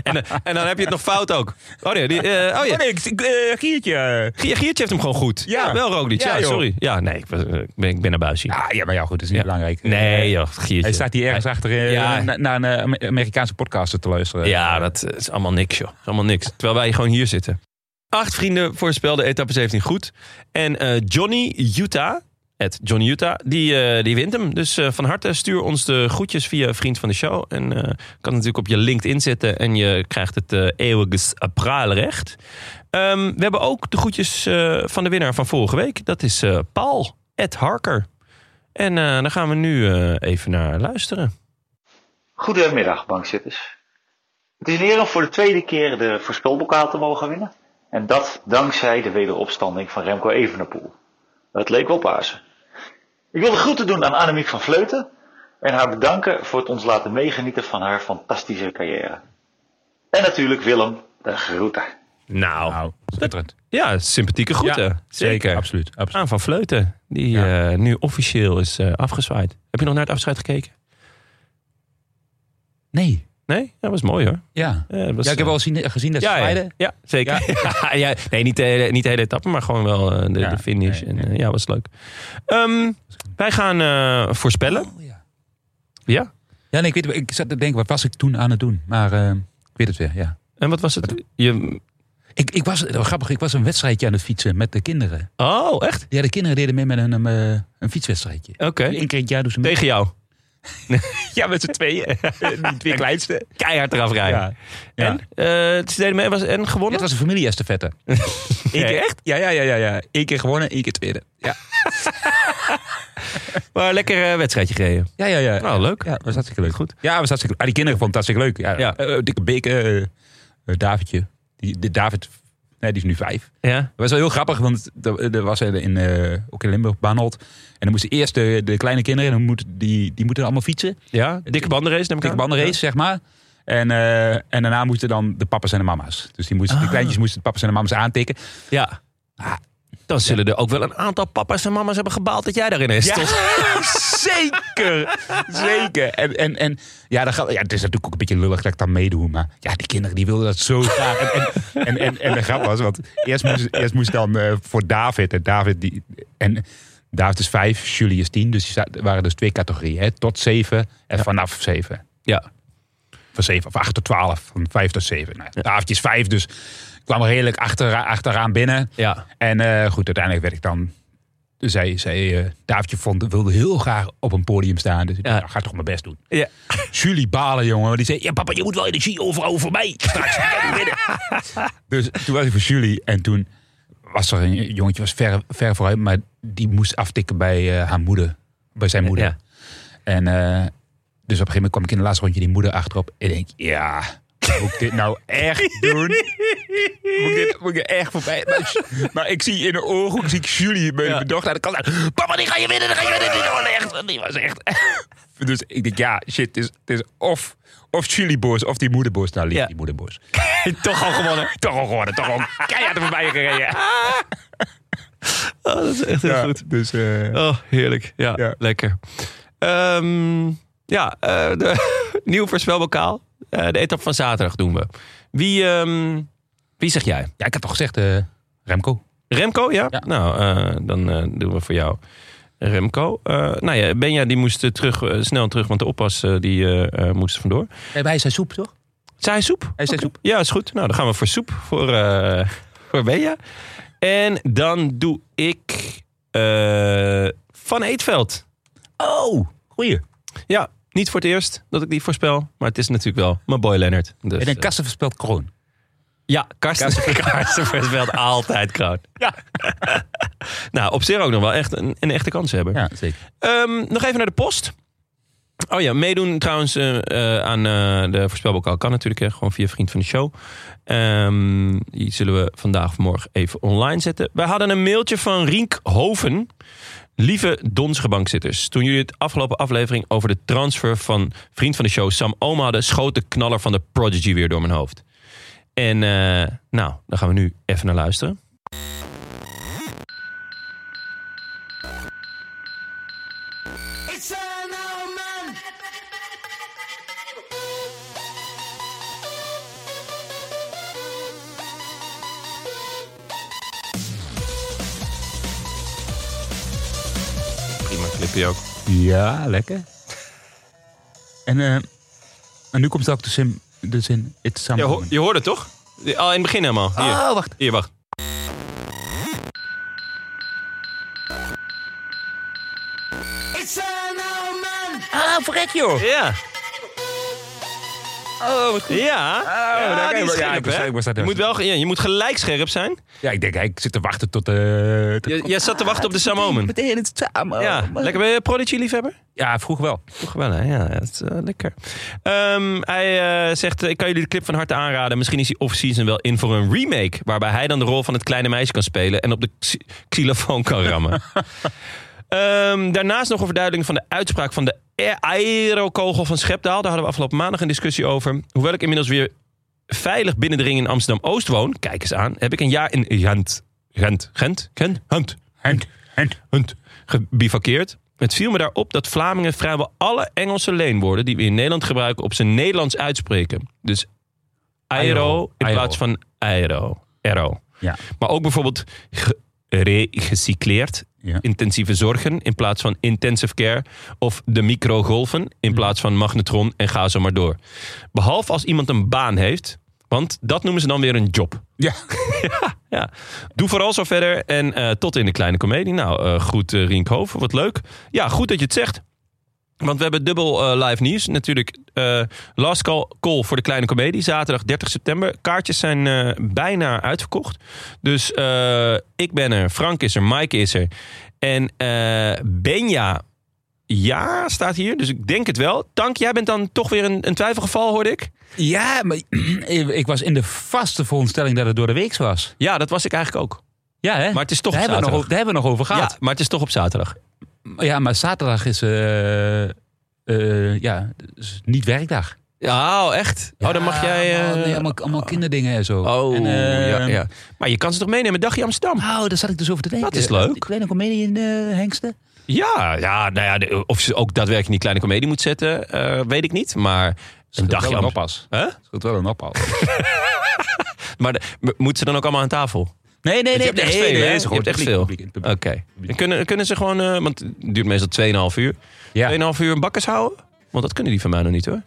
[SPEAKER 3] en, eh, en dan heb je het nog fout ook. Oh nee, die, eh, oh, ja.
[SPEAKER 1] Oh nee, ik- ik- eh, Giertje.
[SPEAKER 3] Gier- Giertje heeft hem gewoon goed.
[SPEAKER 1] Ja.
[SPEAKER 3] Ja, wel Roglic. Ja,
[SPEAKER 1] Ja, joh.
[SPEAKER 3] sorry. Ja, nee, ik, was- eh, ik ben, ik ben naar buis hier.
[SPEAKER 1] Ja, ja, maar ja, goed, dat is niet
[SPEAKER 3] Ja.
[SPEAKER 1] belangrijk. Eh,
[SPEAKER 3] Nee, joh,
[SPEAKER 1] Hij
[SPEAKER 3] Giertje.
[SPEAKER 1] staat hier ergens achter eh,
[SPEAKER 3] Ja.
[SPEAKER 1] na- naar een eh, Amer- Amerikaanse podcaster te luisteren.
[SPEAKER 3] Ja, dat eh, is allemaal niks, joh. Dat is allemaal niks. Terwijl wij gewoon hier zitten. Acht vrienden voorspelden etappe 17 goed. En eh, Johnny Utah, het Johnny Utah, die, eh, die wint hem. Dus eh, van harte stuur ons de groetjes via Vriend van de Show. En eh, kan natuurlijk op je LinkedIn zetten en je krijgt het eh eeuwige praalrecht. Ehm, we hebben ook de groetjes eh, van de winnaar van vorige week. Dat is eh, Paul, Ed Harker. En eh daar gaan we nu eh, even naar luisteren.
[SPEAKER 5] Goedemiddag, bankzitters. Het is een eer om voor de tweede keer de voorspelbokaal te mogen winnen. En dat dankzij de wederopstanding van Remco Evenepoel. Het leek wel Pasen. Ik wil de groeten doen aan Annemiek van Vleuten en haar bedanken voor het ons laten meegenieten van haar fantastische carrière. En natuurlijk Willem, de groeten.
[SPEAKER 3] Nou,
[SPEAKER 1] Nou, schitterend.
[SPEAKER 3] Ja, sympathieke groeten.
[SPEAKER 1] Ja,
[SPEAKER 3] zeker.
[SPEAKER 1] Absoluut. absoluut.
[SPEAKER 3] Aan van Vleuten, die
[SPEAKER 1] Ja.
[SPEAKER 3] eh, nu officieel is eh, afgezwaaid. Heb je nog naar het afscheid gekeken?
[SPEAKER 1] Nee.
[SPEAKER 3] Nee? Ja, dat was mooi hoor.
[SPEAKER 1] Ja.
[SPEAKER 3] Ja, dat was, eh,
[SPEAKER 1] Ja, ik heb wel zien, gezien dat ze
[SPEAKER 3] ja,
[SPEAKER 1] zwaaiden.
[SPEAKER 3] ja, ja, zeker. Ja. nee, niet de, hele, niet de hele etappe, maar gewoon wel eh, de,
[SPEAKER 1] Ja,
[SPEAKER 3] de finish.
[SPEAKER 1] nee,
[SPEAKER 3] en, eh, ja, was leuk. Ehm, wij gaan eh, voorspellen.
[SPEAKER 1] Oh, ja.
[SPEAKER 3] Ja?
[SPEAKER 1] Ja, nee, ik, weet, ik zat te denken, wat was ik toen aan het doen? Maar eh, ik weet het weer, ja.
[SPEAKER 3] En wat was het? Je,
[SPEAKER 1] Ik, ik was, oh, grappig, ik was een wedstrijdje aan het fietsen met de kinderen.
[SPEAKER 3] oh, echt?
[SPEAKER 1] Ja, de kinderen deden mee met een, ehm, eh, een fietswedstrijdje.
[SPEAKER 3] Oké.
[SPEAKER 1] Eén keer het jaar doen ze mee.
[SPEAKER 3] Tegen jou. ja, met z'n tweeën. Die twee kleinste. Keihard eraf rijden.
[SPEAKER 1] Ja.
[SPEAKER 3] En? eh, ze deden mee was, en
[SPEAKER 1] Ja, het
[SPEAKER 3] gewonnen?
[SPEAKER 1] was een familie-estafette. Eén
[SPEAKER 3] Nee,
[SPEAKER 1] keer- Ja, ja, ja, ja, ja. Eén keer gewonnen, één keer tweede. Ja,
[SPEAKER 3] Maar lekker eh, wedstrijdje gereden.
[SPEAKER 1] ja, ja. ja.
[SPEAKER 3] Nou, leuk.
[SPEAKER 1] Ja, was hartstikke leuk.
[SPEAKER 3] Goed.
[SPEAKER 1] Ja, was hartstikke leuk. Ah, die kinderen vonden het hartstikke leuk. Ja.
[SPEAKER 3] Ja.
[SPEAKER 1] Eh, eh, dikke Beek, eh, eh, Davidje. Die, de David, nee, die is nu vijf.
[SPEAKER 3] Ja.
[SPEAKER 1] Het was wel heel grappig, want er, er was er in, eh, ook in Limburg Banold. En dan moesten eerst de, de kleine kinderen, dan moet, die, die moeten allemaal fietsen.
[SPEAKER 3] Ja, dikke bandenrace neem ik
[SPEAKER 1] Dikke
[SPEAKER 3] aan.
[SPEAKER 1] bandenrace, zeg maar. En, eh, en daarna moesten dan de papa's en de mama's. Dus die, moesten, die kleintjes moesten de papa's en de mama's aantikken.
[SPEAKER 3] Ja. Ah, Dan zullen er ook wel een aantal papa's en mama's hebben gebaald dat jij daarin is.
[SPEAKER 1] Ja.
[SPEAKER 3] toch?
[SPEAKER 1] Zeker, zeker. En, en, en ja, dan gaat, ja, het is natuurlijk ook een beetje lullig dat ik dan meedoe. Maar ja, die kinderen die wilden dat zo graag. En, en, en, en, en de grap was, want eerst moest, eerst moest dan eh, voor David. En David, die, en David is vijf, Julie is tien. Dus die sta- er waren dus twee categorieën. Hè, tot zeven en vanaf zeven.
[SPEAKER 3] Ja.
[SPEAKER 1] Van zeven of acht tot twaalf. Van vijf tot zeven. Nou, David is vijf, dus ik kwam redelijk achter, achteraan binnen.
[SPEAKER 3] Ja.
[SPEAKER 1] En eh, goed, uiteindelijk werd ik dan. Zij, zij eh Davidje vond, wilde heel graag op een podium staan. Dus ik dacht, nou, ga toch mijn best doen.
[SPEAKER 3] Ja.
[SPEAKER 1] Julie Balen, jongen. Die zei, ja papa, je moet wel energie overhouden voor mij. Straks ik kan niet winnen. Dus toen was ik voor Julie. En toen was er een jongetje, was ver, ver vooruit, maar die moest aftikken bij eh, haar moeder. Bij zijn moeder.
[SPEAKER 3] Ja.
[SPEAKER 1] En eh, dus op een gegeven moment kwam ik in de laatste rondje die moeder achterop. En ik denk, ja, moet ik dit nou echt doen? Moet ik dit moet ik er echt voorbij? Maar, maar ik zie in de ogen, zie ik Julie, mijn
[SPEAKER 3] Ja.
[SPEAKER 1] dochter, aan de kant staan. Papa, die ga je winnen, die ga je winnen. Die was echt, die was echt. Dus ik denk, ja, shit, het is, het is of, of Julie boos of die moeder boos. Nou, lief,
[SPEAKER 3] Ja.
[SPEAKER 1] die moeder boos.
[SPEAKER 3] Toch al gewonnen.
[SPEAKER 1] Toch al geworden, toch al keihard er voorbij gereden.
[SPEAKER 3] Oh, dat is echt heel
[SPEAKER 1] Ja,
[SPEAKER 3] goed.
[SPEAKER 1] Dus, eh,
[SPEAKER 3] Oh, heerlijk. Ja,
[SPEAKER 1] Ja.
[SPEAKER 3] lekker. Ehm, ja, eh, de, nieuw voorspelbokaal. Eh, de etappe van zaterdag doen we. Wie, ehm, wie zeg jij?
[SPEAKER 1] ja, ik had toch gezegd, eh, Remco.
[SPEAKER 3] Remco, ja?
[SPEAKER 1] Ja.
[SPEAKER 3] Nou, eh, dan eh, doen we voor jou Remco. Eh, nou ja, Benja die moest eh, terug, eh, snel terug, want de oppas eh, die, eh, eh, moest er vandoor.
[SPEAKER 1] Nee, wij zijn soep, toch?
[SPEAKER 3] Zijn hij soep?
[SPEAKER 1] Hij zei
[SPEAKER 3] Oké.
[SPEAKER 1] soep.
[SPEAKER 3] Ja, is goed. Nou, dan gaan we voor soep, voor, eh voor Benja. En dan doe ik eh, Van Eetveld.
[SPEAKER 1] Oh, goeie.
[SPEAKER 3] Ja, niet voor het eerst dat ik die voorspel. Maar het is natuurlijk wel mijn boy Leonard. Dus,
[SPEAKER 1] en een
[SPEAKER 3] eh,
[SPEAKER 1] kassen voorspelt kroon.
[SPEAKER 3] ja, Karsten. Karsten voorspelt altijd Kroon. Ja. nou, op zich ook nog wel echt een, een echte kans hebben.
[SPEAKER 1] Ja, zeker.
[SPEAKER 3] Ehm, nog even naar de post. Oh ja, meedoen trouwens eh, eh, aan eh, de voorspelbokaal kan natuurlijk. Hè, gewoon via vriend van de show. Ehm, die zullen we vandaag of morgen even online zetten. We hadden een mailtje van Rienk Hoven. Lieve Donsgebankzitters, toen jullie het afgelopen aflevering over de transfer van vriend van de show Sam Oom hadden, schoot de knaller van de Prodigy weer door mijn hoofd. En eh, nou, daar gaan we nu even naar luisteren. Prima clipje ook.
[SPEAKER 1] Ja, lekker. En, eh, en nu komt ook de zin, de zin It's
[SPEAKER 3] Je,
[SPEAKER 1] something.
[SPEAKER 3] ho- je hoorde het toch? Al in het begin helemaal. Hier.
[SPEAKER 1] oh, wacht.
[SPEAKER 3] Hier, wacht.
[SPEAKER 1] Ah, verrek joh.
[SPEAKER 3] Ja.
[SPEAKER 1] Oh, wat goed.
[SPEAKER 3] Ja.
[SPEAKER 1] daar
[SPEAKER 3] ja,
[SPEAKER 1] kijk
[SPEAKER 3] die
[SPEAKER 1] ik
[SPEAKER 3] is
[SPEAKER 1] wel. Ja,
[SPEAKER 3] scherp,
[SPEAKER 1] ik was-
[SPEAKER 3] hè?
[SPEAKER 1] ik was daar
[SPEAKER 3] je, moet wel, ja, je moet gelijk scherp zijn.
[SPEAKER 1] Ja, ik denk, hij zit te wachten tot... eh tot-
[SPEAKER 3] J- Jij zat te wachten op de Sam Omen.
[SPEAKER 1] Meteen het Oh, samen.
[SPEAKER 3] Ja, lekker. Ben je Prodigy-liefhebber?
[SPEAKER 1] Ja, vroeg wel.
[SPEAKER 3] Toch wel, hè? Ja, dat is eh, lekker. Ehm, hij eh, zegt, eh, ik kan jullie de clip van harte aanraden. Misschien is hij off-season wel in voor een remake... waarbij hij dan de rol van het kleine meisje kan spelen... en op de xy- xylofoon kan rammen. Ehm, daarnaast nog een verduidelijking van de uitspraak van de aer- aerokogel van Schepdaal. Daar hadden we afgelopen maandag een discussie over. Hoewel ik inmiddels weer veilig binnen de ring in Amsterdam-Oost woon... kijk eens aan, heb ik een jaar in Gent... Gent, Gent, Gent, Gent,
[SPEAKER 1] Hent, hent.
[SPEAKER 3] Hunt gebivakkeerd. Het viel me daarop dat Vlamingen vrijwel alle Engelse leenwoorden die we in Nederland gebruiken op zijn Nederlands uitspreken. Dus
[SPEAKER 1] Aero.
[SPEAKER 3] aero in
[SPEAKER 1] Aero.
[SPEAKER 3] plaats van aero. aero.
[SPEAKER 1] Ja.
[SPEAKER 3] Maar ook bijvoorbeeld ge- recycleerd,
[SPEAKER 1] Ja.
[SPEAKER 3] intensieve zorgen in plaats van intensive care. Of de microgolven
[SPEAKER 1] Mm.
[SPEAKER 3] in plaats van magnetron en ga zo maar door. Behalve als iemand een baan heeft, want dat noemen ze dan weer een job.
[SPEAKER 1] Ja.
[SPEAKER 3] Ja, doe vooral zo verder en eh, tot in de kleine komedie. Nou, eh, goed eh Rienk Hoven, wat leuk. Ja, goed dat je het zegt. Want we hebben dubbel eh, live nieuws. Natuurlijk, eh, last call, call voor de kleine komedie. Zaterdag 30 september. Kaartjes zijn eh, bijna uitverkocht. Dus eh, ik ben er, Frank is er, Mike is er. En eh, Benja, ja, staat hier. Dus ik denk het wel. Tank, jij bent dan toch weer een, een twijfelgeval, hoorde ik.
[SPEAKER 1] Ja, maar ik, ik was in de vaste veronderstelling dat het door de week was.
[SPEAKER 3] Ja, dat was ik eigenlijk ook.
[SPEAKER 1] Ja, hè?
[SPEAKER 3] Maar het is toch
[SPEAKER 1] daar,
[SPEAKER 3] op
[SPEAKER 1] hebben Eh, we nog,
[SPEAKER 3] zaterdag.
[SPEAKER 1] over- daar hebben we nog over
[SPEAKER 3] Ja,
[SPEAKER 1] gehad.
[SPEAKER 3] maar het is toch op zaterdag.
[SPEAKER 1] Ja, maar zaterdag is, eh, eh, ja, is niet werkdag.
[SPEAKER 3] Ja, oh, echt? oh, dan mag
[SPEAKER 1] Ja,
[SPEAKER 3] jij... eh,
[SPEAKER 1] Allemaal, nee, allemaal, allemaal kinderdingen en zo.
[SPEAKER 3] Oh,
[SPEAKER 1] en, eh,
[SPEAKER 3] ja, ja. Maar je kan ze toch meenemen? Dagje Amsterdam.
[SPEAKER 1] Nou, daar zat ik dus over te denken.
[SPEAKER 3] Dat is leuk.
[SPEAKER 1] Ik weet nog een in eh Hengsten.
[SPEAKER 3] Ja, ja, nou ja, de- of ze ook daadwerkelijk in die kleine komedie moet zetten, eh, weet ik niet. Maar een dagje
[SPEAKER 1] wel een
[SPEAKER 3] Amsterdam.
[SPEAKER 1] oppas.
[SPEAKER 3] Hè?
[SPEAKER 1] Scheelt wel een oppas.
[SPEAKER 3] Maar de- m- moeten ze dan ook allemaal aan tafel?
[SPEAKER 1] Nee, nee,
[SPEAKER 3] je
[SPEAKER 1] nee.
[SPEAKER 3] hebt echt
[SPEAKER 1] nee,
[SPEAKER 3] veel,
[SPEAKER 1] nee,
[SPEAKER 3] hè?
[SPEAKER 1] is
[SPEAKER 3] Je
[SPEAKER 1] gewoon
[SPEAKER 3] hebt echt
[SPEAKER 1] publiek,
[SPEAKER 3] veel.
[SPEAKER 1] publiek, in het
[SPEAKER 3] Oké.
[SPEAKER 1] publiek.
[SPEAKER 3] En Kunnen, kunnen ze gewoon, eh, want het duurt meestal 2,5 uur.
[SPEAKER 1] Ja.
[SPEAKER 3] 2,5 uur een bakkers houden? Want dat kunnen die van mij nog niet hoor.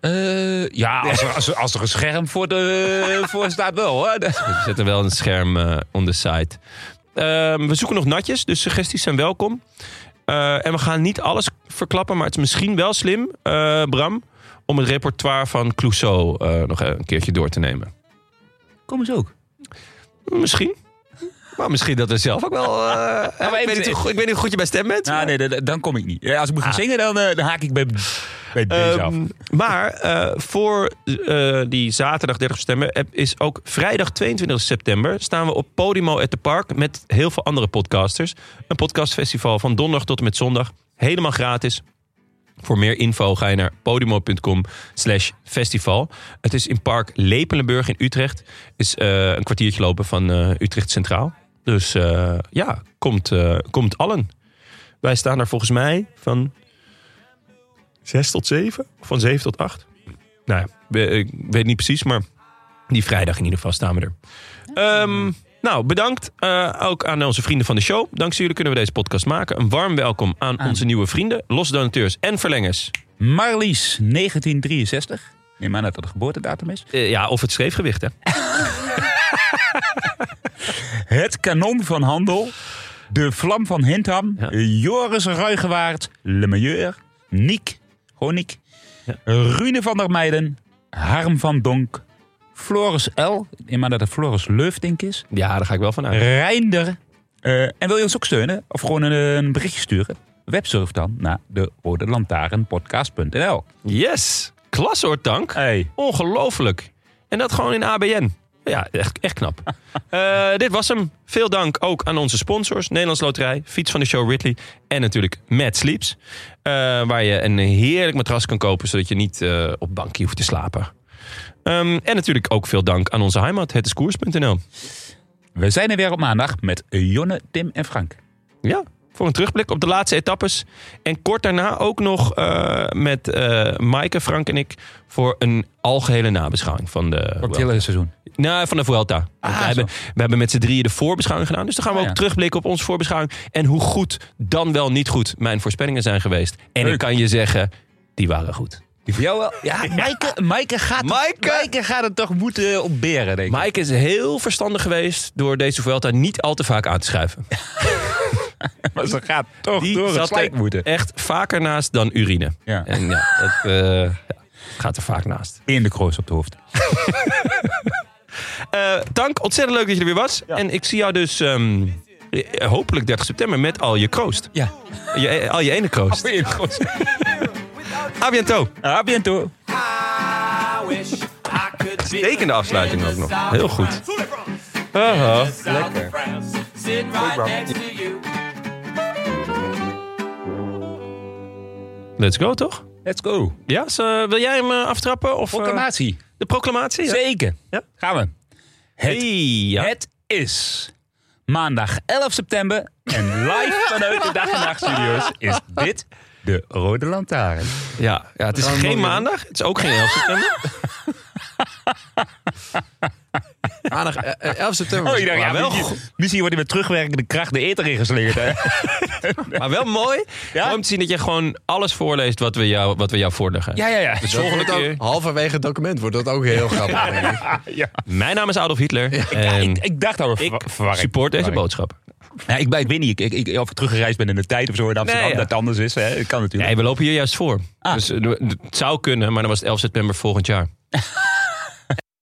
[SPEAKER 1] Eh, ja, als er, als, er, als er een scherm voor, de, voor staat wel. Hoor.
[SPEAKER 3] Dus We zetten wel een scherm eh on the site. Ehm, we zoeken nog natjes, dus suggesties zijn welkom. Eh, en we gaan niet alles verklappen, maar het is misschien wel slim, eh, Bram, om het repertoire van Clouseau eh, nog een keertje door te nemen.
[SPEAKER 1] Kom eens ook.
[SPEAKER 3] Misschien. Maar misschien dat er zelf ook wel... eh, ik, weet niet hoe, goed- ik weet niet hoe goed je bij stem bent.
[SPEAKER 1] Nou, nee, dan- dan kom ik niet. Ja, als ik moet gaan zingen, dan, eh, dan haak ik bij, bij deze af.
[SPEAKER 3] Ehm, maar eh, voor eh, die zaterdag 30 september heb- is ook vrijdag 22 september staan we op Podimo at the Park met heel veel andere podcasters. Een podcastfestival van donderdag tot en met zondag. Helemaal gratis. Voor meer info ga je naar podimo.com slash festival. Het is in park Lepelenburg in Utrecht. Is eh, een kwartiertje lopen van eh, Utrecht Centraal. Dus eh, ja, komt, eh, komt allen. Wij staan er volgens mij van 6 tot 7? Van 7 tot 8? Nou ja, we- ik weet niet precies, maar die vrijdag in ieder geval staan we er. Ehm, nou, bedankt eh, ook aan onze vrienden van de show. Dankzij jullie kunnen we deze podcast maken. Een warm welkom aan, onze nieuwe vrienden, losse donateurs en verlengers.
[SPEAKER 1] Marlies, 1963. Neem aan dat dat de geboortedatum is.
[SPEAKER 3] Eh, ja, of het schreefgewicht, hè?
[SPEAKER 1] Het kanon van handel. De vlam van Hintham. eh, Joris Ruigewaard. Le Meilleur. Niek. Honiek. Rune van der Meijden. Harm van Donk. Floris L. Ik Neem aan dat het Floris Leufdink is.
[SPEAKER 3] Ja, daar ga ik wel van uit.
[SPEAKER 1] Reinder. Eh, en wil je ons ook steunen? Of gewoon een, een berichtje sturen? Websurf dan naar de Rode Lantaarnpodcast.nl.
[SPEAKER 3] Yes! Klasse hoor, Tank.
[SPEAKER 1] Hey.
[SPEAKER 3] Ongelooflijk. En dat gewoon in ABN. Ja, echt, echt knap. Eh, dit was hem. Veel dank ook aan onze sponsors. Nederlands Loterij, Fiets van de Show Ridley en natuurlijk Mad Sleeps. Eh, waar je een heerlijk matras kan kopen, zodat je niet eh, op bankje hoeft te slapen. Ehm, en natuurlijk ook veel dank aan onze heimat, het is koers.nl.
[SPEAKER 1] We zijn er weer op maandag met Jonne, Tim en Frank.
[SPEAKER 3] Ja, voor een terugblik op de laatste etappes. En kort daarna ook nog eh, met eh Maaike, Frank en ik... voor een algehele nabeschouwing van de...
[SPEAKER 1] Voor het hele seizoen.
[SPEAKER 3] Nou, van de Vuelta. Want we,
[SPEAKER 1] zo.
[SPEAKER 3] hebben, we hebben met z'n drieën de voorbeschouwing gedaan. Dus dan gaan we
[SPEAKER 1] Ah,
[SPEAKER 3] ook
[SPEAKER 1] ja.
[SPEAKER 3] terugblikken op onze voorbeschouwing. En hoe goed, dan wel niet goed, mijn voorspellingen zijn geweest. En
[SPEAKER 1] Leuk.
[SPEAKER 3] ik kan je zeggen, die waren goed.
[SPEAKER 1] Jou wel? Ja, Maaike, Maaike, gaat,
[SPEAKER 3] Maaike!
[SPEAKER 1] Maaike gaat het toch moeten opberen, denk ik.
[SPEAKER 3] Mike is heel verstandig geweest door deze Vuelta niet al te vaak aan te schuiven.
[SPEAKER 1] Maar ze gaat toch
[SPEAKER 3] Die
[SPEAKER 1] door het
[SPEAKER 3] zat
[SPEAKER 1] slijk
[SPEAKER 3] er
[SPEAKER 1] moeten.
[SPEAKER 3] echt vaker naast dan urine.
[SPEAKER 1] Ja.
[SPEAKER 3] En ja, dat eh, ja, gaat er vaak naast.
[SPEAKER 1] In de kroos op het hoofd.
[SPEAKER 3] Eh, dank, ontzettend leuk dat je er weer was. En ik zie jou dus ehm, eh, hopelijk 30 september met al je kroost.
[SPEAKER 1] Ja.
[SPEAKER 3] Je, eh, al je ene kroost.
[SPEAKER 1] In de kroos.
[SPEAKER 3] A biento.
[SPEAKER 1] A biento.
[SPEAKER 3] Stekende afsluiting ook nog. Heel goed. Aha.
[SPEAKER 6] Lekker. Sit right next to you.
[SPEAKER 3] Let's go, toch?
[SPEAKER 1] Let's go.
[SPEAKER 3] Ja, zo, wil jij hem eh, aftrappen? Of, eh,
[SPEAKER 1] Proclamatie.
[SPEAKER 3] de proclamatie? ja?
[SPEAKER 1] Zeker.
[SPEAKER 3] Ja.
[SPEAKER 1] Gaan we.
[SPEAKER 3] Hey, ja.
[SPEAKER 1] Het is maandag 11 september en live vanuit de Dag en Nacht Studios is dit de Rode Lantaarn.
[SPEAKER 3] Ja, ja, het is geen maandag. Het is ook geen 11 september.
[SPEAKER 2] Maandag eh, eh, 11 september.
[SPEAKER 1] Oh, ik dacht, ja,
[SPEAKER 3] Maar wel
[SPEAKER 1] misschien, misschien wordt hij met terugwerkende kracht de eter ingeslingerd. Hè?
[SPEAKER 3] Maar wel mooi.
[SPEAKER 1] Ja?
[SPEAKER 3] Mooi om te zien dat je gewoon alles voorleest wat we jou, wat we jou voorleggen.
[SPEAKER 1] ja, ja.
[SPEAKER 3] Dus volgende
[SPEAKER 2] Wordt ook-
[SPEAKER 3] keer.
[SPEAKER 2] halverwege het document wordt dat ook heel grappig. denk ik.
[SPEAKER 3] Mijn naam is Adolf Hitler. En
[SPEAKER 1] Ik, ik dacht al,
[SPEAKER 3] ik support deze boodschap.
[SPEAKER 1] Ja, ik, ben- ik weet niet, ik, ik, ik- of ik teruggereisd ben in de tijd of zo in Amsterdam,
[SPEAKER 3] Nee, ja.
[SPEAKER 1] dat het anders is. Hè? Het kan natuurlijk.
[SPEAKER 3] Nee, we lopen hier juist voor. Dus eh, het zou kunnen, maar dan was het 11 september volgend jaar.